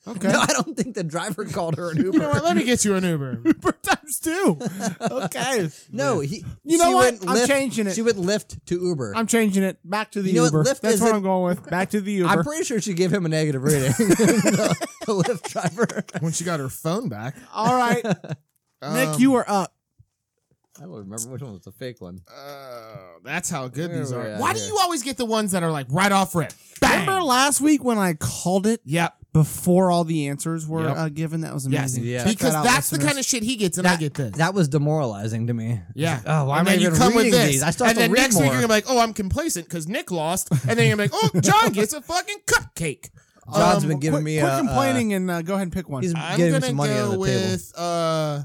Speaker 2: Okay.
Speaker 3: No, I don't think the driver called her an Uber.
Speaker 1: You know what? Let me get you an Uber.
Speaker 2: Uber times two. Okay.
Speaker 3: no, he.
Speaker 2: You know
Speaker 3: she
Speaker 2: what?
Speaker 3: went
Speaker 2: I'm
Speaker 3: Lyft-
Speaker 2: changing it.
Speaker 3: She would Lyft to Uber.
Speaker 2: I'm changing it back to the
Speaker 3: You know what?
Speaker 2: Uber.
Speaker 3: Lyft
Speaker 2: That's what
Speaker 3: isn't-
Speaker 2: I'm going with. Back to the Uber.
Speaker 3: I'm pretty sure she gave him a negative rating. the, the Lyft driver.
Speaker 1: When she got her phone back,
Speaker 2: All right, Nick,
Speaker 1: Um,
Speaker 2: you are up.
Speaker 3: I don't remember which one was the fake one.
Speaker 1: Oh, that's how good
Speaker 3: Where
Speaker 1: these
Speaker 3: we
Speaker 1: are.
Speaker 3: at
Speaker 1: Why do
Speaker 3: here?
Speaker 1: you always get the ones that are like right off rip? Bang.
Speaker 2: Remember last week when I called it
Speaker 1: Yep.
Speaker 2: before all the answers were
Speaker 1: Yep.
Speaker 2: uh, given? That was
Speaker 1: Yes.
Speaker 2: amazing.
Speaker 3: Yeah.
Speaker 2: Check
Speaker 1: Because
Speaker 2: that out,
Speaker 1: that's the
Speaker 2: listeners.
Speaker 1: kind of shit he gets, Um, and I get this.
Speaker 3: That was demoralizing to me.
Speaker 1: yeah.
Speaker 3: Oh, why
Speaker 1: and
Speaker 3: am I
Speaker 1: then
Speaker 3: even
Speaker 1: you come with
Speaker 3: reading
Speaker 1: this,
Speaker 3: these? I still have
Speaker 1: and
Speaker 3: to
Speaker 1: then
Speaker 3: read
Speaker 1: next
Speaker 3: more.
Speaker 1: week you're gonna be like, "Oh, I'm complacent because Nick lost," and then you're gonna be like, "Oh, John gets a fucking cupcake."
Speaker 3: John's
Speaker 1: Um,
Speaker 3: been giving
Speaker 2: Quit,
Speaker 3: me
Speaker 2: quit
Speaker 3: a, uh,
Speaker 2: complaining and uh, go ahead and pick one.
Speaker 3: he's
Speaker 1: I'm
Speaker 3: giving me
Speaker 1: gonna
Speaker 3: some money
Speaker 1: go
Speaker 3: on the table.
Speaker 1: with uh,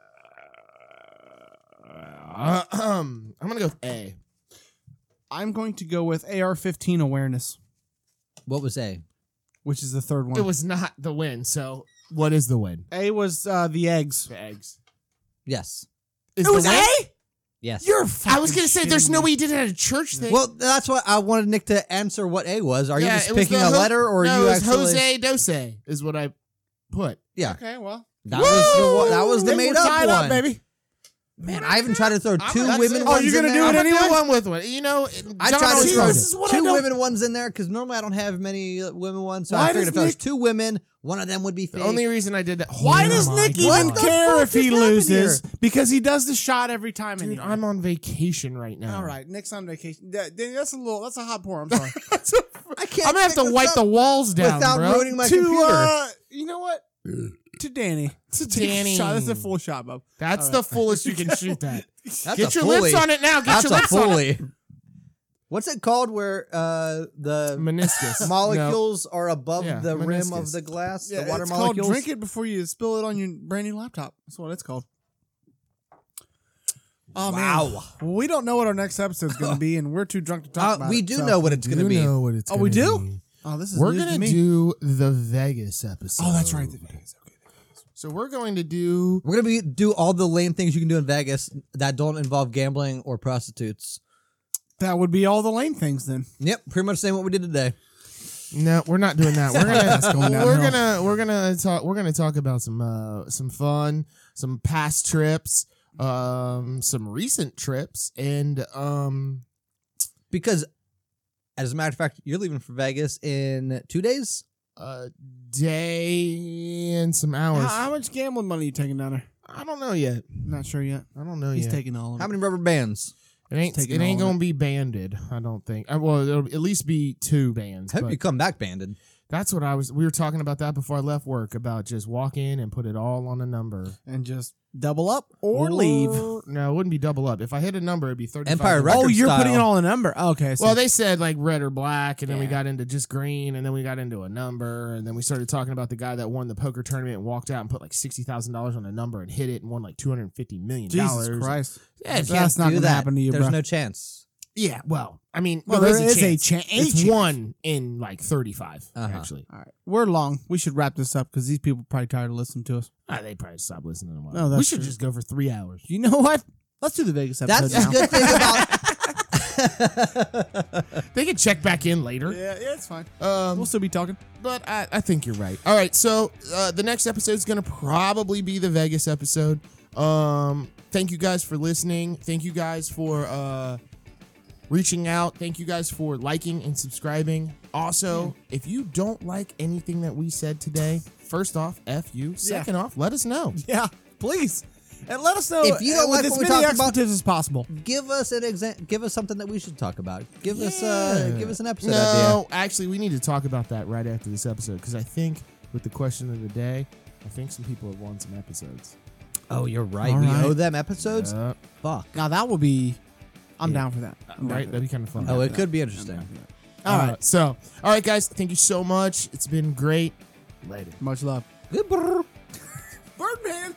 Speaker 1: uh, um, I'm gonna go with A.
Speaker 2: I'm going to go with AR-15 awareness,
Speaker 3: What was A?
Speaker 2: which is the third one.
Speaker 1: It was not the win. So what is the win?
Speaker 2: A was uh, the eggs.
Speaker 1: The eggs.
Speaker 3: Yes.
Speaker 1: Is
Speaker 2: It was
Speaker 1: win-
Speaker 2: A.
Speaker 3: Yes.
Speaker 2: You're.
Speaker 1: I was gonna say there's
Speaker 2: shitting
Speaker 1: no
Speaker 2: me.
Speaker 1: way you did it at a church thing.
Speaker 3: well, that's why I wanted Nick to answer what A was. Are
Speaker 1: Yeah,
Speaker 3: you just
Speaker 1: it was
Speaker 3: picking
Speaker 1: the
Speaker 3: a
Speaker 1: Ho-
Speaker 3: letter, or
Speaker 1: no,
Speaker 3: you
Speaker 1: it was
Speaker 3: actually?
Speaker 1: Jose Dose is what I put.
Speaker 3: Yeah,
Speaker 2: Okay, well,
Speaker 3: that was the one, that was the
Speaker 2: Nick, we're
Speaker 3: made up
Speaker 2: tied
Speaker 3: one.
Speaker 2: baby.
Speaker 3: Man, I even tried to throw
Speaker 1: I'm-
Speaker 3: two
Speaker 1: that's
Speaker 3: women.
Speaker 1: it.
Speaker 3: ones
Speaker 2: Oh, you're
Speaker 3: in
Speaker 2: gonna
Speaker 3: there.
Speaker 2: do it
Speaker 1: I'm gonna
Speaker 2: anyway?
Speaker 1: one with one. You know,
Speaker 3: I
Speaker 1: John
Speaker 3: tried
Speaker 1: always
Speaker 3: to
Speaker 2: See,
Speaker 3: throw
Speaker 1: goes,
Speaker 2: this is what I
Speaker 3: two
Speaker 2: don't-
Speaker 3: women ones in there because normally I don't have many uh, women ones. So
Speaker 2: Why
Speaker 3: I figured
Speaker 2: does
Speaker 3: if there was
Speaker 2: Nick-
Speaker 3: two women, one of them would be
Speaker 1: The
Speaker 3: fake.
Speaker 1: only reason I did that.
Speaker 2: Why
Speaker 1: Oh
Speaker 2: does
Speaker 1: my
Speaker 2: Nick
Speaker 1: God.
Speaker 2: even
Speaker 3: the
Speaker 2: care
Speaker 3: fuck
Speaker 2: if he
Speaker 3: just happened
Speaker 2: loses? Because he does the shot every time.
Speaker 1: Dude,
Speaker 2: anyway.
Speaker 1: I'm on vacation right now.
Speaker 2: All right, Nick's on vacation. That- Danny, that's a little. That's a hot pour. I'm sorry.
Speaker 3: I can't.
Speaker 1: I'm gonna have
Speaker 3: pick
Speaker 1: to
Speaker 3: this
Speaker 1: wipe
Speaker 3: up
Speaker 1: the walls down,
Speaker 3: without
Speaker 1: bro.
Speaker 3: ruining my
Speaker 2: to
Speaker 3: computer.
Speaker 2: uh, you know what? to Danny.
Speaker 1: To
Speaker 2: Take a
Speaker 1: Danny.
Speaker 2: Shot. That's a full shot, Bob.
Speaker 1: That's
Speaker 2: All
Speaker 1: the fullest you can shoot that.
Speaker 3: That's
Speaker 1: Get
Speaker 3: a
Speaker 1: your
Speaker 3: fully.
Speaker 1: lips on it now. Get
Speaker 3: That's
Speaker 1: your
Speaker 3: a
Speaker 1: lips on it.
Speaker 3: fully. What's it called where uh, the
Speaker 1: Meniscus. No.
Speaker 3: molecules are above
Speaker 1: Yeah,
Speaker 3: the rim
Speaker 1: meniscus.
Speaker 3: of the glass?
Speaker 2: Yeah,
Speaker 3: the water
Speaker 2: it's
Speaker 3: molecules.
Speaker 2: called drink it before you spill it on your brand new laptop. That's what it's called. Oh, man.
Speaker 3: Wow.
Speaker 2: Well, we don't know what our next episode's going to be, and we're too drunk to talk
Speaker 3: Uh,
Speaker 2: about
Speaker 3: we
Speaker 2: it,
Speaker 3: do
Speaker 2: so-
Speaker 3: know what it's going to
Speaker 1: You
Speaker 3: be.
Speaker 1: know what it's
Speaker 2: Oh, we
Speaker 1: gonna
Speaker 2: do?
Speaker 1: be.
Speaker 2: Oh, this is
Speaker 1: We're
Speaker 2: news
Speaker 1: gonna
Speaker 2: to me.
Speaker 1: do the Vegas episode.
Speaker 2: Oh, that's right. The Vegas. Okay.
Speaker 1: So we're going to do.
Speaker 3: We're gonna be do all the lame things you can do in Vegas that don't involve gambling or prostitutes.
Speaker 2: That would be all the lame things then.
Speaker 3: Yep, pretty much same what we did today.
Speaker 1: No, we're not doing that. We're gonna.
Speaker 2: going
Speaker 1: we're
Speaker 2: downhill.
Speaker 1: gonna. We're gonna talk. We're gonna talk about some uh some fun, some past trips, um, some recent trips, and um,
Speaker 3: Because, as a matter of fact, you're leaving for Vegas in two days.
Speaker 1: a day and some
Speaker 2: How,
Speaker 1: hours.
Speaker 2: how much gambling money you taking down there?
Speaker 1: I don't know yet.
Speaker 2: Not sure yet.
Speaker 1: I don't know
Speaker 2: He's
Speaker 1: yet.
Speaker 2: taking all of it.
Speaker 3: How many rubber bands?
Speaker 1: It ain't.
Speaker 2: taking
Speaker 1: It ain't
Speaker 2: all of
Speaker 1: gonna be banded. I don't think. Uh, well, it'll at least be two bands.
Speaker 3: I hope
Speaker 1: but-
Speaker 3: you come back banded.
Speaker 1: That's what I was. We were talking about that before I left work about just walk in and put it all on a number
Speaker 2: and just double up or, leave.
Speaker 1: No, it wouldn't be double up. if I hit a number. It'd be thirty.
Speaker 3: Empire
Speaker 2: Oh,
Speaker 3: Record
Speaker 2: you're putting
Speaker 3: style.
Speaker 2: it all in a number. Okay. So
Speaker 1: Well, they said like red or black, and then we
Speaker 2: Yeah.
Speaker 1: got into just green, and then we got into a number, and then we started talking about the guy that won the poker tournament and walked out and put like sixty thousand dollars on a number and hit it and won like two hundred and fifty million dollars.
Speaker 2: Jesus Christ.
Speaker 1: Yeah, if you
Speaker 2: That's
Speaker 3: Can't
Speaker 2: not
Speaker 3: do
Speaker 2: going to
Speaker 3: that.
Speaker 2: happen to you,
Speaker 3: There's
Speaker 2: bro.
Speaker 3: no chance.
Speaker 1: Yeah, well, I mean,
Speaker 2: Well,
Speaker 1: there
Speaker 2: there is a
Speaker 1: chance.
Speaker 2: chance.
Speaker 1: It's
Speaker 2: A chance.
Speaker 1: one in like thirty-five
Speaker 3: Uh-huh.
Speaker 1: actually.
Speaker 2: All right. We're long. We should wrap this up because these people are probably tired of listening to us.
Speaker 1: Ah, they probably stop listening. In a while.
Speaker 2: No,
Speaker 1: we
Speaker 2: that's
Speaker 1: should
Speaker 2: true.
Speaker 1: just go for three hours.
Speaker 2: You know what? Let's do the Vegas episode
Speaker 3: That's
Speaker 2: now.
Speaker 3: the good thing about.
Speaker 1: They can check back in later.
Speaker 2: Yeah, yeah, it's fine.
Speaker 1: Um,
Speaker 2: We'll still be talking.
Speaker 1: but I, I think you're right. All right, so uh, the next episode is going to probably be the Vegas episode. Um, thank you guys for listening. Thank you guys for uh, reaching out. Thank you guys for liking and subscribing. Also, if you don't like anything that we said today, first off, f you. Second off, let us know.
Speaker 2: Yeah, please. And let us know
Speaker 3: If you don't
Speaker 2: uh, with
Speaker 3: like
Speaker 2: as
Speaker 3: what we
Speaker 2: many
Speaker 3: talked about-
Speaker 2: expletives as possible.
Speaker 3: give us an exa- Give us something that we should talk about. Give us uh,
Speaker 1: Yeah.
Speaker 3: give us an episode idea.
Speaker 1: No, actually, we need to talk about that right after this episode because I think with the question of the day, I think some people have won some episodes.
Speaker 3: Oh, you're right.
Speaker 2: All
Speaker 3: we
Speaker 2: right.
Speaker 3: owe them episodes.
Speaker 1: Uh,
Speaker 3: Fuck.
Speaker 2: Now, that will be. I'm down for that. I'm down
Speaker 1: right?
Speaker 2: for
Speaker 1: That'd be kind of fun.
Speaker 3: Oh, it could be interesting.
Speaker 1: All
Speaker 2: Uh,
Speaker 1: right. So, all right, guys. Thank you so much. It's been great. Later.
Speaker 2: that. Much love.
Speaker 3: Good brrr.
Speaker 2: Birdman.